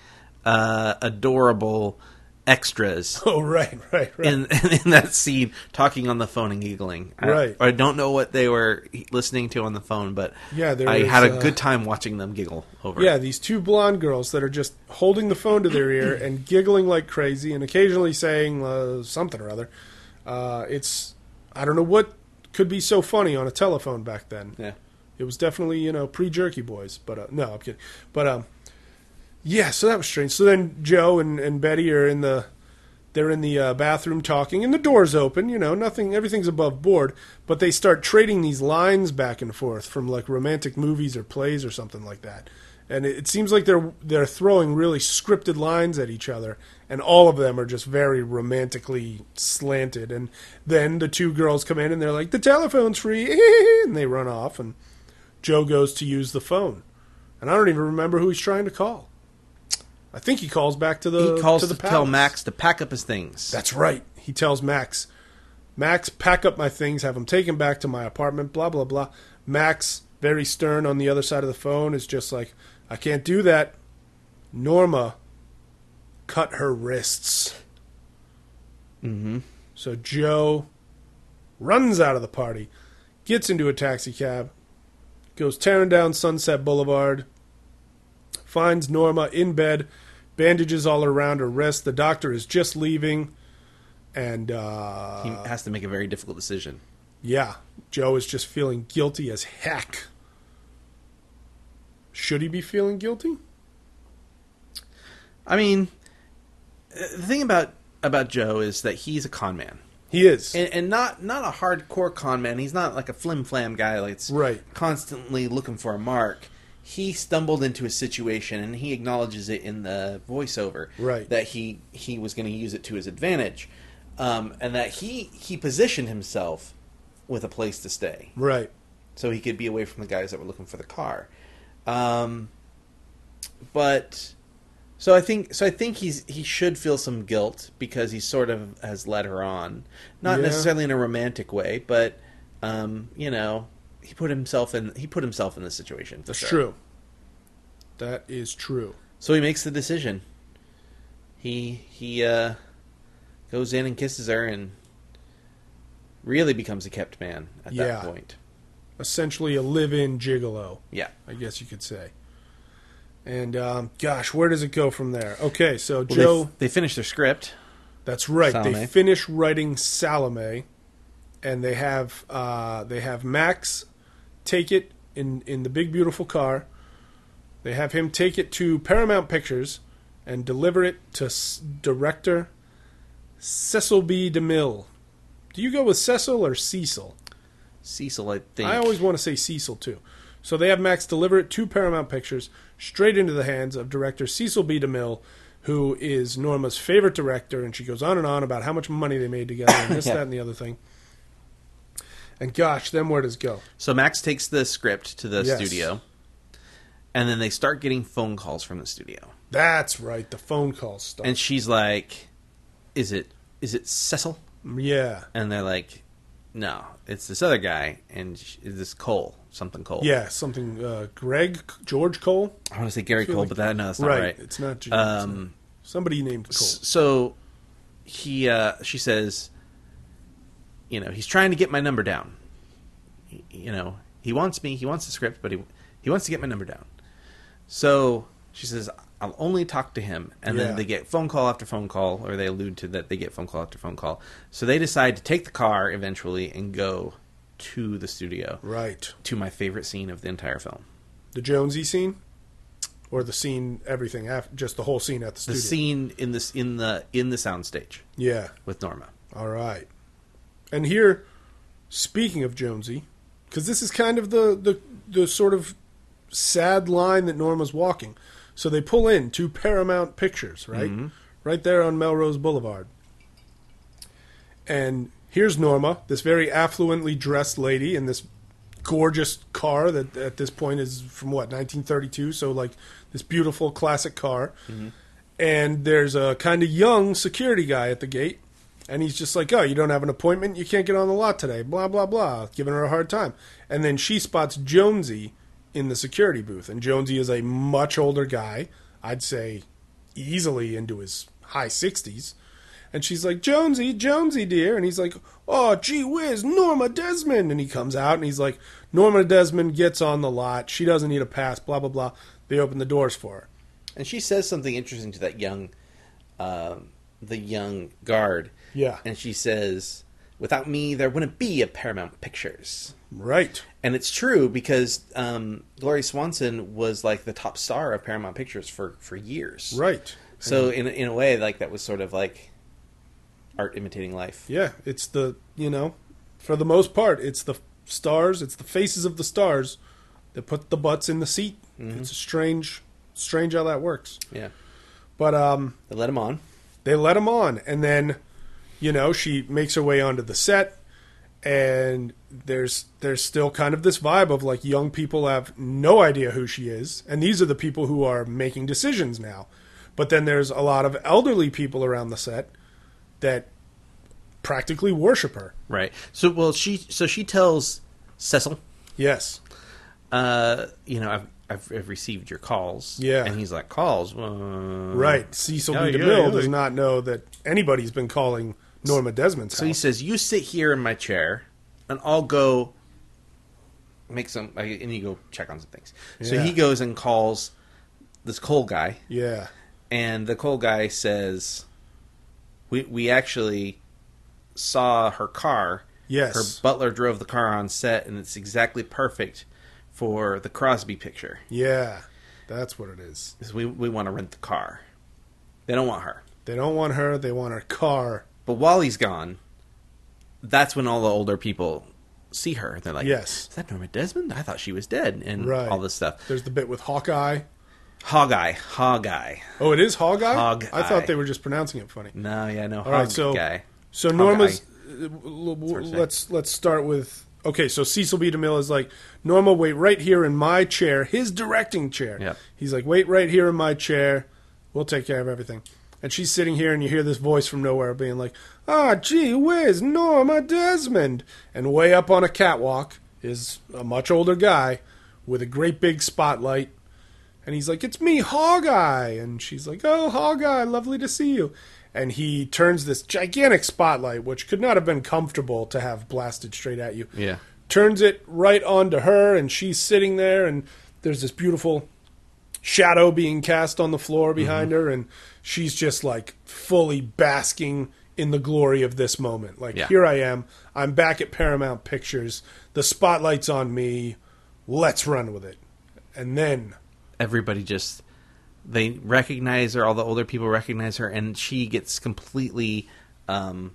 F: uh, adorable extras
G: Oh, right, right, right.
F: in, in that scene talking on the phone and giggling. I-
G: Right.
F: I, don't know what they were listening to on the phone, but
G: Yeah, there
F: I
G: was,
F: had a
G: uh,
F: good time watching them giggle over.
G: Yeah,
F: it.
G: these two blonde girls that are just holding the phone to their ear and giggling like crazy and occasionally saying uh, something or other. Uh, it's I don't know what could be so funny on a telephone back then.
F: Yeah.
G: It was definitely you know pre Jerky Boys, but uh, no, I'm kidding. But um, yeah, so that was strange. So then Joe and, and Betty are in the they're in the uh, bathroom talking, and the door's open. You know, nothing, everything's above board. But they start trading these lines back and forth from like romantic movies or plays or something like that. And it, it seems like they're they're throwing really scripted lines at each other, and all of them are just very romantically slanted. And then the two girls come in, and they're like, "The telephone's free," and they run off. And Joe goes to use the phone, and I don't even remember who he's trying to call. I think he calls back to the
F: he calls
G: Uh, to the
F: to, tell
G: palace.
F: Max to pack up his things.
G: That's right. He tells Max, Max, pack up my things, have them taken back to my apartment, blah, blah, blah. Max, very stern on the other side of the phone, is just like, I can't do that. Norma cut her wrists. Mm-hmm. So Joe runs out of the party, gets into a taxi cab, goes tearing down Sunset Boulevard, finds Norma in bed, bandages all around her wrist. The doctor is just leaving, and uh,
F: he has to make a very difficult decision.
G: yeah, Joe is just feeling guilty as heck. Should he be feeling guilty?
F: I mean, uh, the thing about about Joe is that he's a con man.
G: He is.
F: and, and not not a hardcore con man. He's not like a flim flam guy that's
G: Right.
F: constantly looking for a mark. He stumbled into a situation, and he acknowledges it in the voiceover.
G: Right.
F: that he he was going to use it to his advantage, um, and that he he positioned himself with a place to stay,
G: right.
F: so he could be away from the guys that were looking for the car. Um, but so I think so I think he's he should feel some guilt because he sort of has led her on, not
G: Yeah.
F: necessarily in a romantic way, but um, you know he put himself in he put himself in this situation. for
G: That's
F: sure.
G: true. That is true.
F: So he makes the decision. He he uh, goes in and kisses her and really becomes a kept man at
G: Yeah.
F: that point.
G: Essentially, a live-in gigolo.
F: Yeah.
G: I guess you could say. And um, gosh, where does it go from there? Okay, so
F: Well, they
G: Joe.
F: f- they, finish their script.
G: That's right. They
F: Salome.
G: finish writing Salome, and they have uh, they have Max take it in in the big beautiful car. They have him take it to Paramount Pictures and deliver it to s- director Cecil B. DeMille. Do you go with Cecil or Cecil?
F: Cecil, I think.
G: I always want to say Cecil too. So they have Max deliver it to Paramount Pictures, straight into the hands of director Cecil B. DeMille, who is Norma's favorite director, and she goes on and on about how much money they made together and this,
F: Yeah.
G: that, and the other thing. And gosh, then where does it go?
F: So Max takes the script to the
G: Yes.
F: studio, and then they start getting phone calls from the studio,
G: That's right, the phone call stuff.
F: and she's like, "Is it is it Cecil?"
G: yeah,
F: And they're like, "No, it's this other guy, and sh- is this Cole something Cole?"
G: yeah, something. Uh, Greg George Cole,
F: I want to say Gary Cole, but that no, that's not
G: right,
F: right.
G: It's not George.
F: Um,
G: somebody named Cole.
F: S- So he uh, she says, you know, he's trying to get my number down. He- you know, he wants me. He wants the script, but he he wants to get my number down. So she says, I'll only talk to him. And
G: Yeah.
F: then they get phone call after phone call, or they allude to that they get phone call after phone call. So they decide to take the car eventually and go to the studio.
G: right,
F: To my favorite scene of the entire film.
G: the Jonesy scene, or the scene, everything after, just the whole scene at the
F: The
G: studio.
F: scene in this in the in the soundstage
G: yeah.
F: with Norma.
G: All right. And here, speaking of Jonesy, because this is kind of the, the the sort of sad line that Norma's walking. So they pull in to Paramount Pictures, right? Right there on Melrose Boulevard. And here's Norma, this very affluently dressed lady in this gorgeous car that at this point is from what 1932, so like this beautiful classic car. And there's a kind of young security guy at the gate, and he's just like, "Oh, you don't have an appointment? You can't get on the lot today." Blah blah blah, giving her a hard time. And then she spots Jonesy in the security booth, and Jonesy is a much older guy. I'd say easily into his high 60s. And she's like, Jonesy, Jonesy, dear. And he's like, oh, gee whiz, Norma Desmond. And he comes out and he's like, Norma Desmond gets on the lot. She doesn't need a pass, blah, blah, blah. They open the doors for her.
F: and she says something interesting to that young um, the young guard
G: Yeah.
F: and she says without me there wouldn't be a paramount pictures
G: Right.
F: and it's true because um, gloria swanson was like the top star of paramount pictures for for years
G: Right.
F: so in, in a way like that was sort of like art imitating life
G: Yeah. It's the, you know, for the most part, it's the stars, it's the faces of the stars that put the butts in the seat. It's a strange, strange how that works.
F: yeah
G: But, um,
F: they let him on
G: they let him on and then you know she makes her way onto the set and there's there's still kind of this vibe of like young people have no idea who she is and these are the people who are making decisions now but then there's a lot of elderly people around the set that practically worship her
F: right so well she so she tells cecil
G: yes
F: uh, you know I've, I've I've received your calls
G: Yeah.
F: and he's like calls Uh,
G: Mm-hmm. right cecil
F: yeah,
G: b
F: yeah,
G: demille
F: yeah.
G: does not know that anybody's been calling norma desmond's
F: So he
G: house.
F: says, "You sit here in my chair, and I'll go make some." I- And you go check on some things. So
G: Yeah.
F: he goes and calls this Cole guy,
G: yeah
F: and the Cole guy says, "We we actually saw her car.
G: Yes.
F: her butler drove the car on set, and it's exactly perfect for the Crosby picture.
G: yeah that's what it is
F: 'Cause we we want to rent the car. They don't want her.
G: they don't want her they want her car
F: But while he's gone, that's when all the older people." See her, and they're like,
G: Yes.
F: is that Norma Desmond? I thought she was dead, and
G: Right.
F: all this stuff.
G: There's the bit with Hawkeye.
F: Hogeye, Hogeye.
G: Oh, it is Hawkeye.
F: Hogeye.
G: I thought they were just pronouncing it funny.
F: No, yeah, no, Hog
G: All right, so
F: guy.
G: so
F: Hog
G: Norma's.
F: Eye.
G: uh, l-
F: hard to
G: w-
F: say.
G: Let's let's start with okay. So Cecil B. DeMille is like Norma, wait right here in my chair, his directing chair.
F: Yep.
G: He's like, wait right here in my chair. We'll take care of everything. And she's sitting here, and you hear this voice from nowhere being like, "Ah, gee whiz, Norma Desmond." And way up on a catwalk is a much older guy with a great big spotlight And he's like, "It's me, Hawkeye." And she's like, "Oh, Hawkeye, lovely to see you." And he turns this gigantic spotlight, which could not have been comfortable to have blasted straight at you.
F: Yeah.
G: Turns it right onto her, and she's sitting there, and there's this beautiful shadow being cast on the floor behind
F: Mm-hmm.
G: her, and she's just like fully basking in the glory of this moment. Like,
F: Yeah.
G: here I am. I'm back at Paramount Pictures. The spotlight's on me. Let's run with it. And then,
F: everybody just they recognize her all the older people recognize her and she gets completely um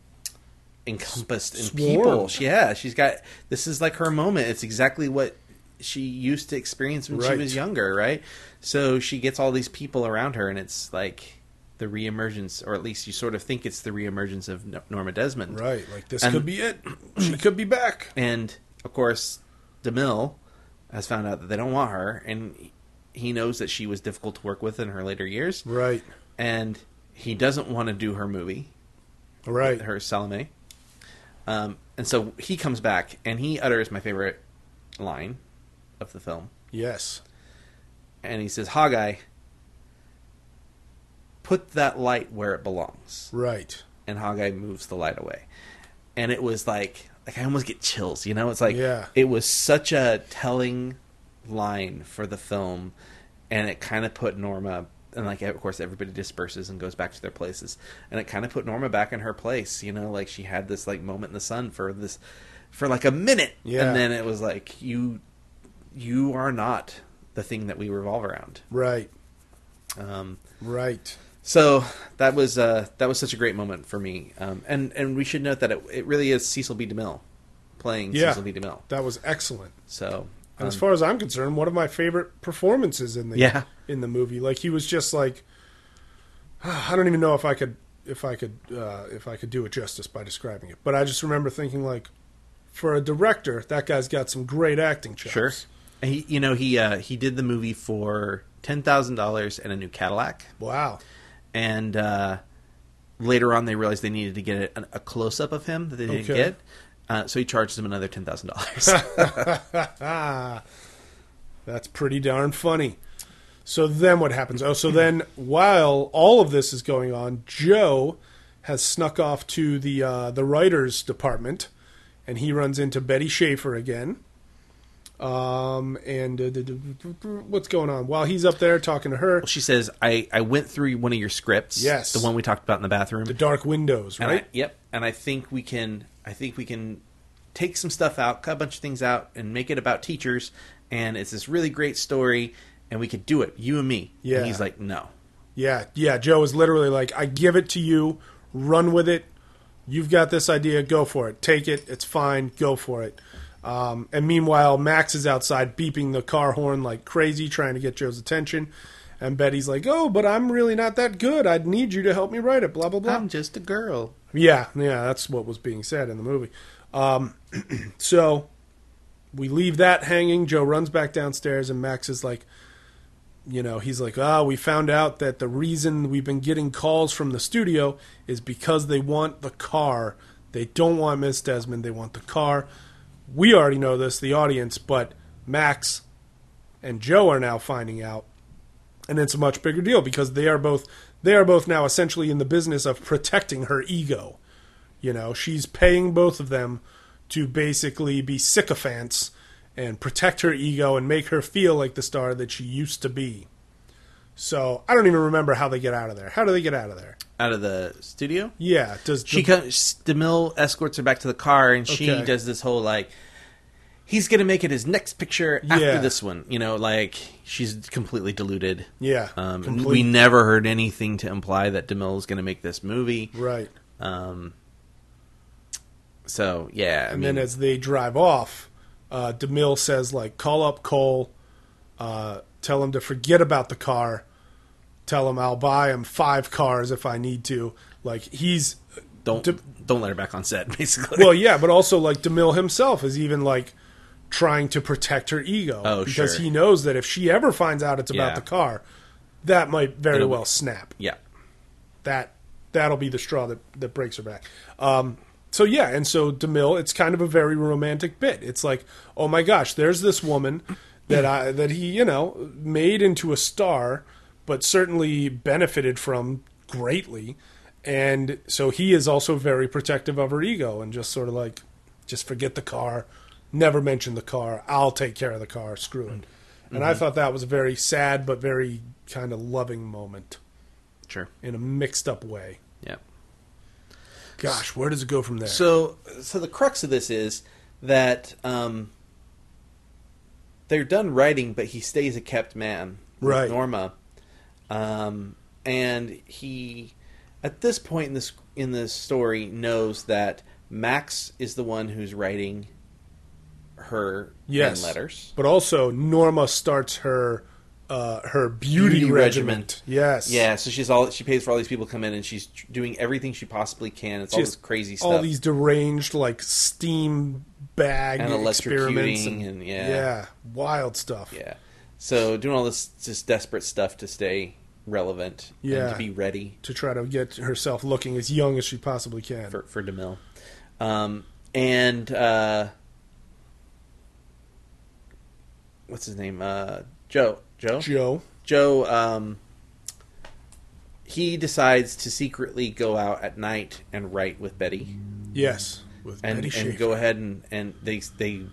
F: encompassed in people
G: Swarmed.
F: She- yeah she's got this is like her moment it's exactly what she used to experience when she
G: Right.
F: was younger right so she gets all these people around her and it's like the reemergence or at least you sort of think it's the reemergence of No- Norma Desmond
G: right, like this
F: And-
G: could be it. She could be back.
F: and of course, DeMille has found out that they don't want her, and he knows that she was difficult to work with in her later years.
G: Right,
F: And he doesn't want to do her movie,
G: right.
F: her Salome. Um, and so he comes back and he utters my favorite line of the film.
G: Yes.
F: And he says, Hawkeye, put that light where it belongs.
G: Right.
F: and Hawkeye moves the light away. And it was like like I almost get chills, you know? It's like
G: Yeah.
F: it was such a telling line for the film and it kind of put Norma and like of course everybody disperses and goes back to their places and it kind of put Norma back in her place, you know, like she had this like moment in the sun for this for like a minute
G: Yeah.
F: and then it was like you you are not the thing that we revolve around.
G: Right.
F: Um
G: Right.
F: so that was uh, that was such a great moment for me, um, and and we should note that it, it really is Cecil B. DeMille playing
G: Yeah.
F: Cecil B. DeMille.
G: That was excellent.
F: So
G: And as
F: um,
G: far as I'm concerned, one of my favorite performances in the
F: Yeah.
G: in the movie. Like he was just like I don't even know if I could if I could uh, if I could do it justice by describing it. But I just remember thinking like for a director, that guy's got some great acting chops.
F: sure, And he you know he uh, he did the movie for ten thousand dollars and a new Cadillac,
G: Wow.
F: and uh, later on they realized they needed to get a, a close up of him that they didn't
G: Okay.
F: get, uh, so he charged them another ten thousand dollars.
G: That's pretty darn funny. So then what happens? Oh, so then while all of this is going on, Joe has snuck off to the uh, the writers department, and he runs into Betty Schaefer again. Um, and uh, d- d- d- d- what's going on while he's up there talking to her?
F: she says, "I I went through one of your scripts,
G: Yes.
F: the one we talked about in the bathroom,
G: The dark windows,
F: And
G: right?
F: I, yep. And I think we can. I think we can take some stuff out, cut a bunch of things out, and make it about teachers. And it's this really great story, and we could do it, you and me. And
G: Yeah.
F: he's like, no.
G: Yeah, yeah. Joe is literally like, I give it to you, run with it. You've got this idea, go for it. Take it, it's fine, go for it. Um, and meanwhile, Max is outside beeping the car horn like crazy, trying to get Joe's attention. And Betty's like, Oh, but I'm really not that good. I'd need you to help me write it, blah, blah, blah.
F: I'm just a girl.
G: Yeah, yeah, that's what was being said in the movie. Um, so we leave that hanging. Joe runs back downstairs, and Max is like, you know, he's like, ah, we found out that the reason we've been getting calls from the studio is because they want the car. They don't want Miss Desmond, they want the car. We already know this, the audience, but Max and Joe are now finding out and it's a much bigger deal because they are both they are both now essentially in the business of protecting her ego. You know, she's paying both of them to basically be sycophants and protect her ego and make her feel like the star that she used to be. So I don't even remember how they get out of there. How do they get out of there?
F: Out of the studio,
G: Yeah, does
F: she comes. Demille escorts her back to the car, and she
G: Okay.
F: does this whole like. He's gonna make it his next picture after
G: Yeah.
F: this one, you know. Like she's completely deluded.
G: Yeah,
F: um,
G: complete-
F: we never heard anything to imply that Demille's gonna make this movie.
G: right?
F: Um. So yeah, I
G: And
F: mean,
G: then as they drive off, uh, DeMille says, like, call up Cole, uh, tell him to forget about the car, tell him I'll buy him five cars if I need to. Like, he's.
F: don't
G: De-
F: don't let her back on set. Basically,
G: Well, yeah, but also, like, DeMille himself is even, like, trying to protect her ego.
F: Oh,
G: Because
F: sure.
G: he knows that if she ever finds out it's
F: Yeah.
G: about the car, that might very
F: It'll-
G: well snap.
F: yeah,
G: that that'll be the straw that, that breaks her back. Um, so yeah, and so DeMille, it's kind of a very romantic bit. It's like, oh my gosh, there's this woman that I that he you know made into a star, but certainly benefited from greatly, and so he is also very protective of her ego and just sort of like, just forget the car, never mention the car. I'll take care of the car. Screw it. And I thought that was a very sad but very kind of loving moment
F: Sure.
G: in a mixed up way.
F: Yeah.
G: Gosh, where does it go from there?
F: So, so the crux of this is that um, they're done writing, but he stays a kept man, with
G: Right.
F: Norma, um, and he, at this point in this in this story, knows that Max is the one who's writing her
G: yes,
F: fan letters.
G: But also, Norma starts her uh, her beauty,
F: Beauty
G: regiment.
F: regiment.
G: Yes,
F: Yeah, so she's all she pays for all these people to come in, and she's tr- doing everything she possibly can. It's all this
G: Just
F: crazy stuff.
G: All these deranged like steam bag
F: And
G: experiments
F: electrocuting and- yeah.
G: wild stuff.
F: Yeah. So doing all this just desperate stuff to stay relevant and
G: Yeah.
F: to be ready
G: To try to get herself looking as young as she possibly can.
F: for for Demille. Um and uh what's his name? Uh Joe. Joe?
G: Joe.
F: Joe um he decides to secretly go out at night and write with Betty
G: Yes. With
F: and,
G: Betty
F: and
G: Schaefer.
F: go ahead and, and they they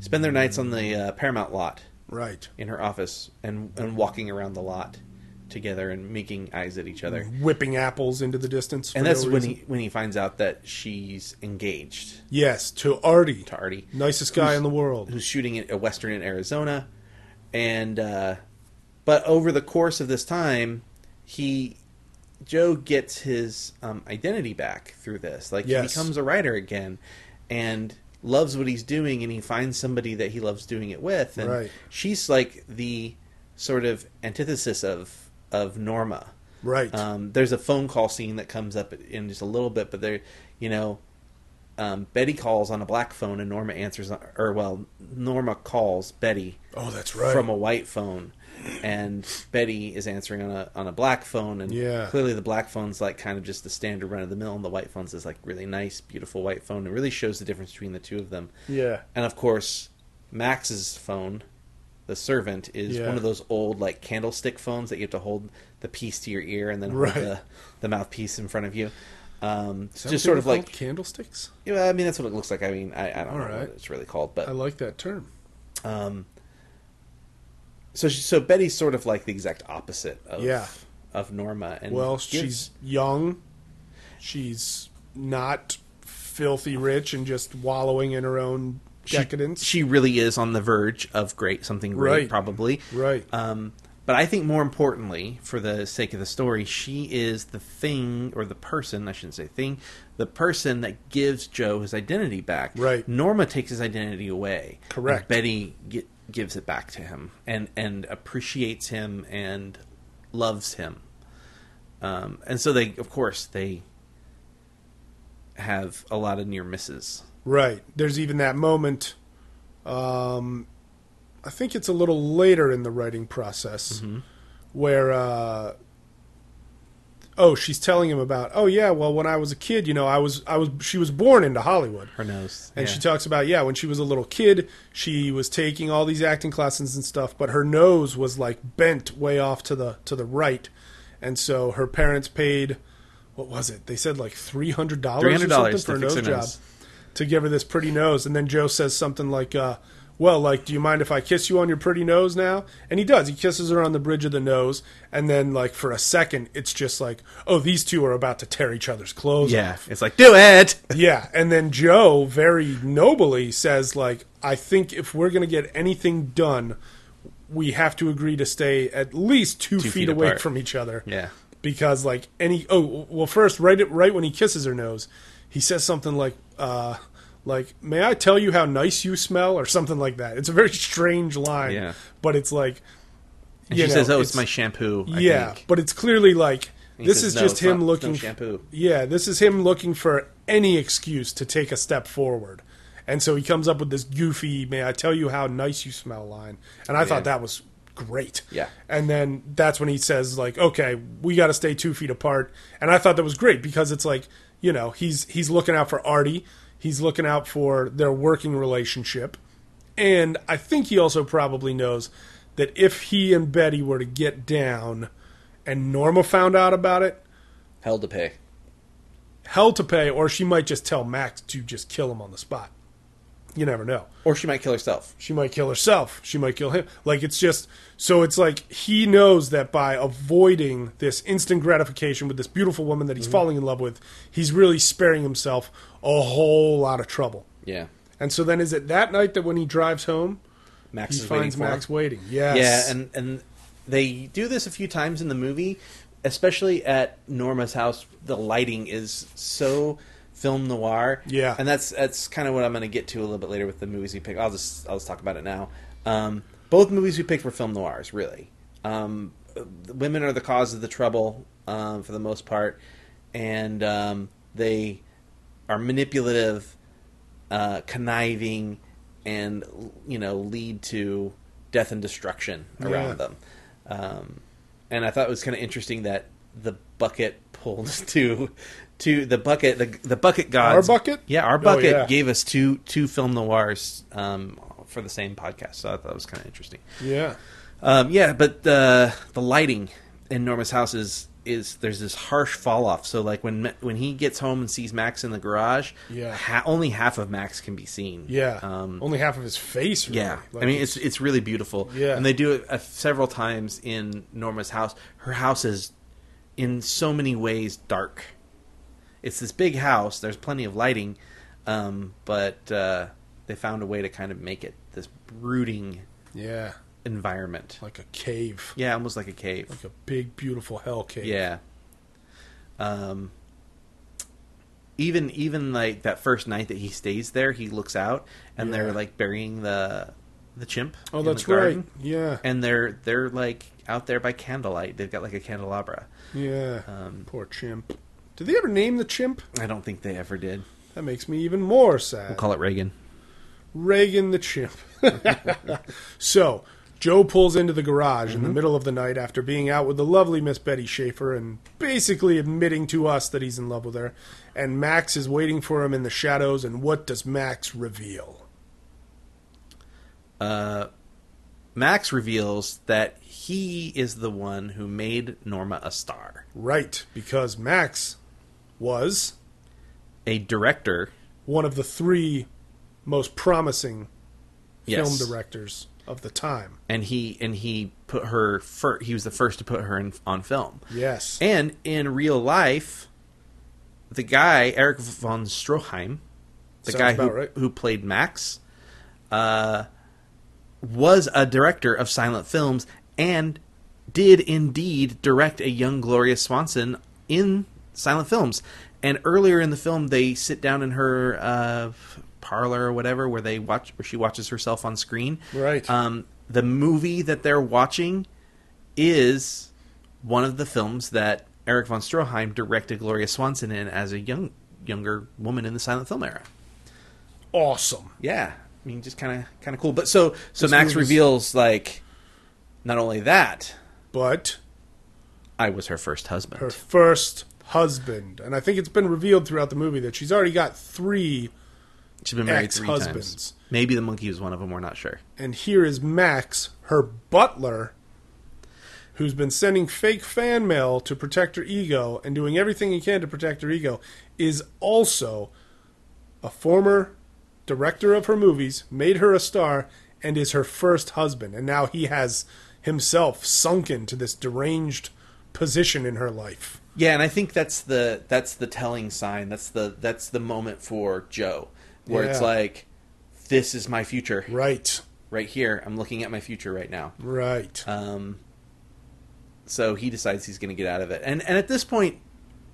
F: spend their nights on the uh, Paramount lot.
G: Right.
F: in her office and and walking around the lot together and making eyes at each other.
G: Whipping apples into the distance. Mm-hmm. for
F: And that's
G: no
F: when
G: reason.
F: he when he finds out that she's engaged
G: Yes, to Artie.
F: to Artie,
G: Nicest guy in the world.
F: who's shooting at a western in Arizona, and uh, but over the course of this time, he Joe gets his um, identity back through this. Like he
G: Yes.
F: becomes a writer again, and loves what he's doing, and he finds somebody that he loves doing it with, and
G: Right.
F: she's like the sort of antithesis of of Norma.
G: Right.
F: Um, there's a phone call scene that comes up in just a little bit, but there, you know, um, Betty calls on a black phone and Norma answers, on- or well, Norma calls Betty
G: oh, that's right.
F: from a white phone, and Betty is answering on a on a black phone, and
G: Yeah.
F: clearly the black phone's like kind of just the standard run of the mill, and the white phone's this like really nice, beautiful white phone. It really shows the difference between the two of them.
G: Yeah.
F: and of course, Max's phone. The servant is
G: Yeah.
F: one of those old like candlestick phones that you have to hold the piece to your ear and then
G: Right.
F: hold the, the mouthpiece in front of you. Um,
G: Is that
F: just
G: what
F: sort
G: they
F: of
G: were
F: like
G: called? candlesticks.
F: yeah, I mean, that's what it looks like. I mean, I, I don't know
G: right.
F: what it's really called, but
G: I like that term.
F: so she, so Betty's sort of like the exact opposite of
G: Yeah.
F: of Norma. And
G: Well,
F: gives-
G: she's young. She's not filthy rich and just wallowing in her own
F: she-
G: decadence.
F: She, really is on the verge of great something great,
G: Right.
F: probably.
G: right.
F: Um, but I think more importantly, for the sake of the story, she is the thing or the person, I shouldn't say thing, the person that gives Joe his identity back.
G: Right.
F: Norma takes his identity away.
G: Correct.
F: And Betty gi- gives it back to him and, and appreciates him and loves him. Um, and so they, of course, they have a lot of near misses.
G: right. There's even that moment. Um, I think it's a little later in the writing process
F: Mm-hmm.
G: where. Uh, Oh, she's telling him about. Oh yeah, well, when I was a kid, you know, I was, I was, she was born into Hollywood.
F: Her nose.
G: And she
F: Yeah.
G: talks about, yeah, when she was a little kid, she was taking all these acting classes and stuff, but her nose was like bent way off to the to the right. And so her parents paid what was it? They said like three hundred dollars or something
F: $300
G: for a
F: to
G: nose
F: fix her
G: job
F: nose.
G: to give her this pretty nose. And then Joe says something like, uh, well, like, do you mind if I kiss you on your pretty nose now? And he does. He kisses her on the bridge of the nose, and then like for a second it's just like, Oh, these two are about to tear each other's clothes
F: Yeah,
G: off.
F: it's like do it.
G: Yeah, and then Joe very nobly says, like, I think if we're going to get anything done, we have to agree to stay at least two, feet,
F: feet
G: away
F: apart.
G: from each other.
F: Yeah.
G: Because, like, any. Oh, well, first, right, at- right when he kisses her nose, he says something like, uh, like, may I tell you how nice you smell? Or something like that. It's a very strange line.
F: Yeah.
G: But it's like.
F: And
G: you
F: she
G: know,
F: says, "Oh, it's, my shampoo." I
G: yeah,
F: think.
G: but it's clearly like
F: he
G: this
F: says,
G: is
F: "No,
G: just
F: it's not-
G: him
F: it's no
G: looking. f-
F: shampoo."
G: Yeah, this is him looking for any excuse to take a step forward, and so he comes up with this goofy "May I tell you how nice you smell" line, and I thought that was great.
F: Yeah.
G: and then that's when he says like, "Okay, we got to stay two feet apart," and I thought that was great because it's like you know he's he's looking out for Artie, he's looking out for their working relationship. And I think he also probably knows that if he and Betty were to get down and Norma found out about it,
F: hell to pay.
G: hell to pay, or she might just tell Max to just kill him on the spot. you never know.
F: Or she might kill herself.
G: She might kill herself. She might kill him. Like it's just so it's like he knows that by avoiding this instant gratification with this beautiful woman
F: Mm-hmm.
G: that he's falling in love with, he's really sparing himself a whole lot of trouble.
F: Yeah.
G: And so then is it that night that when he drives home,
F: Max
G: he
F: is waiting
G: finds
F: for
G: Max
F: her.
G: waiting? Yes.
F: Yeah, and and they do this a few times in the movie, especially at Norma's house. The lighting is so film noir.
G: Yeah.
F: and that's that's kind of what I'm going to get to a little bit later with the movies we picked. I'll just I'll just talk about it now. Um, both movies we picked were film noirs, really. Um, the women are the cause of the trouble um, for the most part, and um, they are manipulative uh, conniving and you know lead to death and destruction around
G: Yeah.
F: them. Um, and I thought it was kind of interesting that the bucket pulled to to the bucket the the bucket gods
G: bucket?
F: yeah our
G: Oh,
F: bucket
G: yeah.
F: gave us two two film noirs um, for the same podcast so I thought it was kind of interesting.
G: yeah.
F: Um, yeah, but the the lighting in Norma's house is is there's this harsh fall off. So like when Ma- when he gets home and sees Max in the garage,
G: Yeah.
F: ha- only half of Max can be seen.
G: Yeah.
F: um,
G: Only half of his face. Really.
F: yeah.
G: Like,
F: I mean, it's it's really beautiful.
G: Yeah.
F: and they do it uh, several times in Norma's house. Her house is in so many ways dark. It's this big house. There's plenty of lighting, um, but uh, they found a way to kind of make it this brooding
G: yeah,
F: environment.
G: like a cave,
F: Yeah, almost like a cave.
G: like a big beautiful hell cave.
F: Yeah. Um. Even even like that first night that he stays there, he looks out and
G: Yeah.
F: they're like burying the the chimp.
G: Oh,
F: in the
G: that's
F: garden.
G: right. Yeah.
F: And they're they're like out there by candlelight. They've got like a candelabra.
G: yeah.
F: Um,
G: Poor chimp. Did they ever name the chimp?
F: I don't think they ever did.
G: That makes me even more sad.
F: We'll call it Reagan.
G: Reagan the chimp. so Joe pulls into the garage in the
F: Mm-hmm.
G: middle of the night after being out with the lovely Miss Betty Schaefer and basically admitting to us that he's in love with her. And Max is waiting for him in the shadows. And what does Max reveal?
F: Max reveals that he is the one who made Norma a star,
G: Right, because Max was
F: a director.
G: one of the three most promising
F: Yes.
G: film directors of the time.
F: and he and he put her fir- he was the first to put her in, on film.
G: Yes.
F: And in real life, the guy Eric von Stroheim, the
G: Sounds
F: guy who,
G: about right.
F: who played Max, uh, was a director of silent films and did indeed direct a young Gloria Swanson in silent films. And earlier in the film, they sit down in her uh, parlor or whatever, where they watch where she watches herself on screen.
G: Right.
F: Um, the movie that they're watching is one of the films that Eric von Stroheim directed Gloria Swanson in as a young younger woman in the silent film era.
G: awesome.
F: Yeah, I mean, just kind of kind of cool. But so so
G: This
F: Max
G: movie's-
F: reveals like not only that
G: But
F: I was her first husband.
G: her first husband. And I think it's been revealed throughout the movie that she's already got three,
F: She's been married three times.
G: ex-husbands.
F: Maybe the monkey was one of them. We're not sure.
G: and here is Max, her butler, who's been sending fake fan mail to protect her ego and doing everything he can to protect her ego, is also a former director of her movies, made her a star, and is her first husband. And now he has himself sunk into this deranged position in her life.
F: Yeah, and I think that's the that's the telling sign. That's the that's the moment for Joe where it's
G: Yeah.
F: like this is my future
G: Right,
F: right here. I'm looking at my future right now.
G: right.
F: Um, so he decides he's going to get out of it, and and at this point,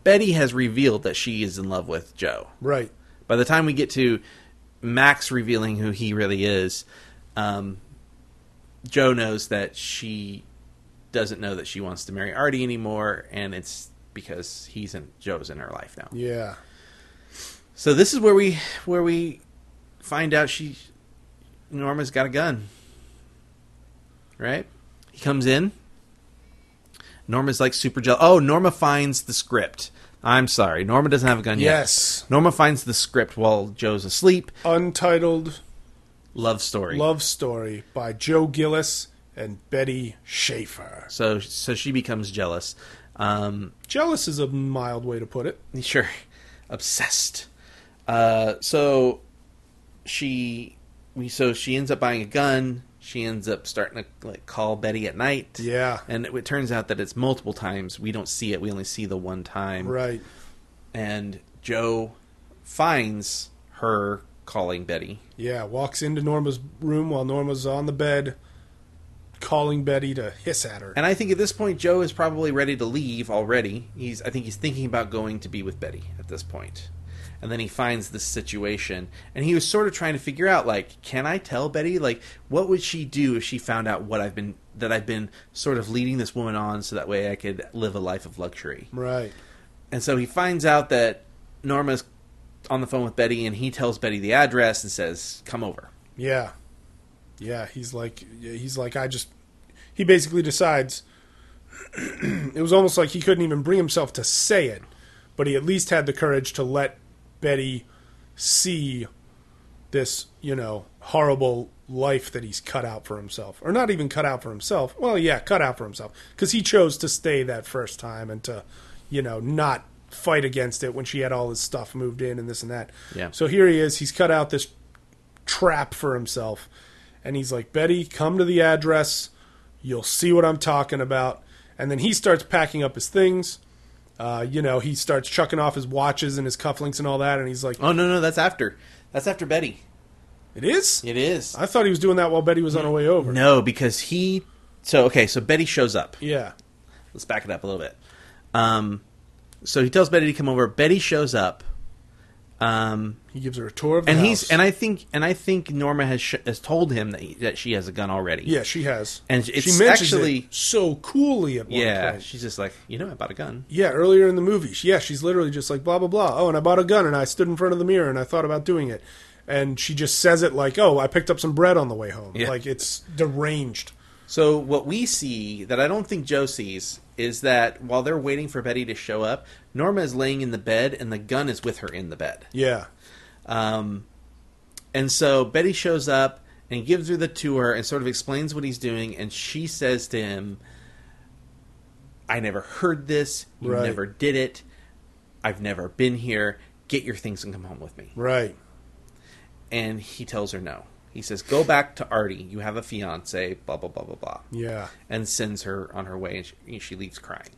F: Betty has revealed that she is in love with Joe.
G: right.
F: By the time we get to Max revealing who he really is, um, Joe knows that she doesn't know that she wants to marry Artie anymore, and it's because he's in Joe's in her life now.
G: Yeah.
F: So this is where we where we find out she Norma's got a gun. Right? He comes in. Norma's like super jealous. Oh, Norma finds the script. I'm sorry. Norma doesn't have a gun yet.
G: Yes.
F: Norma finds the script while Joe's asleep.
G: Untitled
F: Love story.
G: Love Story by Joe Gillis and Betty Schaefer.
F: So so she becomes jealous. Um
G: Jealous is a mild way to put it.
F: sure. Obsessed. Uh so she we so she ends up buying a gun. She ends up starting to like call Betty at night.
G: Yeah.
F: and it, it turns out that it's multiple times. We don't see it. We only see the one time.
G: Right.
F: And Joe finds her calling Betty.
G: Yeah, walks into Norma's room while Norma's on the bed, calling Betty to hiss at her.
F: And I think at this point Joe is probably ready to leave already. He's I think he's thinking about going to be with Betty at this point. And then he finds this situation and he was sort of trying to figure out like can I tell Betty like what would she do if she found out what I've been that I've been sort of leading this woman on so that way I could live a life of luxury.
G: Right.
F: And so he finds out that Norma's on the phone with Betty and he tells Betty the address and says come over.
G: Yeah. Yeah, he's like he's like I just he basically decides it was almost like he couldn't even bring himself to say it, but he at least had the courage to let Betty see this, you know, horrible life that he's cut out for himself. Or not even cut out for himself. Well, yeah, cut out for himself cuz he chose to stay that first time and to, you know, not fight against it when she had all his stuff moved in and this and that.
F: Yeah.
G: So here he is, he's cut out this trap for himself. And he's like, Betty, come to the address. You'll see what I'm talking about. And then he starts packing up his things. Uh, you know, he starts chucking off his watches and his cufflinks and all that. And he's like,
F: Oh no no that's after. That's after Betty.
G: It is?
F: It is.
G: I thought he was doing that while Betty was on her way over.
F: No, because he. So okay, so Betty shows up.
G: Yeah.
F: Let's back it up a little bit. Um, so he tells Betty to come over. Betty shows up. Um,
G: He gives her a tour of the
F: and
G: house.
F: he's and I think and I think Norma has sh- has told him that he, that she has a gun already.
G: Yeah, she has.
F: And
G: she
F: it's
G: mentions
F: actually-
G: it so coolly at one
F: yeah.
G: point.
F: She's just like, you know, I bought a gun.
G: Yeah, earlier in the movie, she, yeah, she's literally just like blah blah blah. Oh, and I bought a gun, and I stood in front of the mirror, and I thought about doing it, and she just says it like, "Oh, I picked up some bread on the way home."
F: Yeah.
G: Like it's deranged.
F: So what we see that I don't think Joe sees is that while they're waiting for Betty to show up, Norma is laying in the bed and the gun is with her in the bed.
G: Yeah,
F: Um, and so Betty shows up and gives her the tour and sort of explains what he's doing. And she says to him, I never heard this. You
G: Right.
F: never did it. I've never been here. Get your things and come home with me.
G: right.
F: And he tells her no. He says, Go back to Artie. You have a fiance, blah, blah, blah, blah, blah.
G: Yeah,
F: And sends her on her way. And she, she leaves crying.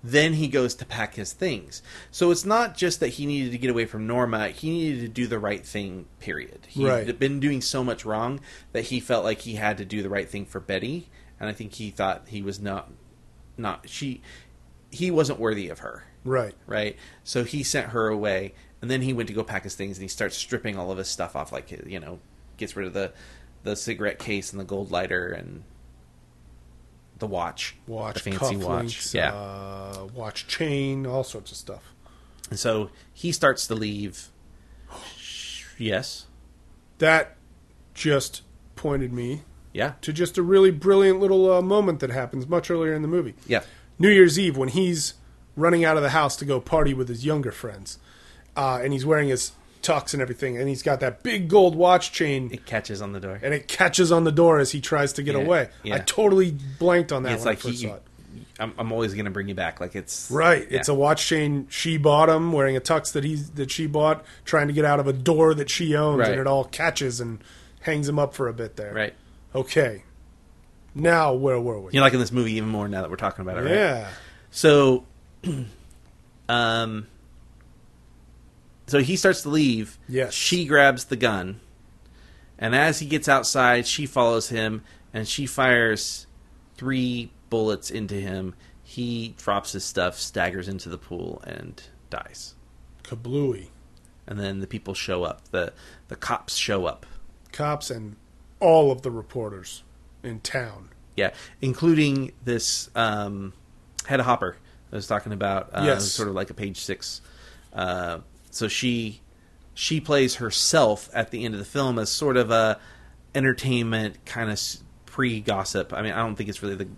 F: Then he goes to pack his things. So it's not just that he needed to get away from Norma, he needed to do the right thing, period. He
G: Right.
F: had been doing so much wrong that he felt like he had to do the right thing for Betty, and I think he thought he was not not she he wasn't worthy of her.
G: right.
F: Right? So he sent her away and then he went to go pack his things and he starts stripping all of his stuff off like you know, gets rid of the the cigarette case and the gold lighter and the watch,
G: Watch,
F: the fancy watch,
G: cufflinks, uh, watch chain, all sorts of stuff.
F: And so he starts to leave. Sh- Yes.
G: That just pointed me
F: Yeah.
G: to just a really brilliant little uh, moment that happens much earlier in the movie.
F: Yeah.
G: New Year's Eve when he's running out of the house to go party with his younger friends, uh, and he's wearing his tux and everything, and he's got that big gold watch chain,
F: It catches on the door.
G: and it catches on the door as he tries to get
F: Yeah,
G: away. I
F: yeah.
G: totally blanked on that
F: it's
G: when
F: like
G: I first
F: he,
G: saw it.
F: I'm, I'm always going to bring you back. Like it's
G: Right,
F: Yeah.
G: it's a watch chain she bought him, wearing a tux that he's that she bought, trying to get out of a door that she owns,
F: Right.
G: and it all catches and hangs him up for a bit there.
F: right.
G: Okay. Now where were we?
F: You're liking this movie even more now that we're talking about it. Right?
G: Yeah.
F: So, um, so he starts to leave.
G: Yes.
F: She grabs the gun, and as he gets outside, she follows him, and she fires three bullets into him. He drops his stuff, staggers into the pool, and dies.
G: Kablooey.
F: And then the people show up. the The cops show up.
G: cops and all of the reporters in town.
F: Yeah, including this um, head hopper I was talking about. Uh,
G: Yes.
F: sort of like a page six. Uh, so she she plays herself at the end of the film as sort of a entertainment kind of pre gossip. I mean, I don't think it's really the.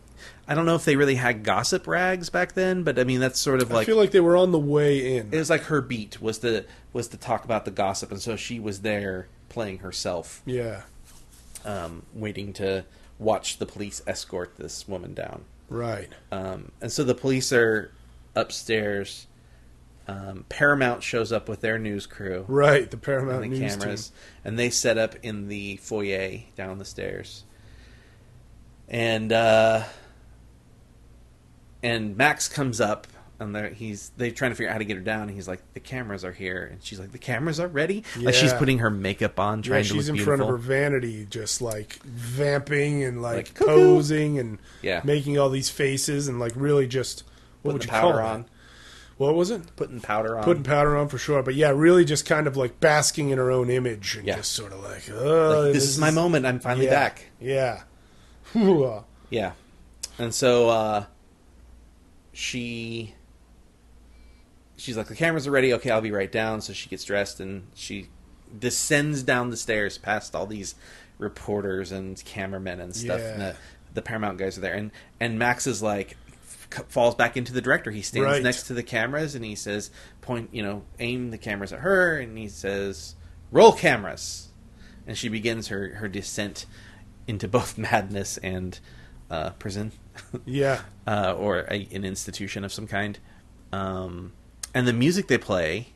F: I don't know if they really had gossip rags back then, but I mean that's sort of
G: I
F: like
G: feel like they were on the way in.
F: it was like her beat was the was to talk about the gossip, and so she was there playing herself,
G: yeah,
F: um, waiting to watch the police escort this woman down.
G: right.
F: Um, and so the police are upstairs Um, Paramount shows up with their news crew
G: Right, the Paramount
F: and the
G: News
F: cameras,
G: team.
F: and they set up in the foyer down the stairs. And uh, and Max comes up, and they're, he's they trying to figure out how to get her down. And he's like, "The cameras are here," and she's like, "The cameras are ready." Like she's
G: Yeah.
F: putting her makeup on,
G: Yeah,
F: trying to look
G: she's in
F: beautiful.
G: front of her vanity, just like vamping and like,
F: Like, cuckoo.
G: posing and
F: Yeah.
G: making all these faces and like really just what
F: putting
G: would you call
F: powder
G: it?
F: on,
G: What was it?
F: putting powder on,
G: Putting powder on for sure, but yeah, really just kind of like basking in her own image and
F: Yeah.
G: just sort of like, oh,
F: Like, this is my moment. I'm finally
G: yeah,
F: back.
G: Yeah. uh, Hoo-ah.
F: Yeah. And so uh she she's like the cameras are ready. Okay, I'll be right down. So she gets dressed and she descends down the stairs past all these reporters and cameramen and stuff.
G: Yeah.
F: And the, the Paramount guys are there and and Max is like f- falls back into the director. He stands
G: Right.
F: next to the cameras and he says point, you know, aim the cameras at her and he says roll cameras and she begins her, her descent into both madness and uh, prison
G: yeah.
F: uh, or a, an institution of some kind. Um, and the music they play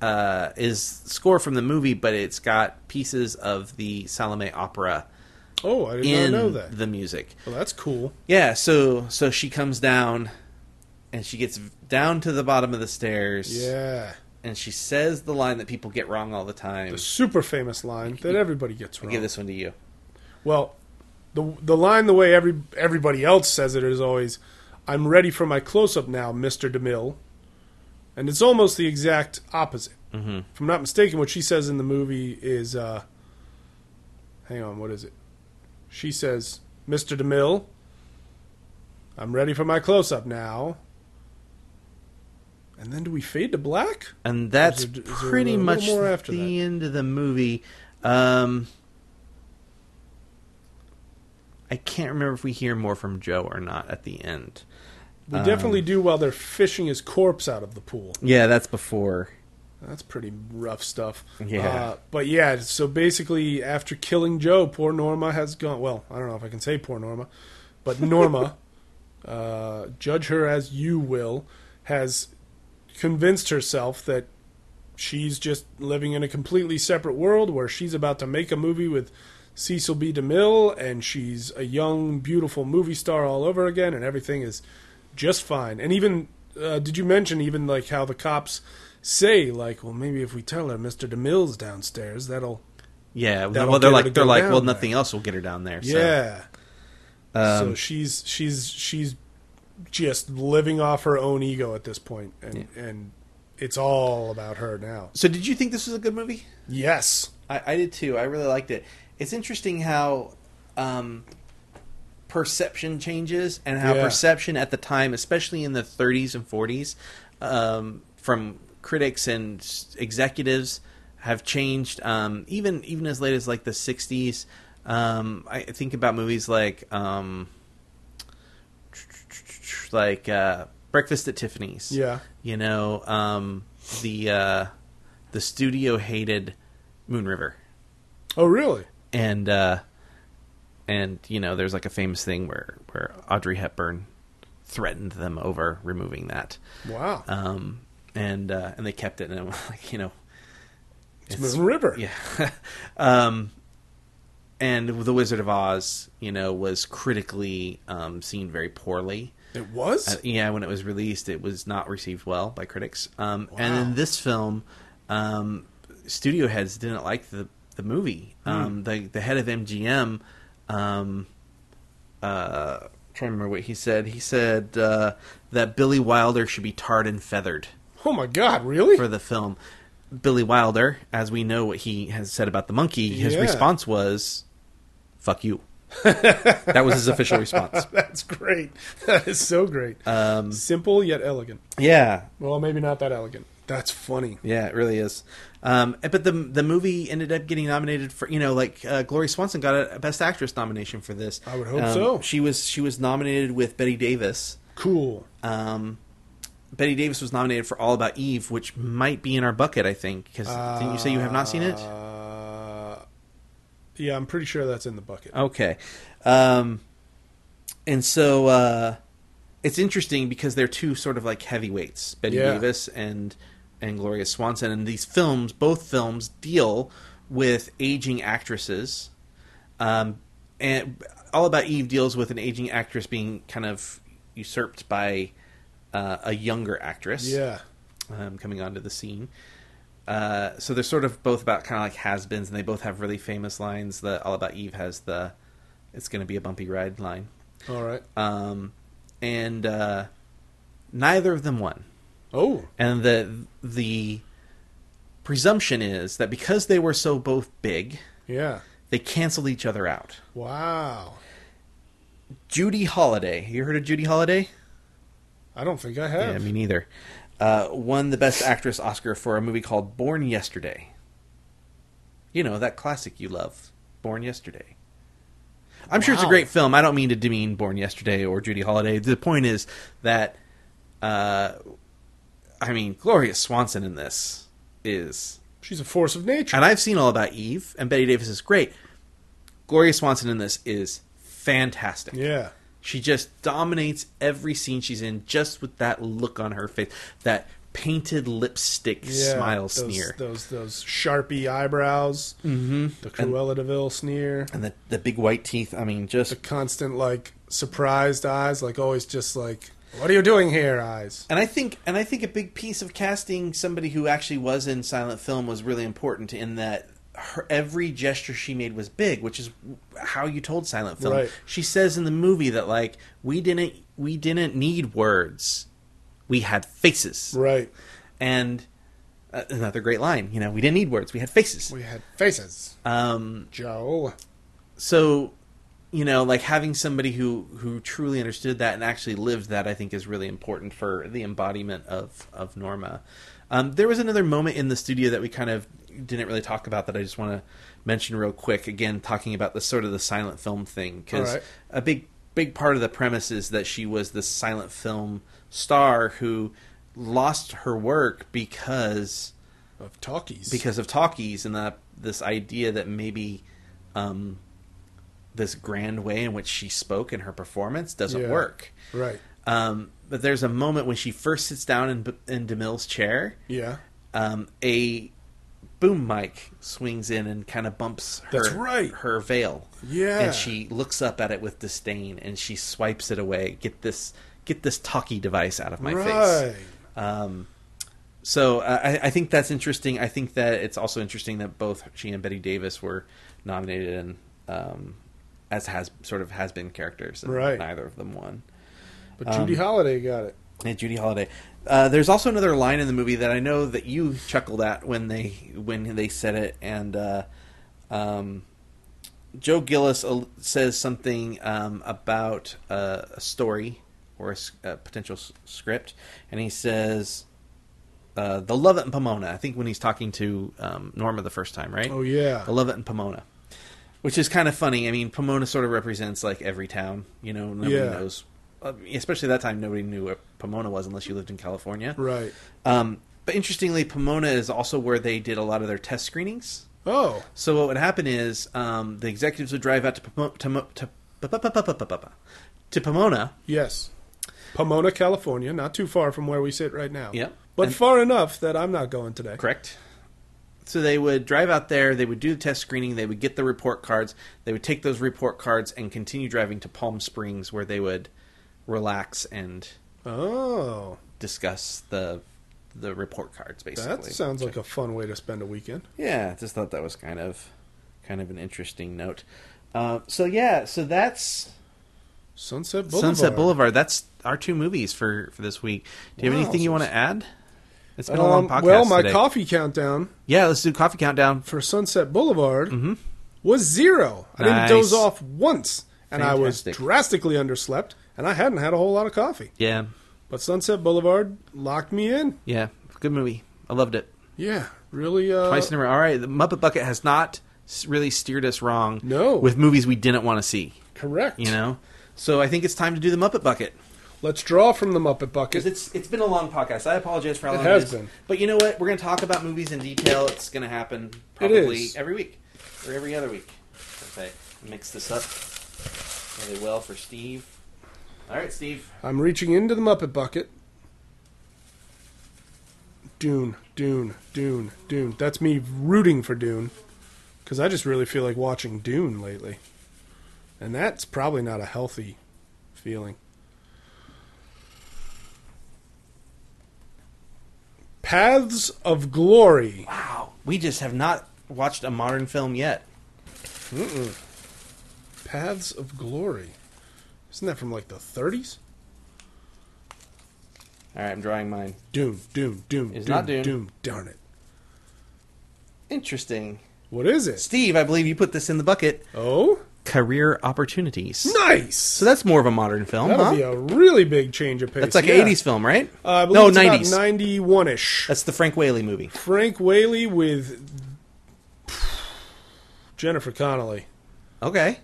F: uh, is score from the movie, but it's got pieces of the Salome opera
G: Oh, I did
F: in
G: not know that.
F: the music.
G: well, that's cool.
F: Yeah, so so she comes down and she gets down to the bottom of the stairs
G: Yeah.
F: and she says the line that people get wrong all the time.
G: The super famous line that everybody gets wrong.
F: Give this one to you.
G: Well, the the line the way every everybody else says it is always, "I'm ready for my close up now, Mister DeMille," and it's almost the exact opposite. Mm-hmm. If I'm not mistaken, what she says in the movie is, uh, "Hang on, what is it?" She says, "Mister DeMille, I'm ready for my close up now." And then do we fade to black?
F: and that's
G: Is there- is there a
F: pretty
G: little
F: much
G: more after
F: the
G: that?
F: end of the movie. Um, I can't remember if we hear more from Joe or not at the end.
G: We definitely do while they're fishing his corpse out of the pool.
F: Yeah, that's before.
G: That's pretty rough stuff.
F: Yeah.
G: Uh, but yeah, so basically, after killing Joe, poor Norma has gone. Well, I don't know if I can say poor Norma, but Norma, uh, judge her as you will, has convinced herself that she's just living in a completely separate world where she's about to make a movie with Cecil B. DeMille and she's a young, beautiful movie star all over again, and everything is just fine. And even, uh, did you mention even like how the cops say like, well, maybe if we tell her Mr. DeMille's downstairs, that'll
F: Yeah,
G: That'll
F: well, they're
G: get her
F: like
G: to
F: they're
G: go
F: like,
G: down
F: well,
G: there.
F: nothing else will get her down there. So. um,
G: yeah. so she's she's she's just living off her own ego at this point, and and it's all about her now.
F: So, did you think this was a good movie?
G: Yes.
F: I, I did too. I really liked it. It's interesting how um, perception changes and how
G: Yeah.
F: perception at the time, especially in the 30s and 40s, um, from critics and s- executives have changed. Um, even even as late as like the 60s. Um, I I think about movies like um, like uh, Breakfast at Tiffany's.
G: Yeah.
F: You know, um, the uh, the studio hated Moon River,
G: Oh, really?
F: and uh, and you know, there's like a famous thing where where Audrey Hepburn threatened them over removing that,
G: Wow.
F: um, and uh, and they kept it, and I'm like you know,
G: it's Moon River.
F: yeah. um, and The Wizard of Oz, you know, was critically um, seen very poorly.
G: It was?
F: Uh, yeah, when it was released, it was not received well by critics. Um, And
G: Wow.
F: in this film, um, studio heads didn't like the the movie.
G: Hmm.
F: Um, the the head of MGM, um, uh, trying to remember what he said. He said uh, that Billy Wilder should be tarred and feathered
G: oh my god, really?
F: for the film. Billy Wilder, as we know what he has said about the monkey, his
G: Yeah.
F: response was, "Fuck you." that was his official response.
G: That's great. That is so great. Um, Simple yet elegant.
F: Yeah,
G: Well, maybe not that elegant. That's funny.
F: Yeah, it really is. Um, but the the movie ended up getting nominated for you know like uh, Glory Swanson got a Best Actress nomination for this.
G: I would hope
F: Um,
G: so.
F: She was she was nominated with Betty Davis.
G: Cool.
F: Um, Betty Davis was nominated for All About Eve, which might be in our bucket. I think because didn't you say you have not seen it?
G: Uh, yeah, I'm
F: Oh.
G: pretty sure that's in the bucket.
F: Okay. Um, and so uh, it's interesting because they're two sort of like heavyweights, Betty
G: Yeah.
F: Davis and and Gloria Swanson, and these films, both films, deal with aging actresses. Um, and all about Eve deals with an aging actress being kind of usurped by uh, a younger actress
G: Yeah.
F: um, coming onto the scene. Uh, so they're sort of both about kind of like has-beens, and they both have really famous lines. The All About Eve has the "It's going to be a bumpy ride" line,
G: All right.
F: um, and uh, neither of them won.
G: oh.
F: And the the presumption is that because they were so both big,
G: Yeah.
F: they canceled each other out.
G: Wow.
F: Judy Holliday, you heard of Judy Holliday?
G: I don't think I
F: Yeah,
G: have.
F: me neither. Uh, won the Best Actress Oscar for a movie called Born Yesterday. You know, that classic you love, Born Yesterday. I'm sure it's a
G: Wow.
F: great film. I don't mean to demean Born Yesterday or Judy Holliday. The point is that, uh, I mean, Gloria Swanson in this is.
G: She's a force of nature.
F: And I've seen All About Eve, and Betty Davis is great. Gloria Swanson in this is fantastic.
G: yeah.
F: She just dominates every scene she's in just with that look on her face, that painted lipstick
G: Yeah.
F: smile
G: those,
F: sneer.
G: Those those sharpie eyebrows. Mm-hmm. The Cruella de Vil sneer.
F: And the, the big white teeth, I mean, just.
G: The constant like surprised eyes, like always just like what are you doing here, eyes?
F: And I think, and I think a big piece of casting somebody who actually was in silent film was really important in that her, every gesture she made was big, which is how you told silent film.
G: Right.
F: She says in the movie that like we didn't we didn't need words, we had faces.
G: Right.
F: And uh, another great line, you know, we didn't need words, we had faces.
G: We had faces.
F: Um,
G: Joe.
F: so you know like having somebody who who truly understood that and actually lived that i think is really important for the embodiment of of norma um, there was another moment in the studio that we kind of didn't really talk about that i just want to mention real quick again talking about the sort of the silent film thing because
G: All right.
F: a big big part of the premise is that she was this silent film star who lost her work because
G: Of talkies.
F: because of talkies and that this idea that maybe um, this grand way in which she spoke in her performance doesn't
G: Yeah.
F: work.
G: Right.
F: Um, but there's a moment when she first sits down in in DeMille's chair.
G: Yeah.
F: Um, a boom mic swings in and kind of bumps her
G: That's right.
F: her veil.
G: Yeah.
F: and she looks up at it with disdain and she swipes it away. Get this, get this talkie device out of my face.
G: right.
F: Um, so uh, I, I think that's interesting. I think that it's also interesting that both she and Betty Davis were nominated and um, as has sort of has been characters, and
G: Right.
F: neither of them won.
G: But
F: Um,
G: Judy Holliday got it.
F: And Judy Holliday. Uh, there's also another line in the movie that I know that you chuckled at when they when they said it, and uh, um, Joe Gillis al- says something um, about uh, a story or a, s- a potential s- script, and he says. Uh, the Love It in Pomona. I think when he's talking to um, Norma the first time, right?
G: Oh, yeah.
F: the Love It in Pomona, which is kind of funny. I mean, Pomona sort of represents like every town. You know, nobody
G: Yeah.
F: knows. uh, Especially that time, nobody knew what Pomona was unless you lived in California.
G: Right.
F: Um, but interestingly, Pomona is also where they did a lot of their test screenings.
G: Oh.
F: So what would happen is um, the executives would drive out to Pomo- to, Mo- to, pa- pa- pa- pa- pa- pa- pa- pa- to Pomona.
G: Yes. Pomona, California, not too far from where we sit right now.
F: Yep.
G: But
F: And-
G: far enough that I'm not going today.
F: Correct. So they would drive out there, they would do the test screening, they would get the report cards, they would take those report cards and continue driving to Palm Springs where they would relax and
G: Oh.
F: discuss the the report cards basically.
G: That sounds like a fun way to spend a weekend.
F: Yeah, just thought that was kind of kind of an interesting note. Uh, so yeah, so that's
G: Sunset Boulevard.
F: Sunset Boulevard. That's our two movies for for this week. Do you have anything you want to add? It's been a long
G: Um,
F: podcast.
G: well, my
F: today.
G: coffee countdown
F: Yeah, let's do coffee countdown.
G: for Sunset Boulevard was zero. I
F: Mm-hmm. Nice.
G: didn't doze off once, and I
F: Fantastic.
G: was drastically underslept, and I hadn't had a whole lot of coffee.
F: Yeah,
G: But Sunset Boulevard locked me in.
F: yeah, good movie. I loved it.
G: Yeah, really. Uh,
F: Twice in a row. All right, the Muppet Bucket has not s- really steered us wrong.
G: No.
F: with movies we didn't want to see.
G: correct.
F: You know, so I think it's time to do the Muppet Bucket.
G: let's draw from the Muppet
F: because
G: bucket.
F: it's it's been a long podcast. I apologize for how
G: It
F: long
G: has
F: is.
G: been.
F: But you know what? We're going to talk about movies in detail. It's going to happen probably
G: is.
F: every week or every other week. If I mix this up really well for Steve. All right, Steve.
G: I'm reaching into the Muppet bucket. Dune, Dune, Dune, Dune. That's me rooting for Dune because I just really feel like watching Dune lately. And that's probably not a healthy feeling. Paths of Glory.
F: Wow. We just have not watched a modern film yet.
G: Paths of Glory. Isn't that from like the 30s?
F: All right, I'm drawing mine.
G: Dune, Dune, Dune,
F: It's
G: Dune,
F: not Dune.
G: Dune. Darn it.
F: Interesting.
G: What is it?
F: Steve, I believe you put this in the bucket.
G: Oh,
F: Career opportunities.
G: nice.
F: So that's more of a modern film,
G: That'll
F: huh?
G: be a really big change of pace.
F: Uh-huh. That's like
G: yeah.
F: an 80s film, right?
G: Uh, I believe
F: no,
G: it's
F: 90s.
G: 91 ish.
F: That's the Frank Whaley movie.
G: Frank Whaley with Jennifer Connelly
F: Okay.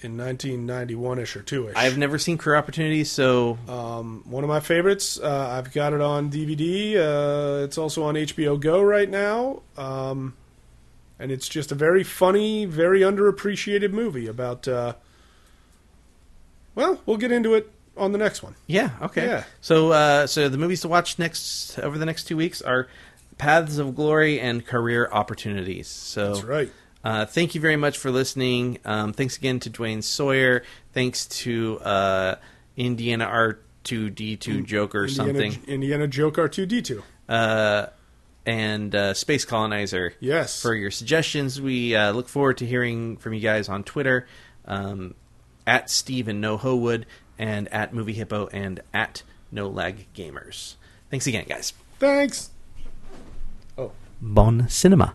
G: in 1991 ish or 2 ish.
F: I've never seen Career Opportunities, so
G: Oh. One of my favorites. Uh, I've got it on DVD. Uh, it's also on HBO Go right now. Um, and it's just a very funny, very underappreciated movie about. Uh, well, we'll get into it on the next one.
F: yeah, okay.
G: Yeah.
F: So, uh, so the movies to watch next over the next two weeks are Paths of Glory and Career Opportunities. So
G: That's right.
F: Uh, thank you very much for listening. Um, thanks again to Dwayne Sawyer. Thanks to uh, Indiana R two D two Joker or
G: Mm, Indiana,
F: something,
G: Indiana Joke R2D2.
F: uh, and uh, Space Colonizer.
G: Yes.
F: for your suggestions. We uh, look forward to hearing from you guys on Twitter um, at Steve and No Howood and at Movie Hippo and at No Lag Gamers. Thanks again, guys.
G: Thanks.
F: Bon Cinema.